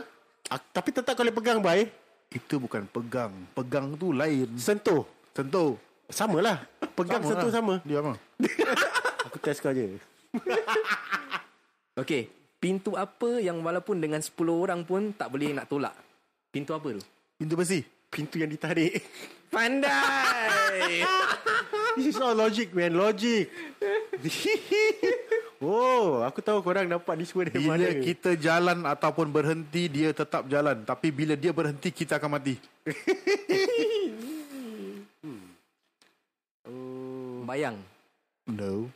Speaker 5: Ah, tapi tetap kau boleh pegang, Bay.
Speaker 1: Itu bukan pegang. Pegang tu lain.
Speaker 5: Sentuh.
Speaker 1: Sentuh.
Speaker 5: Sama lah. Pegang
Speaker 1: Sama
Speaker 5: sentuh
Speaker 1: lah.
Speaker 5: sama.
Speaker 1: Dia apa?
Speaker 5: Aku test kau je.
Speaker 4: Okay Pintu apa yang walaupun dengan 10 orang pun tak boleh nak tolak? Pintu apa tu?
Speaker 1: Pintu besi.
Speaker 5: Pintu yang ditarik. (laughs)
Speaker 4: Pandai!
Speaker 5: This is all logic, man. (laughs) Logic. oh, aku tahu korang dapat ni semua dari
Speaker 1: Bila
Speaker 5: mana.
Speaker 1: kita jalan ataupun berhenti, dia tetap jalan. Tapi bila dia berhenti, kita akan mati.
Speaker 4: (laughs) Bayang.
Speaker 1: No.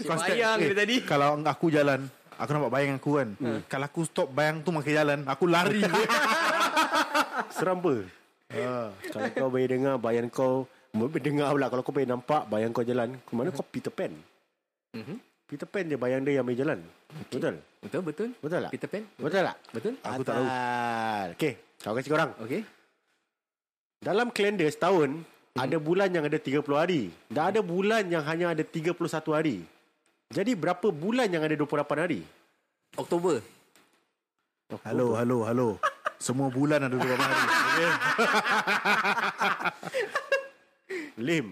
Speaker 1: Eh,
Speaker 4: bayang dia tadi.
Speaker 1: Kalau aku jalan, aku nampak bayang aku kan. Kalau aku stop bayang tu makin jalan, aku lari.
Speaker 5: (laughs) Seramba. Eh, Kalau kau boleh dengar, bayan kau... Boleh dengar pula. Kalau kau boleh nampak, bayan kau jalan. Ke mana kau Peter Pan?
Speaker 4: Mhm.
Speaker 5: Peter Pan dia bayang dia yang boleh jalan. Betul?
Speaker 4: Betul, betul.
Speaker 5: Betul tak?
Speaker 4: Peter Pan.
Speaker 5: Betul tak?
Speaker 4: Betul?
Speaker 1: Aku tak tahu.
Speaker 5: Okay. Kau kasih korang.
Speaker 4: Okay.
Speaker 5: Dalam kalender setahun Ada bulan yang ada 30 hari Dan ada bulan yang hanya ada 31 hari Jadi berapa bulan yang ada 28 hari?
Speaker 4: Oktober.
Speaker 1: halo, halo, halo. Semua bulan ada dua hari. Okay?
Speaker 5: Lim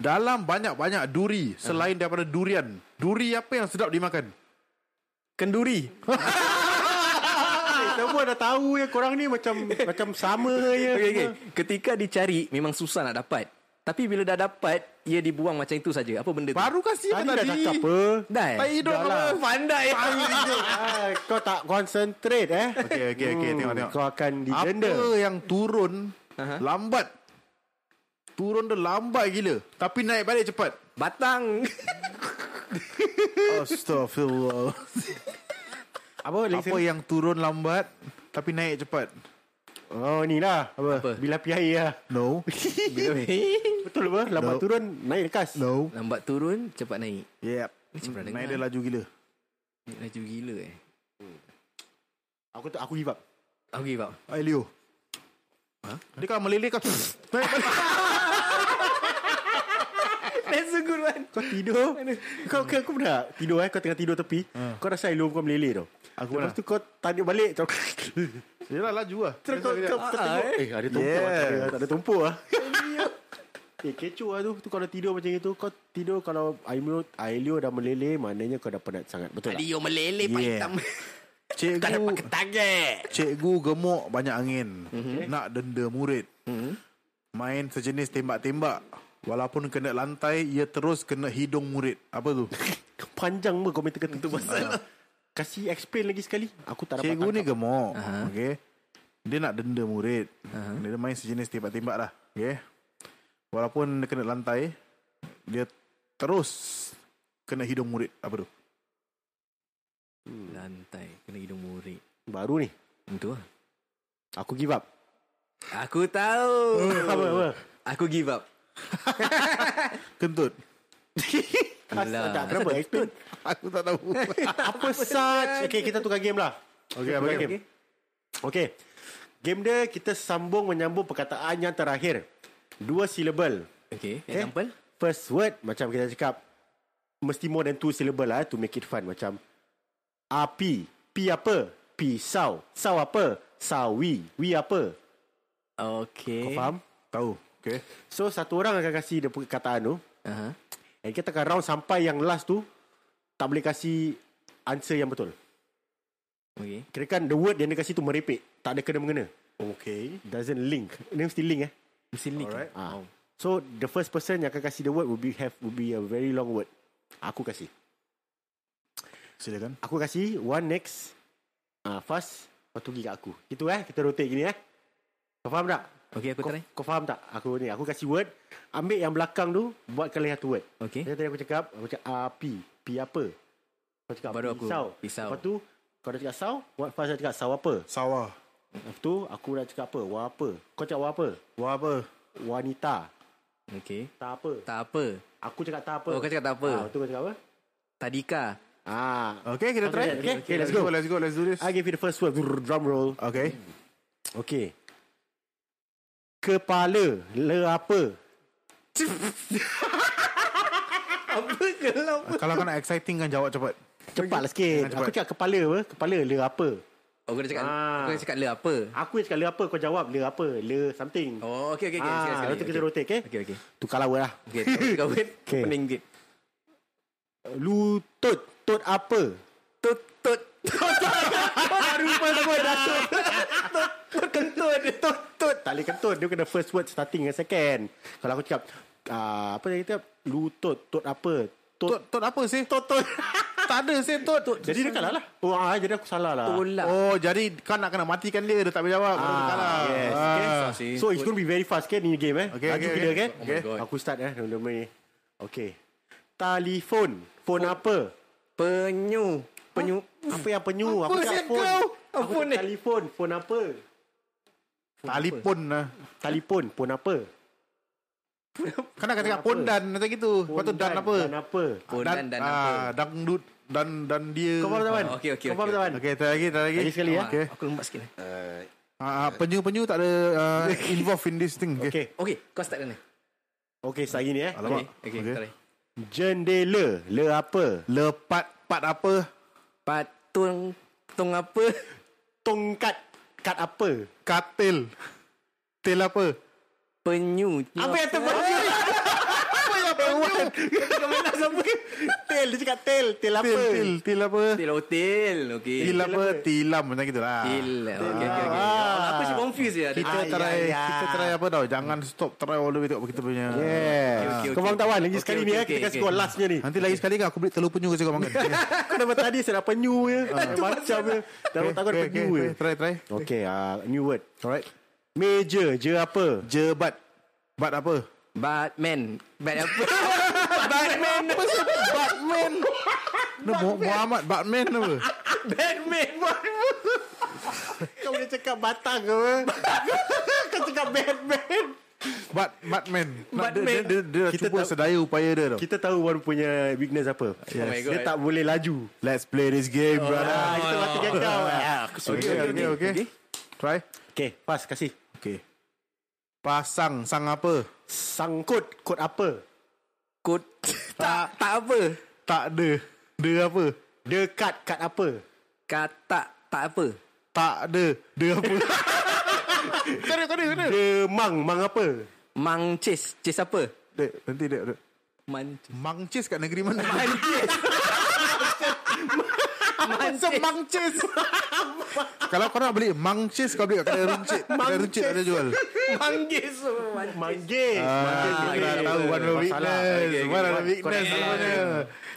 Speaker 1: Dalam banyak-banyak duri selain daripada durian. Duri apa yang sedap dimakan?
Speaker 4: kenduri.
Speaker 5: Eh, Semua dah tahu ya korang ni macam macam sama je.
Speaker 4: (laughs) Okey okey. Ketika dicari memang susah nak dapat. Tapi bila dah dapat, ia dibuang macam itu saja. Apa benda tu?
Speaker 1: Baru kasih
Speaker 5: Tadi dah
Speaker 1: tadi.
Speaker 5: cakap apa?
Speaker 4: Dah.
Speaker 1: Tak
Speaker 4: eh?
Speaker 1: hidup
Speaker 5: Dah
Speaker 1: apa?
Speaker 5: lah.
Speaker 4: Pandai.
Speaker 5: Ah, kau tak concentrate eh.
Speaker 1: Okey okey okey
Speaker 5: Hmm,
Speaker 1: tengok tengok.
Speaker 5: Kau akan didenda.
Speaker 1: Apa yang turun
Speaker 4: Aha.
Speaker 1: lambat. Turun dia lambat gila tapi naik balik cepat.
Speaker 4: Batang.
Speaker 1: Astaghfirullah.
Speaker 5: Apa, lagi
Speaker 1: Apa
Speaker 5: sekali?
Speaker 1: yang turun lambat tapi naik cepat?
Speaker 5: Oh ni lah.
Speaker 4: Apa?
Speaker 1: Eh.
Speaker 5: Bila piai lah.
Speaker 1: No. Eh.
Speaker 5: Betul apa? Lambat
Speaker 1: No.
Speaker 5: turun naik lekas.
Speaker 1: No.
Speaker 4: Lambat turun, cepat naik.
Speaker 1: Yep.
Speaker 4: Ni cepat dengar.
Speaker 1: Naik dia laju gila.
Speaker 4: Naik laju gila eh.
Speaker 5: Aku tak- aku give up.
Speaker 4: Aku give up.
Speaker 1: Ai Leo. Dia kan kalau meleleh kau naik balik.
Speaker 4: That's a good one.
Speaker 5: Kau tidur Kau kau, kau pernah Tidur eh Kau tengah tidur tepi Kau rasa air lubang kau meleleh tau
Speaker 1: Hmm. Aku
Speaker 5: Lepas
Speaker 1: pernah.
Speaker 5: tu kau tarik balik Kau
Speaker 1: Yalah laju lah.
Speaker 5: Terus kau, kau, kau
Speaker 4: Ah,
Speaker 5: tengok Eh ada tumpuk
Speaker 1: Yes.
Speaker 5: tak ada- Tak ada tumpuk lah Eh kecoh lah tu Tu kalau tidur macam itu Kau tidur kalau air liur- air liur dah meleleh Maknanya kau dah penat sangat Betul tak?
Speaker 4: Tadi you meleleh yeah.
Speaker 1: Yeah.
Speaker 4: (laughs) hitam.
Speaker 1: Cikgu.
Speaker 4: tak dapat ketagih.
Speaker 1: Cikgu gemuk banyak angin mm-hmm. Nak denda murid mm-hmm. Main sejenis tembak-tembak Walaupun kena lantai Ia terus kena hidung murid Apa tu?
Speaker 5: Panjang pun komen teka tu pasal Kasih explain lagi sekali Aku tak dapat
Speaker 1: Cikgu ni
Speaker 5: tangkap.
Speaker 1: gemuk uh-huh. okay? Dia nak denda murid uh-huh. Dia main sejenis tembak-tembak lah okay? Walaupun dia kena lantai Dia terus Kena hidung murid Apa tu?
Speaker 4: Lantai. Kena hidung murid.
Speaker 5: Baru ni
Speaker 4: Itu lah.
Speaker 5: Aku give up
Speaker 4: Aku tahu.
Speaker 5: Hmm, Apa apa
Speaker 4: Aku give up.
Speaker 1: Kentut (laughs)
Speaker 5: Asal tak Kenapa
Speaker 4: Asal
Speaker 5: explain
Speaker 1: Aku tak tahu (laughs)
Speaker 5: Apa such Okay kita tukar game lah
Speaker 1: Okay, apa
Speaker 5: Tukar
Speaker 1: game?
Speaker 5: game Okay Game dia kita sambung menyambung perkataan yang terakhir Dua syllable
Speaker 4: Okay.
Speaker 5: Okay.
Speaker 4: Example.
Speaker 5: First word Macam kita cakap Mesti more than two syllable lah eh, To make it fun Macam Api Pi apa? Pisau Sau apa? Sawi Wi apa?
Speaker 4: Okay.
Speaker 5: Kau faham?
Speaker 1: Eh. Tahu okay.
Speaker 5: So satu orang akan kasih dia perkataan tu
Speaker 4: Uh-huh.
Speaker 5: And kita akan round sampai yang last tu Tak boleh kasih Answer yang betul
Speaker 4: Okay.
Speaker 5: Kirakan the word yang dia kasih tu merepek Tak ada kena-mengena
Speaker 1: Okay
Speaker 5: Doesn't link Dia mesti link eh
Speaker 4: Mesti link. eh?
Speaker 1: Alright.
Speaker 5: ah.
Speaker 4: Oh.
Speaker 5: So the first person yang akan kasih the word Will be have will be a very long word Aku kasih
Speaker 1: Silakan
Speaker 5: Aku kasih One next uh, Fast Kau pergi kat aku Gitu eh Kita rotate gini eh Kau faham tak?
Speaker 4: Okay, aku
Speaker 5: kau,
Speaker 4: try.
Speaker 5: kau faham tak? Aku ni Aku kasih word Ambil yang belakang tu Buatkan lagi satu word
Speaker 4: Okay.
Speaker 5: Dia tadi aku cakap Aku cakap api Pi apa? Kau cakap
Speaker 4: Baru aku,
Speaker 5: pisau
Speaker 4: pisau.
Speaker 5: Lepas tu Kau dah cakap sau What fast dah cakap sau apa?
Speaker 1: Sawah
Speaker 5: Lepas tu Aku dah cakap apa? Wa apa? Kau cakap wa apa?
Speaker 1: Wah apa?
Speaker 5: Wanita
Speaker 4: Okay.
Speaker 5: Tak apa
Speaker 4: Tak apa.
Speaker 5: Aku cakap tak apa
Speaker 4: Oh, kau cakap tak apa.
Speaker 5: ah, Betul kau cakap apa?
Speaker 4: Tadika.
Speaker 5: Ah,
Speaker 1: Okay kita try
Speaker 5: Okay, okay, okay, let's go.
Speaker 1: Let's go let's do this
Speaker 5: I give you the first word Brrr, Drum roll
Speaker 1: Okay
Speaker 5: Okay Kepala Le apa
Speaker 1: Kalau kau nak exciting kan jawab cepat
Speaker 5: Cepat lah sikit
Speaker 1: Jangan cepat.
Speaker 5: Aku cakap kepala apa Kepala le apa
Speaker 4: Oh, kau dah cakap,
Speaker 5: Ah.
Speaker 4: kau dah cakap le apa?
Speaker 5: Aku yang cakap le apa Kau jawab le apa Le something
Speaker 4: Oh, okay, okay, okay.
Speaker 5: Ah,
Speaker 4: Sekali, sekali.
Speaker 5: lepas tu kita rotate, okay?
Speaker 4: Okay, okay.
Speaker 5: Tukar lawa lah
Speaker 4: Okay,
Speaker 5: (laughs)
Speaker 4: kau wait.
Speaker 5: Okay.
Speaker 4: Pening sikit.
Speaker 5: Lutut Tut apa
Speaker 4: Tut, tut.
Speaker 5: Rupa sama Ah, dah Tut Tut Kentut Tut Tut Tak boleh kentut Dia kena first word starting dengan second Kalau aku cakap ah, Apa tadi kita Lutut Tut apa Tut
Speaker 1: Tot, tot apa sih? Tot, tot. (laughs) tak ada sih tot. tot.
Speaker 5: Jadi dia kalah lah Oh, ah, jadi aku salah lah
Speaker 4: Tolak.
Speaker 1: Oh, jadi kau nak kena matikan dia. Dia tak boleh jawab. Ah, kalah.
Speaker 5: yes.
Speaker 1: Ah.
Speaker 4: Okay.
Speaker 5: So it's going to be very fast kan ni game eh.
Speaker 1: Okay,
Speaker 5: Laju
Speaker 1: okay,
Speaker 5: gila
Speaker 1: okay.
Speaker 5: kan?
Speaker 1: Oh my
Speaker 4: God.
Speaker 5: Aku start eh nama ni. Okay. Telefon. Phone apa?
Speaker 4: penyu. Penyu.
Speaker 5: Apa yang penyu?
Speaker 1: Apa
Speaker 5: Aku tak
Speaker 1: siap
Speaker 5: phone.
Speaker 1: kau?
Speaker 5: Aku
Speaker 4: Phone ni.
Speaker 5: tak telefon. Phone apa?
Speaker 1: Talipun lah.
Speaker 5: Telefon. Phone apa?
Speaker 1: Kau nak cakap pondan macam gitu. Lepas tu dan apa?
Speaker 5: Dan apa?
Speaker 4: Pondan dan apa?
Speaker 1: ah, Dangdut. Dan dan dia.
Speaker 5: Kau faham tak Wan?
Speaker 4: Ah, okay, okay,
Speaker 5: Kau faham
Speaker 4: okay,
Speaker 5: tak Wan?
Speaker 1: Okay, try lagi, try lagi.
Speaker 5: Lagi sekali ya.
Speaker 1: Okay.
Speaker 4: Aku lembat sikit. eh.
Speaker 1: Ah, ah, penyu-penyu tak ada
Speaker 5: (laughs)
Speaker 1: ah, involved in this thing. Okay.
Speaker 5: Okay.
Speaker 4: Okay, kau start dulu.
Speaker 5: Okay, saya ni eh.
Speaker 1: Alamak.
Speaker 4: Okay, okay,
Speaker 1: Okay.
Speaker 4: okay.
Speaker 5: Jendela. Le apa?
Speaker 1: Lepat pat apa?
Speaker 4: Patung. Tung apa?
Speaker 5: Tongkat. Kat apa?
Speaker 1: Katil. Tel apa?
Speaker 4: Penyu.
Speaker 5: Apa yang terbaik? Apa yang penyu? Kau mana
Speaker 4: (laughs)
Speaker 5: siapa? Tel, dia cakap tel. Tel apa? Eh.
Speaker 1: Til, til, til apa?
Speaker 4: Til hotel. Okey.
Speaker 1: Til apa? Tilam macam gitulah.
Speaker 4: Til. Okey, okey, okey.
Speaker 1: Ah.
Speaker 4: Ya Aku sih confused je.
Speaker 1: Kita
Speaker 5: Ah,
Speaker 1: try
Speaker 5: ya, ya.
Speaker 1: kita try apa tau? Jangan stop try all the way tengok kita punya.
Speaker 4: Okey, okey,
Speaker 5: Yeah. Kau
Speaker 4: okey.
Speaker 5: faham tak Wan? Lagi
Speaker 4: Okey,
Speaker 5: sekali
Speaker 4: okey,
Speaker 5: ni eh,
Speaker 4: okey,
Speaker 5: kita kasi
Speaker 4: okey.
Speaker 5: kau last punya ni.
Speaker 1: Nanti lagi sekali kan aku beli telur penyu kasi kau makan.
Speaker 5: (laughs) Kau dapat tadi saya dapat new je. Macam je. Dapat tak kau dapat new je.
Speaker 1: Try try.
Speaker 5: Okay, ah, new word.
Speaker 1: Alright.
Speaker 5: Major je apa?
Speaker 1: Jebat. Bat apa?
Speaker 4: Batman. Bat apa? (laughs)
Speaker 1: Batman. Apa sih? Batman. No, Mu- Muhammad Batman apa?
Speaker 4: Batman.
Speaker 5: Kau boleh cakap batang ke? apa? (laughs) Kau cakap Batman.
Speaker 1: Bat Batman. Nak, dia-
Speaker 4: Batman.
Speaker 1: Dia, dia, dia,
Speaker 5: Kita
Speaker 1: cuba
Speaker 5: tak-
Speaker 1: sedaya upaya dia tau.
Speaker 5: Kita tahu Wan punya weakness apa.
Speaker 4: Oh my
Speaker 5: Dia
Speaker 4: God.
Speaker 5: tak boleh laju.
Speaker 1: Let's play this game, brother.
Speaker 5: Ah, kita mati kau. Ah, aku suruh.
Speaker 1: Okay, okay, okay. Try.
Speaker 5: Okay, pas kasih.
Speaker 1: Okay. Pasang sang apa?
Speaker 5: Sangkut kod apa?
Speaker 4: Kod. Tak, tak apa.
Speaker 1: Tak ada. Dia apa?
Speaker 5: Dekat kad apa?
Speaker 4: Kata tak apa.
Speaker 1: Tak ada. Dia apa?
Speaker 5: Demang mang apa?
Speaker 4: Mangcis. Cis apa?
Speaker 1: (laughs) Dek, nanti dek. dek.
Speaker 4: Mancis.
Speaker 1: Mangcis kat negeri mana?
Speaker 4: Ah, Mancis.
Speaker 1: mangcis. Kalau kau nak beli mangcis kau beli kat kedai runcit. Kedai runcit ada jual.
Speaker 4: Manggis. Mancis.
Speaker 5: Manggis. Manggis.
Speaker 1: Ah,
Speaker 5: Manggis.
Speaker 1: kita tahu one of weakness. One of weakness semuanya.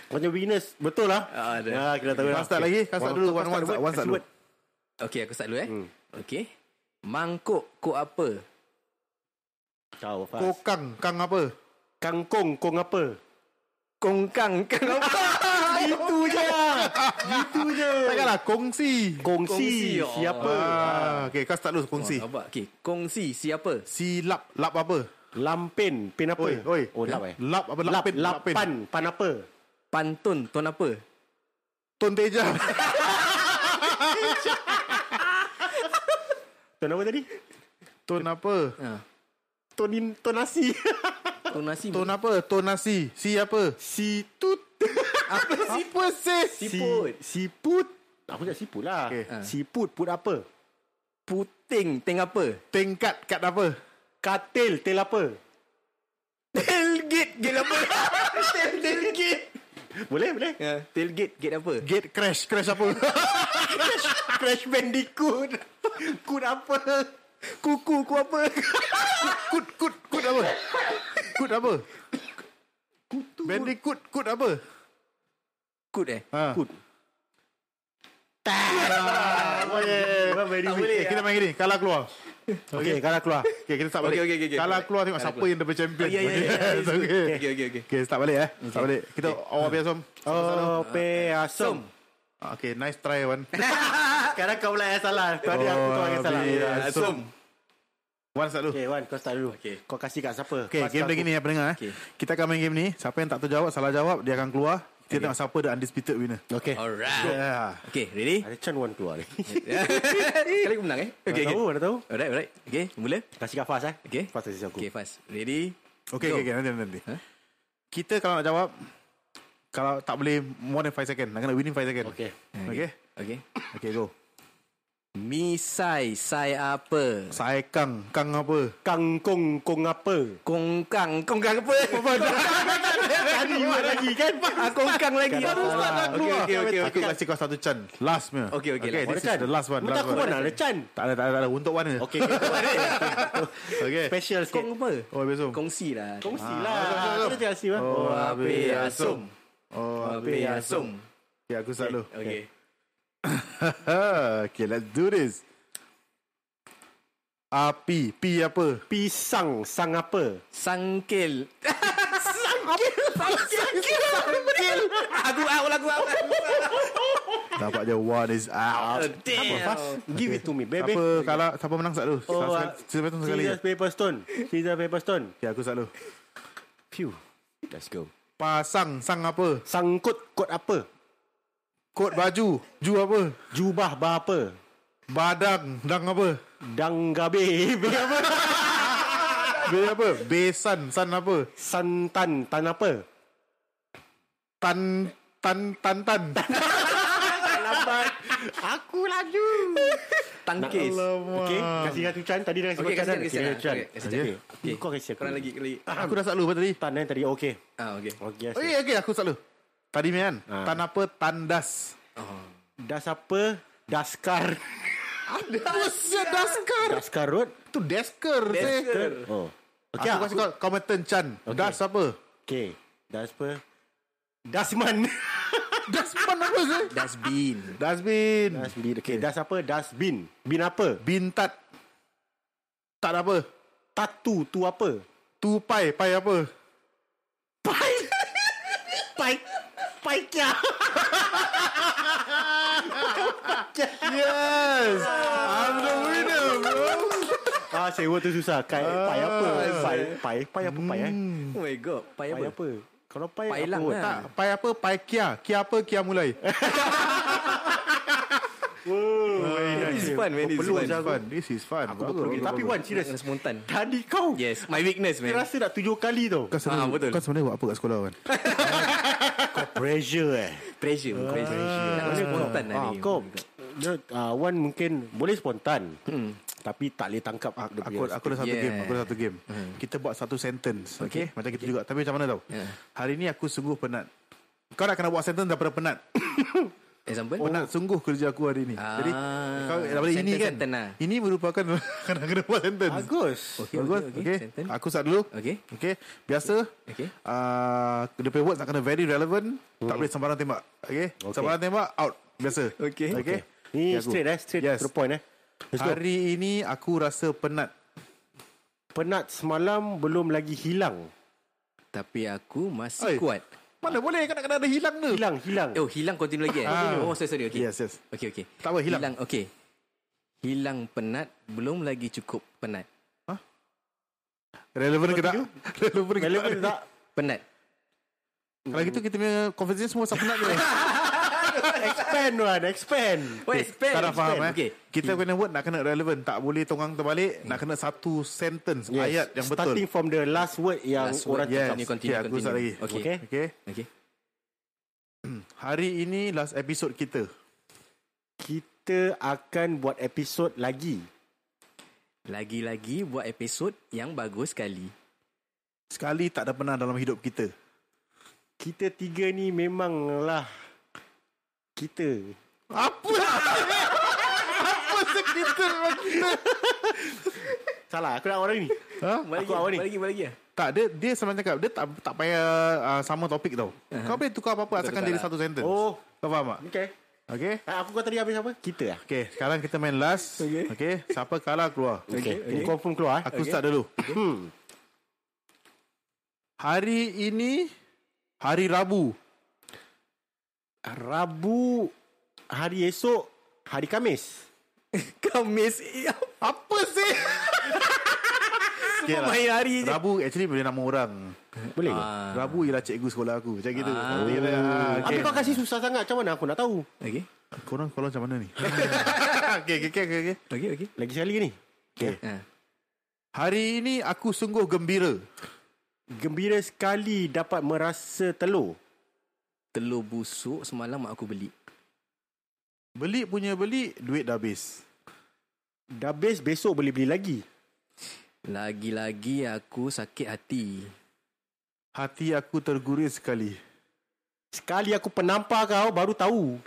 Speaker 5: Macam weakness. Betul lah.
Speaker 4: Ah, ada.
Speaker 5: Ya, kita tahu
Speaker 1: Kau
Speaker 5: lah.
Speaker 1: start lagi. Kau start dulu. One, one, start, one, start dulu.
Speaker 4: Okey, aku start dulu eh. Okey. Mangkuk kok apa?
Speaker 5: Kau, Fas.
Speaker 1: Kokang. Kang apa?
Speaker 5: Kangkung, kong apa?
Speaker 4: (laughs) Kongkang kang apa?
Speaker 5: Itu je lah. Itu je.
Speaker 1: Takkanlah kongsi.
Speaker 5: Kongsi.
Speaker 4: Kongsi, oh.
Speaker 5: Siapa?
Speaker 1: Ah, okay, kau start dulu kongsi.
Speaker 4: Apa? Okey, kongsi siapa?
Speaker 1: Silap. Lap apa?
Speaker 5: Lampin. Pin apa?
Speaker 1: Oi, oi.
Speaker 5: Oh, lap eh.
Speaker 1: Lap apa?
Speaker 5: Lap,
Speaker 1: Lapin.
Speaker 5: lap, pan. Pan apa?
Speaker 4: Pantun ton apa?
Speaker 1: Tun Teja.
Speaker 5: Tuan apa tadi?
Speaker 1: Tun apa?
Speaker 4: Ha.
Speaker 5: Tuan, in, tuan nasi.
Speaker 4: Ton nasi.
Speaker 1: Tun apa? Tun nasi. Si apa?
Speaker 5: si tut.
Speaker 1: Apa Apa sis?
Speaker 4: Siput.
Speaker 5: Siput. (laughs) Aku cakap siput lah.
Speaker 1: Okey.
Speaker 5: Ah. Siput. Put apa?
Speaker 4: Puting teng apa? (laughs)
Speaker 1: Tingkat kat apa?
Speaker 5: Katil. Tel apa?
Speaker 4: Tailgate gate (laughs) apa? Tailgate.
Speaker 5: Boleh, (laughs) boleh.
Speaker 4: Ya, tailgate gate apa?
Speaker 1: Gate crash. Crash apa? (laughs)
Speaker 5: Crash Bandicoot. Kut apa?
Speaker 4: Kuku ku apa?
Speaker 1: kut, kut, kut apa? Kut apa? Bandicoot, kut apa?
Speaker 4: Kut eh.
Speaker 1: Ha.
Speaker 5: Kut. Tak. Boleh. ya. Very
Speaker 1: Eh, Ah,
Speaker 5: (laughs)
Speaker 1: kita main gini. Kalah keluar.
Speaker 5: Okay, kalau keluar.
Speaker 1: Okay, kita start balik.
Speaker 4: Okay, okay, okay, okay.
Speaker 1: Kalah keluar Oh, tengok
Speaker 4: Kalah
Speaker 1: siapa
Speaker 4: keluar.
Speaker 1: yang double champion.
Speaker 4: Ya ya ya.
Speaker 1: Yes, okay.
Speaker 4: Okey okey okey.
Speaker 1: Okay, start balik eh. Start balik. Kita awal biasa. Om. Ah,
Speaker 5: Oh, peasom.
Speaker 1: Okay, nice try, (laughs) Wan.
Speaker 5: Ah. Sekarang kau pula yang salah. Tadi aku tu yang salah.
Speaker 4: ya,
Speaker 1: Asum. Wan, start dulu.
Speaker 5: Okay, Wan, kau start dulu.
Speaker 4: Okay.
Speaker 5: Kau kasih kat siapa?
Speaker 1: Okay,
Speaker 5: Pas
Speaker 1: game
Speaker 5: kat
Speaker 1: dia gini ya pendengar.
Speaker 4: Okey.
Speaker 1: Okay. Kita akan main game ni. Siapa yang tak terjawab, salah jawab, dia akan keluar. Kita tengok siapa the undisputed winner. Ya,
Speaker 5: aku. Okay.
Speaker 4: Eh, Alright.
Speaker 1: Yeah.
Speaker 4: Okey, (laughs) ready?
Speaker 5: Ada Chan Wan keluar ni. (laughs)
Speaker 4: Kali aku menang eh.
Speaker 5: Okay,
Speaker 4: Okey
Speaker 5: tahu,
Speaker 4: okey.
Speaker 5: mana tahu.
Speaker 4: Alright alright. Okey, mula.
Speaker 5: Kasih kat Fas eh.
Speaker 4: Okey.
Speaker 5: Fas kasih aku.
Speaker 4: Okey, fast. Ready?
Speaker 1: Okay,
Speaker 4: Go.
Speaker 1: okay, okay, nanti nanti.
Speaker 4: Huh?
Speaker 1: Kita kalau nak jawab kalau tak boleh more than 5 second. Nak kena within 5 second.
Speaker 5: Okay.
Speaker 1: Okay.
Speaker 4: Okey.
Speaker 1: Okay, go.
Speaker 4: Misai sai apa?
Speaker 1: Saya kang, kang apa?
Speaker 5: Kangkung kong apa?
Speaker 4: Kongkang, kongkang apa?
Speaker 5: Tadi Wan lagi kan?
Speaker 4: Ah, kongkang lagi. lah. Okey okey okey
Speaker 1: Aku
Speaker 4: okey.
Speaker 1: kasih kau satu chan. Last punya.
Speaker 4: Okey, okey,
Speaker 1: Okay,
Speaker 4: last.
Speaker 1: this is the last one.
Speaker 5: Mana
Speaker 1: Last
Speaker 5: Oh, aku
Speaker 1: one.
Speaker 5: mana ada Chan?
Speaker 1: Tak ada, tak ada, tak ada. Untuk one je.
Speaker 5: Okay, eh. okay.
Speaker 1: Okay.
Speaker 5: (laughs) Special sikit.
Speaker 4: Kong apa?
Speaker 1: Oh, besok.
Speaker 4: Kongsi lah.
Speaker 5: Kongsi lah. Kita cakap si Wan.
Speaker 1: Oh, habis asum.
Speaker 4: Oh,
Speaker 1: habis asum. Okay, aku start dulu.
Speaker 4: Okey.
Speaker 1: (laughs) okay, let's do this. Api, pi apa?
Speaker 5: Pisang sang apa?
Speaker 4: Sangkil. (laughs) Sangkil. Sangkil. Aku out lah, aku out.
Speaker 1: Dapat je one is out.
Speaker 4: Oh, damn.
Speaker 5: Give it to me, baby.
Speaker 1: Siapa kalah, siapa menang start dulu.
Speaker 5: Oh,
Speaker 1: Sekali- Sekali betul sekali. je.
Speaker 5: Scissors, paper, stone. Scissors, paper, stone.
Speaker 1: Okay, aku start dulu.
Speaker 5: Phew. Let's go.
Speaker 1: Pasang, sang apa?
Speaker 5: Sangkut kot apa?
Speaker 1: Kot baju, ju apa?
Speaker 5: Jubah bah apa?
Speaker 1: Badang, dang apa?
Speaker 5: Danggabe (laughs) be apa?
Speaker 1: Be apa? Besan, san apa?
Speaker 5: Santan tan apa?
Speaker 1: Tan, tan, tan, tan.
Speaker 5: Lambat. Aku laju.
Speaker 4: tangkis.
Speaker 5: Okay Kasih ratusan Tadi dah kasih
Speaker 4: Okey,
Speaker 5: makan
Speaker 4: kasihan,
Speaker 5: kan?
Speaker 4: kasihan.
Speaker 5: Kasih ratusan
Speaker 4: Okey, kasihan.
Speaker 5: Okay.
Speaker 4: Okey.
Speaker 5: Kau kasih aku
Speaker 4: Korang lagi, lagi.
Speaker 1: Ah, Aku dah sat dulu tadi
Speaker 5: Tan eh tadi Okay
Speaker 4: Ah, okey.
Speaker 5: Okay
Speaker 1: Okey okey aku sat dulu Tadi ni kan
Speaker 5: Ah.
Speaker 1: Tan apa Tandas
Speaker 5: Das apa Daskar (laughs) ya,
Speaker 1: Buset Daskar
Speaker 5: Daskar Road
Speaker 1: Tu Dasker Dasker
Speaker 5: Oh
Speaker 1: Okay,
Speaker 5: Okay
Speaker 1: aku kasih kau Kau Merton Chan okay. Das apa
Speaker 5: Okay Das apa Dasman
Speaker 1: Dasman apa sih
Speaker 4: Dustbin.
Speaker 1: Dasbin
Speaker 5: Dasbin Okay Das apa Dasbin Bin apa
Speaker 1: Bintat Tak ada apa
Speaker 5: Tatu Tu apa
Speaker 1: Tupai Pai apa
Speaker 5: Pai Pai Pai kia
Speaker 1: Yes I'm the winner bro
Speaker 5: Ah sewa tu susah Kai Pai apa Pai Pai Pai apa Pai eh
Speaker 4: Oh my god. Pai
Speaker 5: Pai
Speaker 4: apa?
Speaker 5: apa Kalau pai
Speaker 4: Pai lang
Speaker 5: apa
Speaker 4: lah.
Speaker 1: Tak Pai apa Pai Kia Kia apa Kia mulai
Speaker 4: This is fun, man.
Speaker 1: Eh,
Speaker 4: This is
Speaker 1: Perlu
Speaker 4: fun.
Speaker 1: Zafan This is fun
Speaker 5: Aku betul okay, Tapi Wan serious
Speaker 4: Dengan spontan.
Speaker 5: Tadi kau
Speaker 4: Yes, my weakness,
Speaker 5: Saya
Speaker 4: man.
Speaker 5: rasa dah tujuh kali tau
Speaker 1: Kau sebenarnya,
Speaker 4: Ah, betul.
Speaker 1: kau sebenarnya buat apa kat sekolah kan?
Speaker 5: Pressure eh
Speaker 4: Pressure, pressure. Nak kena spontan lah
Speaker 5: ah,
Speaker 4: ni.
Speaker 5: Kau dia, ah, Wan mungkin Boleh spontan Tapi tak boleh tangkap aku, dia
Speaker 1: Aku,
Speaker 5: punya
Speaker 1: aku ada satu
Speaker 4: Yeah. Hmm.
Speaker 1: game Aku ada satu game Kita buat satu sentence Okay, Macam kita juga Tapi macam mana tau
Speaker 4: Yeah.
Speaker 1: Hari ni aku sungguh penat Kau nak kena buat sentence daripada penat
Speaker 4: Example?
Speaker 1: Penat Oh, sungguh kerja aku hari ni
Speaker 4: Ah.
Speaker 1: Jadi kau, Daripada ini kan
Speaker 4: Sentence-sentence lah.
Speaker 1: Ini merupakan (laughs) Kena kena buat sentence
Speaker 5: Bagus
Speaker 4: Okay,
Speaker 1: Bagus
Speaker 4: okay, okay.
Speaker 1: okay.
Speaker 4: Sentence.
Speaker 1: Aku start dulu
Speaker 4: Okay.
Speaker 1: okay. Biasa
Speaker 4: Okay.
Speaker 1: uh, Dia punya words nak kena very relevant Tak
Speaker 5: Hmm.
Speaker 1: boleh sembarang tembak okay. Sembarang tembak out Biasa
Speaker 4: Okay.
Speaker 1: okay.
Speaker 5: Ni
Speaker 1: Okay, aku.
Speaker 5: straight eh Straight
Speaker 1: Yes.
Speaker 5: to the point eh Let's go.
Speaker 1: Hari ini aku rasa penat
Speaker 5: Penat semalam Belum lagi hilang
Speaker 4: Tapi aku
Speaker 1: Oi.
Speaker 4: masih kuat.
Speaker 1: Mana boleh kena kena ada hilang tu
Speaker 5: Hilang hilang
Speaker 4: Oh, hilang continue lagi eh? Oh, sorry, sorry. Okay.
Speaker 1: Yes, yes.
Speaker 4: Okay, okay.
Speaker 1: Tak apa, hilang.
Speaker 4: Hilang, okay. Hilang penat, belum lagi cukup penat.
Speaker 1: Relevan ke tak? (laughs) Relevan ke
Speaker 5: Relevan
Speaker 1: tak?
Speaker 5: tak
Speaker 4: Penat.
Speaker 1: Kalau gitu kita punya conversation semua pasal penat je.
Speaker 5: Expand Wan Expand
Speaker 4: Oh, expand.
Speaker 1: tak dah faham eh.
Speaker 4: Okay. Hmm.
Speaker 1: Kita kena word nak kena relevan. Tak boleh tongang terbalik. Nak kena satu sentence
Speaker 5: Yes.
Speaker 1: ayat yang betul.
Speaker 5: Starting from the last word Yang
Speaker 4: Last
Speaker 5: orang
Speaker 4: word.
Speaker 5: cakap
Speaker 4: Continue, continue,
Speaker 1: okay, aku
Speaker 4: continue.
Speaker 1: start lagi.
Speaker 4: Okay.
Speaker 1: okay. okay.
Speaker 4: Okay.
Speaker 1: Hari ini last episode kita.
Speaker 5: Kita akan buat episod lagi
Speaker 4: Lagi-lagi buat episod yang bagus sekali.
Speaker 1: Sekali tak ada pernah dalam hidup kita.
Speaker 5: Kita tiga ni memanglah Kita
Speaker 1: Apa? Apa sekita dengan kita?
Speaker 5: Salah aku nak orang ni
Speaker 1: Ha?
Speaker 4: Balik
Speaker 5: Aku awal ni.
Speaker 4: lagi, balik lagi.
Speaker 1: Tak, dia, dia sebenarnya cakap. Dia tak, tak payah uh, sama topik tau. Kau boleh tukar apa-apa asalkan
Speaker 4: tukar
Speaker 1: jadi
Speaker 4: Uh-huh. lah.
Speaker 1: satu sentence.
Speaker 5: Oh.
Speaker 1: Kau faham tak?
Speaker 5: Okay
Speaker 1: Okay?
Speaker 5: Ah, Aku kau tadi habis apa? Kita lah
Speaker 1: Okay, sekarang kita main last. Okay. okay siapa kalah keluar.
Speaker 5: Okay, okay. Confirm keluar eh?
Speaker 1: Aku okay. start dulu. Hmm. Hari ini hari Rabu.
Speaker 5: Rabu Hari esok Hari Kamis
Speaker 4: Kamis. Apa sih?
Speaker 1: Okay,
Speaker 4: main hari je.
Speaker 1: Rabu actually boleh nama orang.
Speaker 5: Boleh ke?
Speaker 1: Uh. Rabu ialah cikgu sekolah aku. Macam gitu. Ah. Ah,
Speaker 5: Tapi
Speaker 1: okay.
Speaker 5: kau kasih susah sangat Macam mana aku nak tahu
Speaker 4: Okay.
Speaker 1: Korang sekolah macam mana ni? okay, okay, okay, okay, okay.
Speaker 4: Okay, okay.
Speaker 5: Lagi sekali ke ni
Speaker 4: Ha.
Speaker 1: Hari ini aku sungguh gembira.
Speaker 5: Gembira sekali Dapat merasa telur
Speaker 4: Telur busuk semalam mak aku beli.
Speaker 1: Beli punya beli, duit dah habis.
Speaker 5: Dah habis Besok boleh beli lagi
Speaker 4: Lagi-lagi aku sakit hati.
Speaker 1: Hati aku terguris sekali.
Speaker 5: Sekali aku penampar kau Baru tahu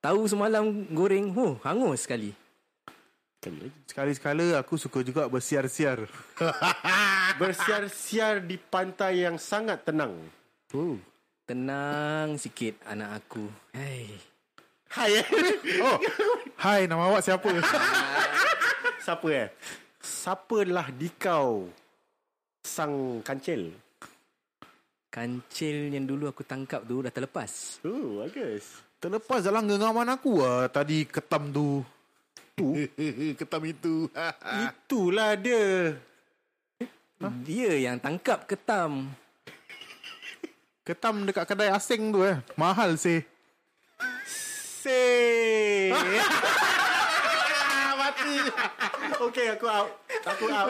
Speaker 4: Tahu semalam goreng, huh, hangus sekali.
Speaker 1: Sekali-sekala aku suka juga bersiar-siar.
Speaker 5: Bersiar-siar di pantai yang sangat tenang
Speaker 4: Tenang sikit anak aku. Hai.
Speaker 5: Hai eh? (laughs)
Speaker 1: Oh, hai nama awak siapa?
Speaker 5: Siapa eh Siapalah dikau Sang kancil
Speaker 4: Kancil yang dulu aku tangkap tu dah terlepas.
Speaker 5: Oh bagus
Speaker 1: Terlepas dalam genggaman aku lah tadi ketam tu. Tu? (laughs) ketam itu. (laughs)
Speaker 5: Itulah dia
Speaker 4: Dia yang tangkap ketam.
Speaker 1: ketam dekat kedai asing tu eh. Mahal sih.
Speaker 5: (laughs) Say Mati Okay aku out Aku out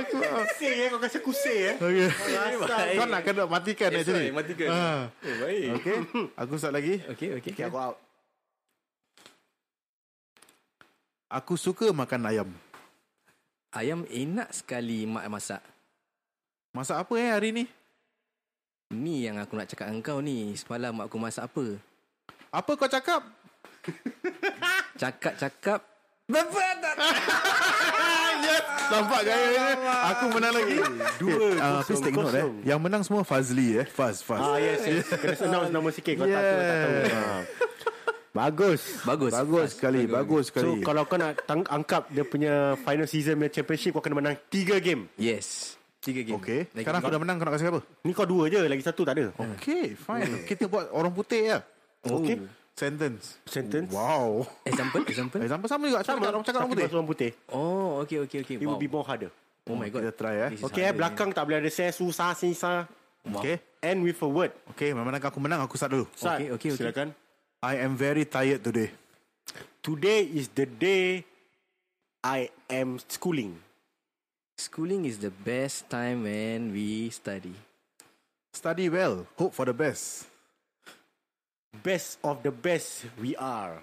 Speaker 5: Say eh Kau kasi aku say eh
Speaker 1: (laughs) Okay.
Speaker 5: Asal
Speaker 1: Kau nak kena matikan yes, actually.
Speaker 4: why, matikan.
Speaker 1: Ha.
Speaker 4: Oh, baik.
Speaker 1: Okay. Aku start lagi.
Speaker 4: Okey, okey.
Speaker 5: Okay aku out
Speaker 1: Aku suka makan ayam.
Speaker 4: Ayam enak sekali mak masak.
Speaker 1: Masak apa eh hari ni?
Speaker 4: Ni yang aku nak cakap dengan kau ni. Semalam mak aku masak apa?
Speaker 1: Apa kau cakap?
Speaker 4: Cakap-cakap.
Speaker 1: yes, nampak gaya dia. Aku menang lagi. Dua. Uh, please take note eh. Yang menang semua Fazli eh. Faz, Faz.
Speaker 5: Ah yes, yes. Kena announce nama sikit Kau tak tahu, tak tahu Ah. Bagus
Speaker 4: Bagus.
Speaker 1: Bagus sekali, bagus
Speaker 5: So
Speaker 1: sekali.
Speaker 5: kalau kau nak tang- angkap Dia punya final season punya championship Kau kena menang 3 game
Speaker 4: Yes. Tiga game.
Speaker 1: Okay.
Speaker 4: Lagi
Speaker 1: Sekarang aku dah menang, kau nak kasi apa?
Speaker 5: Ni kau dua je Lagi satu tak ada
Speaker 1: Okay, fine. Kita buat orang putih ya.
Speaker 5: Okay
Speaker 1: Sentence.
Speaker 5: Sentence
Speaker 1: Wow.
Speaker 4: Example, example.
Speaker 1: (laughs) Eh, sama sama juga. Sama. Orang cakap orang putih.
Speaker 5: Tapi orang putih
Speaker 4: Oh, okay, okay, okay.
Speaker 5: It
Speaker 4: Wow.
Speaker 5: will be more harder
Speaker 4: Oh my god.
Speaker 1: Kita try, eh.
Speaker 4: This is
Speaker 5: Okay eh
Speaker 4: harder.
Speaker 5: Belakang tak boleh ada Saya susah sisa
Speaker 1: Okay.
Speaker 5: End with a word
Speaker 1: Okay, mana aku menang, aku start dulu.
Speaker 5: Sat,
Speaker 4: Okay, okay, okay.
Speaker 5: Silakan
Speaker 1: I am very tired today.
Speaker 5: Today is the day I am schooling
Speaker 4: Schooling is the best time when we study.
Speaker 1: Study well. Hope for the (laughs) best.
Speaker 5: Best of the best we are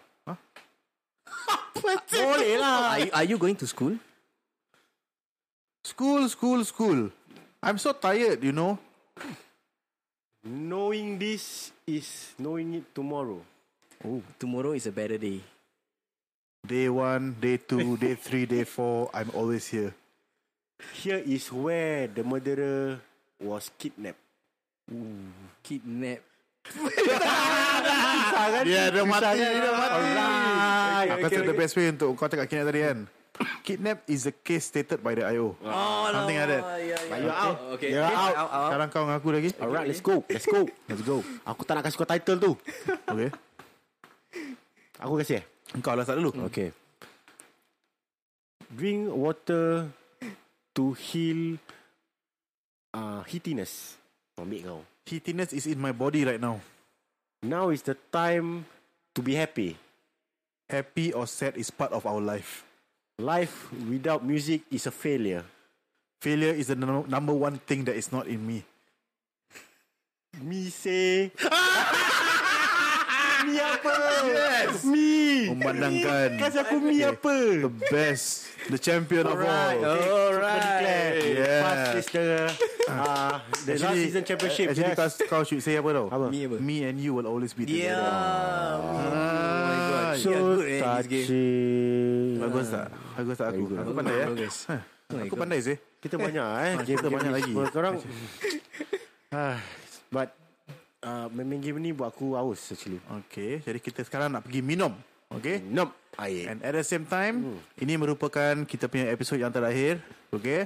Speaker 1: Boleh lah.
Speaker 4: Are you, are you going to school?
Speaker 1: School, school, school. I'm so tired, you know.
Speaker 5: Knowing this is knowing it tomorrow
Speaker 4: Oh, tomorrow is a better day.
Speaker 1: Day one, day two, (laughs) day three, day four. I'm always here.
Speaker 5: Here is where the murderer was kidnapped.
Speaker 4: Kidnap.
Speaker 1: Yeah, dia mati, Ah, dia mati.
Speaker 5: Alright.
Speaker 1: Aku okay, the best way untuk kau cakap kidnap tadi kan. Kidnap is a case stated by the IO. Oh, Something like that.
Speaker 5: You're out.
Speaker 4: Okay.
Speaker 5: You're out.
Speaker 1: Sekarang kau dengan aku lagi.
Speaker 5: Alright, let's go. Let's go. (laughs) Let's go. Aku tak nak kasih kau title tu.
Speaker 1: Okay.
Speaker 5: Aku kasih eh.
Speaker 1: Kau lah start dulu.
Speaker 5: Okay. Drink water to heal uh, heatiness. Ambil kau.
Speaker 1: Heatiness is in my body right now.
Speaker 5: Now is the time to be happy.
Speaker 1: Happy or sad is part of our life.
Speaker 5: Life without music is a failure.
Speaker 1: Failure is the num- number one thing that is not in me.
Speaker 5: Me say. me apa?
Speaker 1: Yes. Oh
Speaker 5: Me.
Speaker 1: Memandangkan.
Speaker 5: Kasih aku me apa? oh.
Speaker 1: The best. The champion of all.
Speaker 5: Alright.
Speaker 1: Yeah.
Speaker 5: Past is the uh, the last
Speaker 1: Ah. Actually-
Speaker 5: season championship.
Speaker 1: Actually,
Speaker 5: yes.
Speaker 1: kau, kau should say apa tau?
Speaker 5: Apa?
Speaker 4: Me apa?
Speaker 1: Me and you will always be
Speaker 4: Yeah.
Speaker 1: together.
Speaker 4: Oh my god.
Speaker 5: so
Speaker 4: So yeah, good eh, this game.
Speaker 5: touching.
Speaker 1: Bagus tak? Bagus tak aku? Aku pandai ya?
Speaker 4: Bagus.
Speaker 1: Aku pandai sih.
Speaker 5: Kita banyak
Speaker 1: Ah,
Speaker 5: eh. Game
Speaker 1: kita banyak lagi.
Speaker 5: Korang. (laughs) Ah, But uh, main game ni buat aku haus actually.
Speaker 1: Okay, jadi kita sekarang nak pergi minum. Okay?
Speaker 5: Nom air.
Speaker 1: And at the same time, ini merupakan kita punya episod yang terakhir. Okay?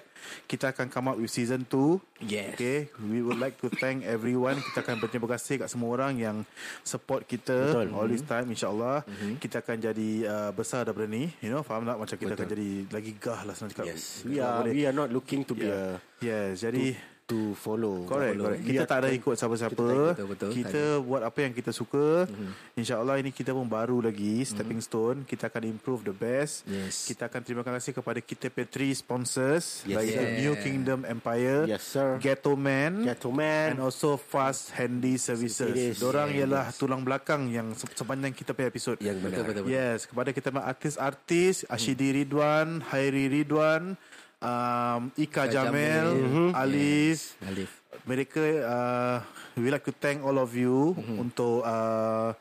Speaker 1: Kita akan come up with season 2.
Speaker 4: Yes.
Speaker 1: Okay? We would like to thank everyone. Kita akan berterima kasih kat semua orang yang support kita all this time insyaAllah. Kita akan jadi uh, besar daripada ni. You know, faham tak? Macam kita akan jadi lagi gah lah senang cakap.
Speaker 5: Yes. We are we are not looking to be
Speaker 1: Yeah.
Speaker 5: a
Speaker 1: Yes, jadi
Speaker 5: to follow.
Speaker 1: Correct,
Speaker 5: Follow.
Speaker 1: correct.
Speaker 5: We
Speaker 1: Kita
Speaker 5: are
Speaker 1: tak ada ikut siapa-siapa.
Speaker 4: tak
Speaker 1: Kita,
Speaker 4: ikut, betul,
Speaker 1: kita buat apa yang kita suka. Mm-hmm. InsyaAllah ini kita pun baru lagi. Stepping stone. Kita akan improve the best.
Speaker 4: Yes.
Speaker 1: Kita akan terima kasih kepada kita Petri sponsors. Yes. Like the
Speaker 4: Yeah.
Speaker 1: New Kingdom Empire.
Speaker 5: Yes, sir.
Speaker 1: Ghetto Man.
Speaker 5: Ghetto Man.
Speaker 1: And also Fast Handy Services.
Speaker 5: It is.
Speaker 1: Dorang ialah tulang belakang yang se- sepanjang kita punya episod.
Speaker 4: Yang benar. Betul, betul, betul.
Speaker 1: Yes, kepada kita punya artis-artis Ashidi Ridwan, Hairi Ridwan, um, Ika Jamil,
Speaker 4: Jamil.
Speaker 1: Alif,
Speaker 4: Alif.
Speaker 1: mereka uh, we like to thank all of you
Speaker 4: Mhm.
Speaker 1: untuk uh,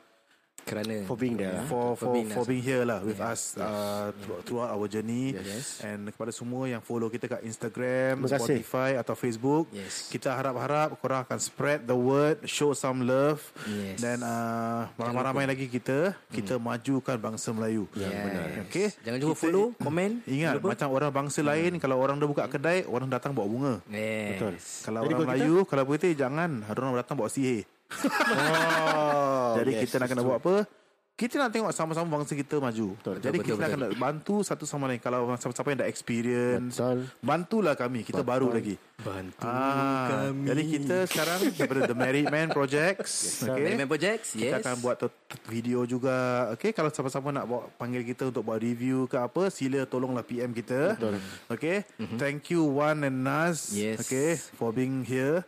Speaker 4: Kerana
Speaker 5: For being there.
Speaker 1: for for
Speaker 4: Ya, being
Speaker 1: for
Speaker 4: us. Ya.
Speaker 1: being here lah with us uh, through- throughout our journey
Speaker 4: Yes.
Speaker 1: and kepada semua yang follow kita kat Instagram,
Speaker 5: Terima kasih.
Speaker 1: Spotify atau Facebook.
Speaker 4: Yes.
Speaker 1: Kita harap-harap korang akan spread the word, show some love
Speaker 4: Yes. Mm.
Speaker 1: dan uh, ramai-ramai lagi kita kita majukan bangsa Melayu.
Speaker 4: Yes.
Speaker 1: Okey.
Speaker 4: Jangan lupa follow, komen.
Speaker 1: Ingat
Speaker 4: Jangan lupa. Mm.
Speaker 1: macam orang bangsa lain kalau orang dah buka kedai, orang datang bawa bunga.
Speaker 4: Yes. Betul.
Speaker 1: Kalau orang
Speaker 5: Jadi kalau kita-
Speaker 1: Melayu, kalau putih jangan. Ada orang datang bawa sihir. oh, (laughs) Jadi
Speaker 5: yes,
Speaker 1: kita nak kena buat apa? Kita nak tengok sama-sama bangsa kita maju. Betul, Jadi
Speaker 4: betul,
Speaker 1: kita
Speaker 4: betul,
Speaker 1: akan nak bantu satu sama lain. Kalau siapa-siapa yang dah experience,
Speaker 5: Betul.
Speaker 1: bantulah kami. Kita baru lagi.
Speaker 4: Bantu
Speaker 1: Ah,
Speaker 4: kami.
Speaker 1: jadi kita sekarang daripada The Married Man Projects. okay.
Speaker 4: Remember Jax? Yes.
Speaker 1: Kita akan buat tu- tu- video juga. Okay, kalau siapa-siapa nak bawa, panggil kita untuk buat review ke apa, sila tolonglah PM kita. Betul. Okay. Mm-hmm. Thank you Wan and Nas.
Speaker 4: Mhm. Yes.
Speaker 1: Okay, for being here.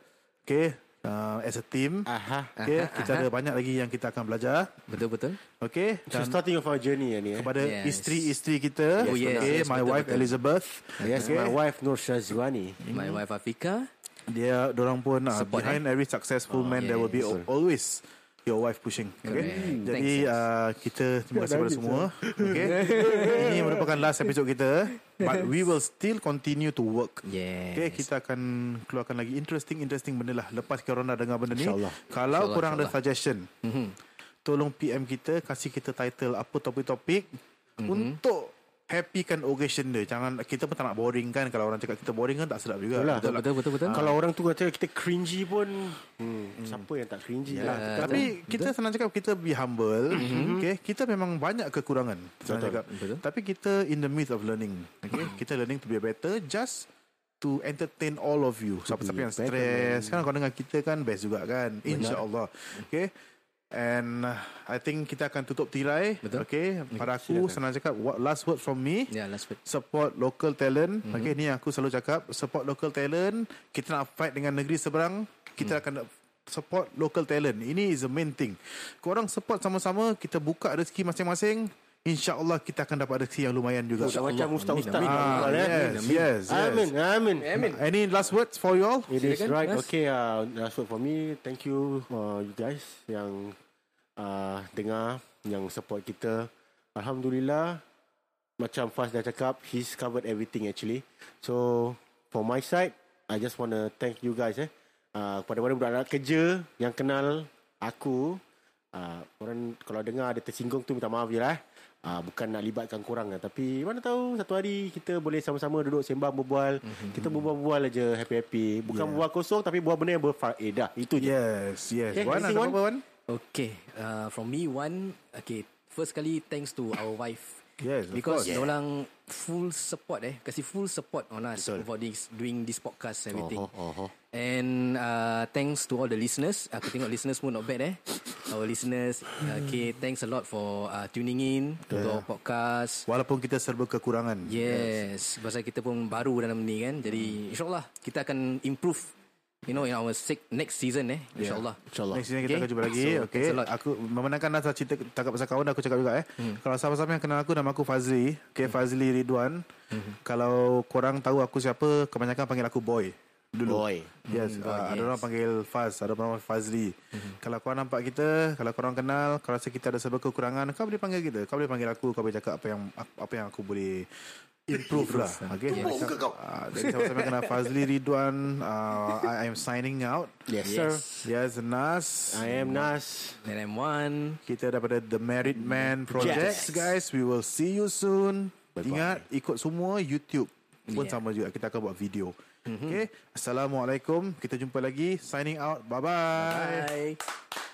Speaker 1: Okay. uh, as a team.
Speaker 5: Aha.
Speaker 1: Okay, kita ada banyak lagi yang kita akan belajar.
Speaker 4: Betul betul.
Speaker 1: Okay,
Speaker 5: So starting of our journey ni eh.
Speaker 1: kepada
Speaker 4: Yes.
Speaker 1: isteri-isteri kita.
Speaker 4: Oh, yes,
Speaker 1: okay,
Speaker 4: yes,
Speaker 1: my
Speaker 4: betul,
Speaker 1: wife
Speaker 4: betul.
Speaker 1: Elizabeth.
Speaker 5: Yes, my wife Nur Syazwani.
Speaker 4: My
Speaker 1: Hmm.
Speaker 4: wife Afika.
Speaker 1: Dia orang pun uh,
Speaker 4: Support,
Speaker 1: behind every successful
Speaker 4: Oh,
Speaker 1: man there will be
Speaker 4: yes.
Speaker 1: al- always your wife pushing. Okay.
Speaker 4: Correct.
Speaker 1: Jadi
Speaker 4: Thanks,
Speaker 1: uh, kita terima kasih kepada semua. Okay. Ini merupakan last episode kita but we will still continue to work.
Speaker 4: Yes.
Speaker 1: Okay, kita akan keluarkan lagi interesting interesting benda lah lepas korang dah dengar benda ni.
Speaker 5: InsyaAllah.
Speaker 1: Kalau
Speaker 4: InsyaAllah,
Speaker 1: korang ada
Speaker 4: insyaAllah.
Speaker 1: suggestion, mm-hmm. tolong PM kita, kasih kita title apa topik-topik mm-hmm. untuk happykan occasion dia. Jangan kita pun tak nak boring kan kalau orang cakap kita boring kan tak sedap juga.
Speaker 5: Betul lah.
Speaker 4: Betul betul betul betul.
Speaker 5: Kalau orang tu kata kita cringy pun hmm, siapa yang tak cringy
Speaker 1: Yalah,
Speaker 5: lah.
Speaker 1: tapi kita senang cakap kita be humble. Okay, kita memang banyak kekurangan. Senang cakap.
Speaker 4: Mhm. Betul. Mhm.
Speaker 1: Tapi kita in the midst of learning. Okay, kita learning to be better just to entertain all of you. Siapa-siapa yang stres kan kau dengar kita kan best juga kan. Insya-Allah. Okay. And uh, I think kita akan tutup tirai.
Speaker 4: Betul.
Speaker 1: Okay. Pada aku senang cakap what, last word from me
Speaker 4: Ya, last word.
Speaker 1: support local talent. Mm-hmm. Okay, ni yang aku selalu cakap, support local talent. Kita nak fight dengan negeri seberang, kita mm. akan nak support local talent. Ini is the main thing. Korang support sama-sama, kita buka rezeki masing-masing. InsyaAllah kita akan dapat rezeki yang lumayan juga.
Speaker 5: Tak macam ustaz-ustaz.
Speaker 4: Amin,
Speaker 1: Ah,
Speaker 5: Amin.
Speaker 1: yes, yes, yes.
Speaker 5: Amin. Amin. Amin.
Speaker 1: Any last words for you all?
Speaker 5: It is
Speaker 4: Silakan,
Speaker 5: right.
Speaker 4: Nas.
Speaker 5: Okay, uh, that's all for me. Thank you, uh, you guys yang uh, dengar, yang support kita. Alhamdulillah, macam Faz dah cakap, he's covered everything actually. So, for my side, I just want to thank you guys eh. Uh, kepada mana budak-budak kerja yang kenal aku, uh, orang kalau dengar ada tersinggung tu minta maaf je lah. eh. Uh, bukan nak libatkan korang lah Tapi mana tahu Satu hari kita boleh sama-sama Duduk sembang berbual mm-hmm. Kita berbual-bual aja Happy-happy Bukan yeah. berbual kosong Tapi bual benda yang berfaedah Itu
Speaker 1: Ya,
Speaker 5: je
Speaker 1: Yes, yes.
Speaker 5: Okay,
Speaker 1: Wan, ada
Speaker 5: anything, Wan?
Speaker 1: apa-apa, Wan?
Speaker 4: Okay, uh, from me one. Okay, first kali thanks to our wife.
Speaker 1: Yes, of
Speaker 4: because
Speaker 1: course. Yeah.
Speaker 4: orang full support eh, kasi full support on us Betul. for this doing this podcast everything.
Speaker 1: Uh-huh,
Speaker 5: Oho, oho.
Speaker 4: And uh, thanks to all the listeners. Aku tengok listeners pun not bad eh. Our listeners, okay, thanks a lot for uh, tuning in to our podcast.
Speaker 1: Walaupun kita serba kekurangan.
Speaker 4: Yes, pasal kita pun baru dalam ni kan. Jadi insyaallah kita akan improve you know in our sec- next season eh insyaallah.
Speaker 5: InsyaAllah
Speaker 1: Next season kita
Speaker 4: Okay.
Speaker 1: akan jumpa lagi.
Speaker 4: So,
Speaker 1: okay.
Speaker 4: thanks a lot.
Speaker 1: Aku membenarkan Nas cerita cakap pasal kawan aku cakap juga eh. Hmm. Kalau siapa-siapa yang kenal aku nama aku Fazli. Okay, Fazli Ridwan. Hmm. Kalau korang tahu aku siapa, kebanyakan panggil aku boy. Dulu.
Speaker 5: Boy.
Speaker 1: Yes, hmm,
Speaker 4: Hmm, boy,
Speaker 1: uh, ada
Speaker 4: yes.
Speaker 1: orang panggil Faz, ada orang panggil Fazli. Hmm. Kalau korang nampak kita, kalau korang kenal, kalau rasa kita ada sebuah kekurangan, kau boleh panggil kita. Kau boleh panggil aku, kau boleh cakap apa yang apa yang aku boleh improve lah. Okay. Tumbuk muka kau. Uh, jadi sama-sama kena Fazli Ridwan. Uh, I am signing out.
Speaker 5: Yes, sir.
Speaker 1: Yes, Nas.
Speaker 5: I am Nas
Speaker 4: And I'm one.
Speaker 1: Kita daripada The Married Man Projects, guys. We will see you soon. Ingat, ikut semua YouTube pun
Speaker 4: Yeah.
Speaker 1: sama juga. Kita akan buat video. Okay. Assalamualaikum. Kita jumpa lagi. Signing out. Bye-bye.
Speaker 4: Bye.